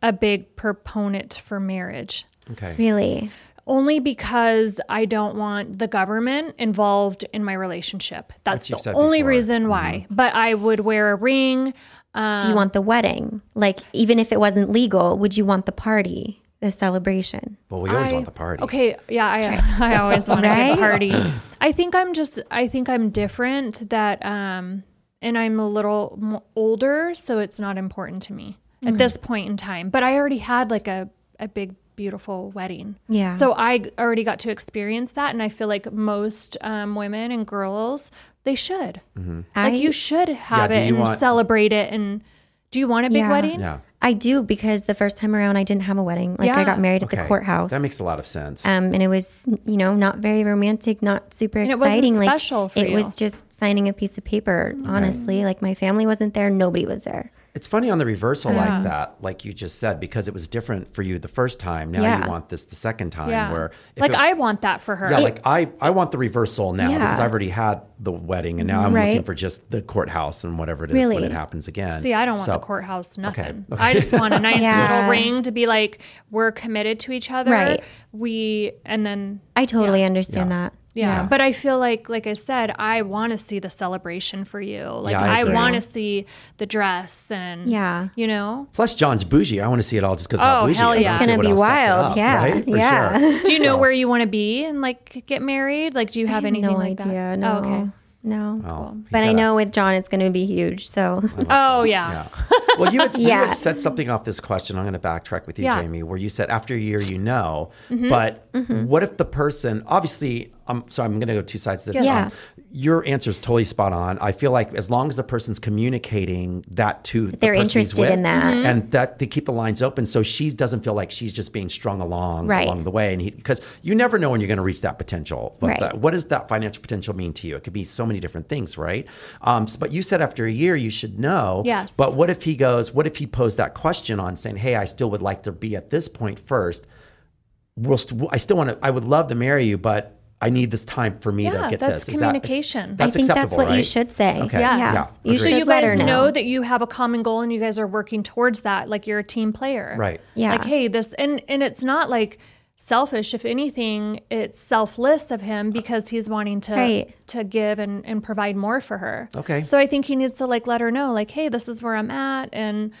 Speaker 2: a big proponent for marriage
Speaker 1: Okay.
Speaker 3: Really?
Speaker 2: only because I don't want the government involved in my relationship. That's
Speaker 1: you've
Speaker 2: the
Speaker 1: said
Speaker 2: only
Speaker 1: before. Mm-hmm.
Speaker 2: reason why. But I would wear a ring. um,
Speaker 3: Do you want the wedding? Like even if it wasn't legal, would you want the party, the celebration?
Speaker 1: Well, we always
Speaker 2: I-
Speaker 1: want the party.
Speaker 2: Okay, yeah,
Speaker 3: <laughs>
Speaker 2: I I always want to have
Speaker 3: Right?
Speaker 2: a party. I think I'm just I think I'm different that um and I'm a little mo- older, so it's not important to me at this point in time. But I already had like a a big beautiful wedding.
Speaker 3: Yeah.
Speaker 2: So I g- already got to experience that and I feel like most um, women and girls they should.
Speaker 3: Mm-hmm. I-
Speaker 2: Like you should have
Speaker 1: do
Speaker 2: it
Speaker 1: you
Speaker 2: and
Speaker 1: want-
Speaker 2: celebrate it and do you want a big
Speaker 3: Yeah.
Speaker 2: wedding?
Speaker 1: Yeah.
Speaker 3: I do because the first time around I didn't have a wedding. Like
Speaker 2: Yeah.
Speaker 3: I got married at
Speaker 1: Okay.
Speaker 3: the courthouse.
Speaker 1: That makes a lot of sense.
Speaker 3: um, and it was you know not very romantic, not super
Speaker 2: it wasn't
Speaker 3: exciting. like
Speaker 2: special for
Speaker 3: it
Speaker 2: you.
Speaker 3: was just signing a piece of paper. Honestly, like my family wasn't there, nobody was there.
Speaker 1: It's funny on the reversal like that, like you just said, because it was different for you the first time. Now
Speaker 3: Yeah.
Speaker 1: you want this the second time.
Speaker 2: Yeah.
Speaker 1: Where if
Speaker 2: like
Speaker 1: it-
Speaker 2: I want that for her.
Speaker 1: yeah, like I, I want the reversal now
Speaker 3: Yeah.
Speaker 1: because I've already had the wedding and now I'm looking
Speaker 3: Right.
Speaker 1: for just the courthouse and whatever it is when
Speaker 3: Really?
Speaker 1: it happens again.
Speaker 2: See, I don't want
Speaker 1: So-
Speaker 2: the courthouse, nothing.
Speaker 1: Okay.
Speaker 2: I just want a nice
Speaker 3: <laughs> Yeah.
Speaker 2: little ring to be like, we're committed to each other.
Speaker 3: Right.
Speaker 2: We, and then,
Speaker 3: I totally understand that.
Speaker 2: yeah. But I feel like, like I said, I want to see the celebration for you. Like,
Speaker 1: Yeah, I
Speaker 2: I,
Speaker 1: agree.
Speaker 2: want to see the dress and,
Speaker 3: Yeah.
Speaker 2: you know?
Speaker 1: Plus, John's bougie. I want to see it all just because
Speaker 2: Oh,
Speaker 1: how bougie.
Speaker 2: hell
Speaker 1: it is.
Speaker 2: yeah.
Speaker 1: I
Speaker 2: It's
Speaker 1: wanna see
Speaker 3: gonna
Speaker 1: what
Speaker 3: be
Speaker 1: else stacks it
Speaker 3: wild.
Speaker 1: up,
Speaker 3: Yeah.
Speaker 1: right? For
Speaker 3: Yeah.
Speaker 1: sure.
Speaker 2: Do you know where you want to be and like get married? Like, do you have
Speaker 3: I have
Speaker 2: anything
Speaker 3: no
Speaker 2: like
Speaker 3: idea.
Speaker 2: that?
Speaker 3: No.
Speaker 2: Oh, okay.
Speaker 3: No.
Speaker 1: Oh,
Speaker 3: But I
Speaker 1: he's gotta-
Speaker 3: know with John, it's going to be huge. So
Speaker 2: Oh yeah.
Speaker 1: Yeah. <laughs> Well, you had, you
Speaker 3: Yeah.
Speaker 1: had said something off this question. I'm going to backtrack with you,
Speaker 2: Yeah.
Speaker 1: Jamie, where you said after a year you know,
Speaker 3: Mm-hmm.
Speaker 1: but what if the person? Obviously, I'm sorry. I'm going to go two sides to this.
Speaker 3: Yeah.
Speaker 1: Um, Your answer is totally spot on. I feel like as long as the person's communicating that to the
Speaker 3: They're
Speaker 1: person he's
Speaker 3: interested
Speaker 1: with,
Speaker 3: in that. Mm-hmm.
Speaker 1: and that they keep the lines open, so she doesn't feel like she's just being strung along
Speaker 3: Right.
Speaker 1: along the way. And because you never know when you're going to reach that potential. But
Speaker 3: Right.
Speaker 1: that- what does that financial potential mean to you? It could be so many different things, right? Um, s- but you said after a year you should know.
Speaker 2: Yes.
Speaker 1: But what if he goes, what if he posed that question on saying, hey, I still would like to be at this point first. We'll st- I still want to, I would love to marry you, but I need this time for me to
Speaker 2: Yeah,
Speaker 1: get
Speaker 2: that's
Speaker 1: this. Is that- it's-
Speaker 2: communication.
Speaker 3: I
Speaker 1: that's
Speaker 3: think that's
Speaker 1: acceptable,
Speaker 3: what you
Speaker 1: right?
Speaker 3: should say.
Speaker 1: Okay.
Speaker 2: Yes.
Speaker 3: Yes.
Speaker 1: Yeah,
Speaker 3: you
Speaker 1: agreed.
Speaker 2: So
Speaker 3: should
Speaker 2: you
Speaker 3: let
Speaker 2: guys
Speaker 3: her know.
Speaker 2: know that you have a common goal and you guys are working towards that. Like you're a team player.
Speaker 1: Right.
Speaker 3: Yeah.
Speaker 2: Like, hey, this and and it's not like selfish. If anything, it's selfless of him because he's wanting to
Speaker 3: Right.
Speaker 2: to give and, and provide more for her.
Speaker 1: Okay.
Speaker 2: So I think he needs to like let her know, like, hey, this is where I'm at and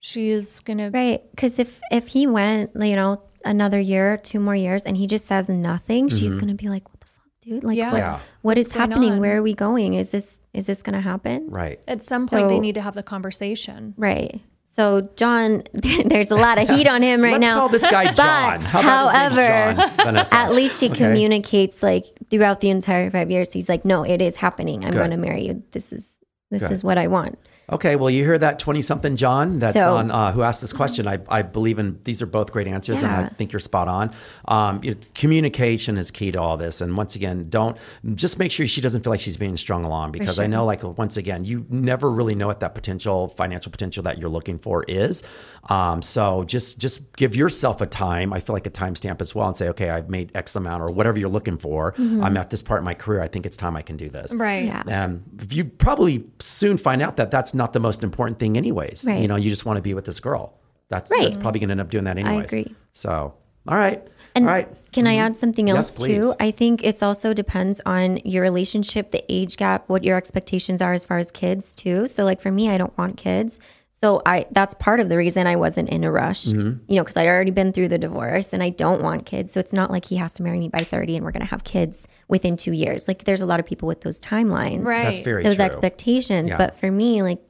Speaker 2: she's gonna
Speaker 3: Right. Because if if he went, you know, another year, two more years, and he just says nothing, she's gonna be like, "What the fuck, dude? Like,
Speaker 2: Yeah.
Speaker 3: what,
Speaker 1: Mm-hmm. Yeah.
Speaker 3: what is happening?
Speaker 2: on?
Speaker 3: Where are we going? Is this is this gonna happen?
Speaker 1: Right.
Speaker 2: at some point they
Speaker 3: So-
Speaker 2: need to have the conversation.
Speaker 3: Right. So John, <laughs> there's a lot of heat on him right
Speaker 1: Let's
Speaker 3: now.
Speaker 1: call this
Speaker 3: <laughs>
Speaker 1: guy John. How about his name's
Speaker 3: however,
Speaker 1: John, Vanessa?
Speaker 3: <laughs> At least he communicates like throughout the entire five years. He's like, "No, it is happening. I'm
Speaker 1: Good.
Speaker 3: going to marry you. This is this
Speaker 1: Good.
Speaker 3: is what I want."
Speaker 1: Okay, well, you hear that twenty-something John that's
Speaker 3: So-
Speaker 1: on uh, who asked this question. I, I believe in these are both great answers, and I
Speaker 3: Yeah.
Speaker 1: think you're spot on. Um, you know, communication is key to all this, and once again, don't just make sure she doesn't feel like she's being strung along because I know, like once again, you never really know what that potential financial potential that you're looking for is. Um, so just just give yourself a time. I feel like a timestamp as well, and say, okay, I've made X amount or whatever you're looking for.
Speaker 3: Mm-hmm.
Speaker 1: I'm at this part of my career. I think it's time I can do this.
Speaker 2: Right.
Speaker 3: Yeah.
Speaker 1: Um, you probably soon find out that that's not the most important thing, anyways.
Speaker 3: Right.
Speaker 1: You know, you just want to be with this girl. That's
Speaker 3: Right.
Speaker 1: that's probably going to end up doing that, anyways.
Speaker 3: agree.
Speaker 1: So, all right,
Speaker 3: And
Speaker 1: all right. Mm-hmm.
Speaker 3: Can I add something
Speaker 1: Yes,
Speaker 3: else
Speaker 1: please.
Speaker 3: too? I think it's also depends on your relationship, the age gap, what your expectations are as far as kids too. So like for me, I don't want kids. So I that's part of the reason I wasn't in a rush.
Speaker 1: Mm-hmm.
Speaker 3: You know, cuz I'd already been through the divorce and I don't want kids. So it's not like he has to marry me by 30 and we're going to have kids within 2 years. Like there's a lot of people with those timelines.
Speaker 2: Right.
Speaker 1: That's very
Speaker 3: Those
Speaker 1: true.
Speaker 3: expectations,
Speaker 1: Yeah.
Speaker 3: but for me like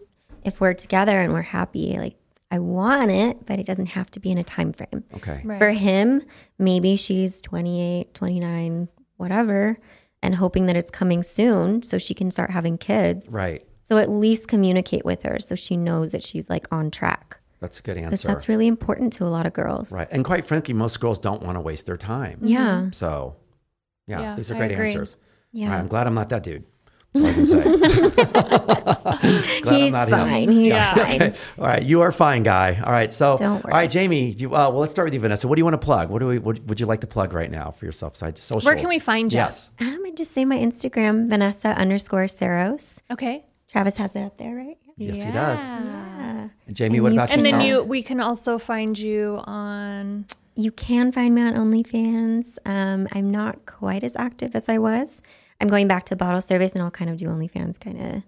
Speaker 3: if we're together and we're happy, like I want it, but it doesn't have to be in a time frame
Speaker 1: okay.
Speaker 2: Right.
Speaker 3: for him maybe she's 28 29 whatever and hoping that it's coming soon so she can start having kids
Speaker 1: Right.
Speaker 3: so at least communicate with her so she knows that she's like on track
Speaker 1: That's a good
Speaker 3: because
Speaker 1: answer.
Speaker 3: that's really important to a lot of girls Mm-hmm.
Speaker 1: right. And quite frankly, most girls don't want to waste their time.
Speaker 3: yeah
Speaker 1: So, yeah,
Speaker 2: Yeah,
Speaker 1: these are
Speaker 2: I
Speaker 1: great
Speaker 2: agree.
Speaker 1: answers.
Speaker 3: Yeah.
Speaker 1: All right, I'm glad I'm not that dude. That's all I can
Speaker 3: <laughs>
Speaker 1: say. Glad I'm
Speaker 3: he's
Speaker 1: not him.
Speaker 3: fine he's fine
Speaker 1: <laughs> Okay. All right, you are fine, guy. All right, so
Speaker 3: Don't
Speaker 1: all
Speaker 3: worry.
Speaker 1: right, Jamie. You, uh, well, let's start with you, Vanessa. What do you want to plug? What do we? What would you like to plug right now for yourself? Besides socials,
Speaker 2: Where can we find you?
Speaker 1: Yes.
Speaker 3: um, i just say my instagram vanessa underscore saros
Speaker 2: Okay.
Speaker 3: travis has it up there right
Speaker 1: Yes, he does.
Speaker 2: Yeah.
Speaker 1: And Jamie, what
Speaker 3: you
Speaker 1: about
Speaker 3: can-
Speaker 2: And
Speaker 1: yourself?
Speaker 2: then
Speaker 3: Yeah.
Speaker 2: you we can also find you on
Speaker 3: You can find me on OnlyFans. Um, I'm not quite as active as I was. I'm going back to bottle service and I'll kind of do OnlyFans kind of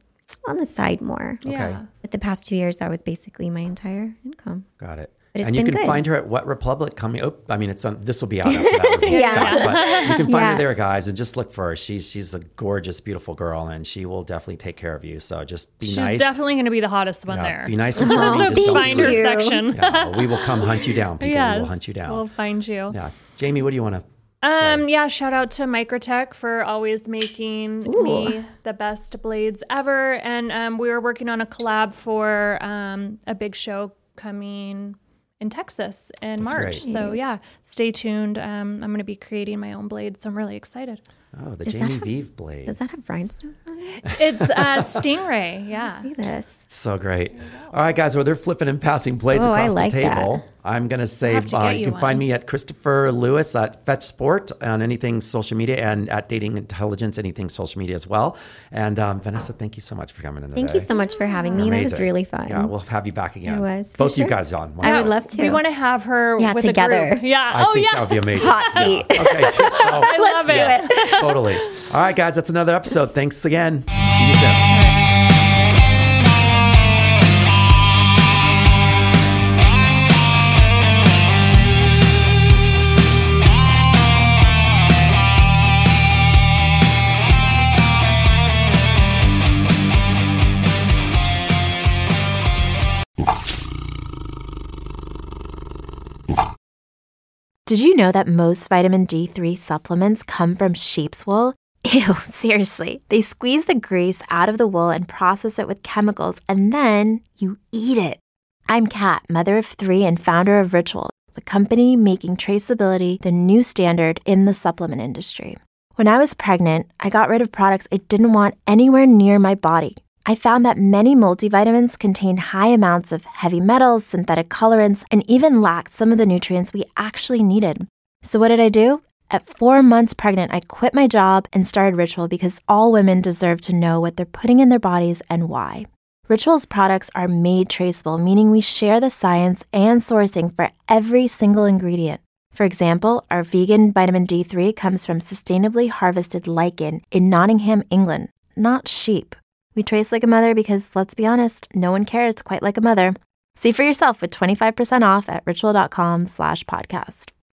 Speaker 3: on the side more.
Speaker 2: yeah.
Speaker 3: But the past two years, that was basically my entire income.
Speaker 1: Got it.
Speaker 3: But it's
Speaker 1: and you
Speaker 3: been
Speaker 1: can
Speaker 3: good.
Speaker 1: find her at What Republic coming. Oh, I mean, it's on, this will be out. After
Speaker 3: <laughs>
Speaker 1: that Republic
Speaker 3: Yeah.
Speaker 1: got it, but you can find her
Speaker 3: Yeah.
Speaker 1: there, guys, and just look for her. She's she's a gorgeous, beautiful girl, and she will definitely take care of you. So just be
Speaker 2: She's
Speaker 1: nice.
Speaker 2: definitely going to be the hottest one
Speaker 1: Yeah,
Speaker 2: there.
Speaker 1: Be nice and charming. just
Speaker 3: thank
Speaker 1: don't
Speaker 2: Find her
Speaker 1: leave.
Speaker 3: you.
Speaker 2: section.
Speaker 1: Yeah, we will come hunt you down, people. We will
Speaker 2: Yes,
Speaker 1: hunt you down.
Speaker 2: We'll find you.
Speaker 1: yeah, Jamie, what do you want to?
Speaker 3: Uh,
Speaker 2: Um, yeah, shout out to Microtech for always making me the best blades ever. And um, we were working on a collab for um, a big show coming in Texas in March.
Speaker 1: great.
Speaker 2: So, yeah, stay tuned. Um, I'm going to be creating my own blade, so I'm really excited.
Speaker 1: Oh, the
Speaker 3: that
Speaker 1: Jamie
Speaker 3: have-
Speaker 1: Vive blade.
Speaker 3: Does that have rhinestones on it?
Speaker 2: It's
Speaker 1: <laughs>
Speaker 2: uh, Stingray. Yeah.
Speaker 3: See this.
Speaker 1: So great. All right, guys. Well, they're flipping and passing blades
Speaker 3: Oh, I
Speaker 1: across
Speaker 3: like
Speaker 1: the
Speaker 3: that.
Speaker 1: table. I'm going to say
Speaker 2: have to
Speaker 1: uh,
Speaker 2: get
Speaker 1: you
Speaker 2: you
Speaker 1: can find
Speaker 2: one.
Speaker 1: me at Christopher Lewis at Fetch Sport on anything social media and at Dating Intelligence, anything social media as well. And um, Vanessa, thank you so much for coming in
Speaker 3: Thank
Speaker 1: today.
Speaker 3: you so much for having me. That was
Speaker 1: Amazing.
Speaker 3: really fun.
Speaker 1: Yeah, we'll have you back again.
Speaker 3: It was, for
Speaker 1: Both you
Speaker 3: sure.
Speaker 1: guys on.
Speaker 3: I would love to.
Speaker 2: We want to have her
Speaker 3: Yeah,
Speaker 2: with a
Speaker 3: together.
Speaker 2: group. Yeah.
Speaker 1: I
Speaker 2: oh,
Speaker 1: think
Speaker 2: yeah.
Speaker 1: that would be amazing.
Speaker 3: hot seat.
Speaker 1: Okay. Oh,
Speaker 2: <laughs> I love it.
Speaker 3: Do it.
Speaker 1: totally. All right, guys. That's another episode. Thanks again. See you soon.
Speaker 5: Did you know that most vitamin D3 supplements come from sheep's wool? <laughs> Ew, seriously. They squeeze the grease out of the wool and process it with chemicals, and then you eat it. I'm Kat, mother of three and founder of Ritual, the company making traceability the new standard in the supplement industry. When I was pregnant, I got rid of products I didn't want anywhere near my body. I found that many multivitamins contain high amounts of heavy metals, synthetic colorants, and even lacked some of the nutrients we actually needed. So, what did I do? At four months pregnant, I quit my job and started Ritual because all women deserve to know what they're putting in their bodies and why. Ritual's products are made traceable, meaning we share the science and sourcing for every single ingredient. For example, our vegan vitamin D3 comes from sustainably harvested lichen in Nottingham, England, not sheep. We trace like a mother because, let's be honest, no one cares quite like a mother. See for yourself with 25% off at ritual.com slash podcast.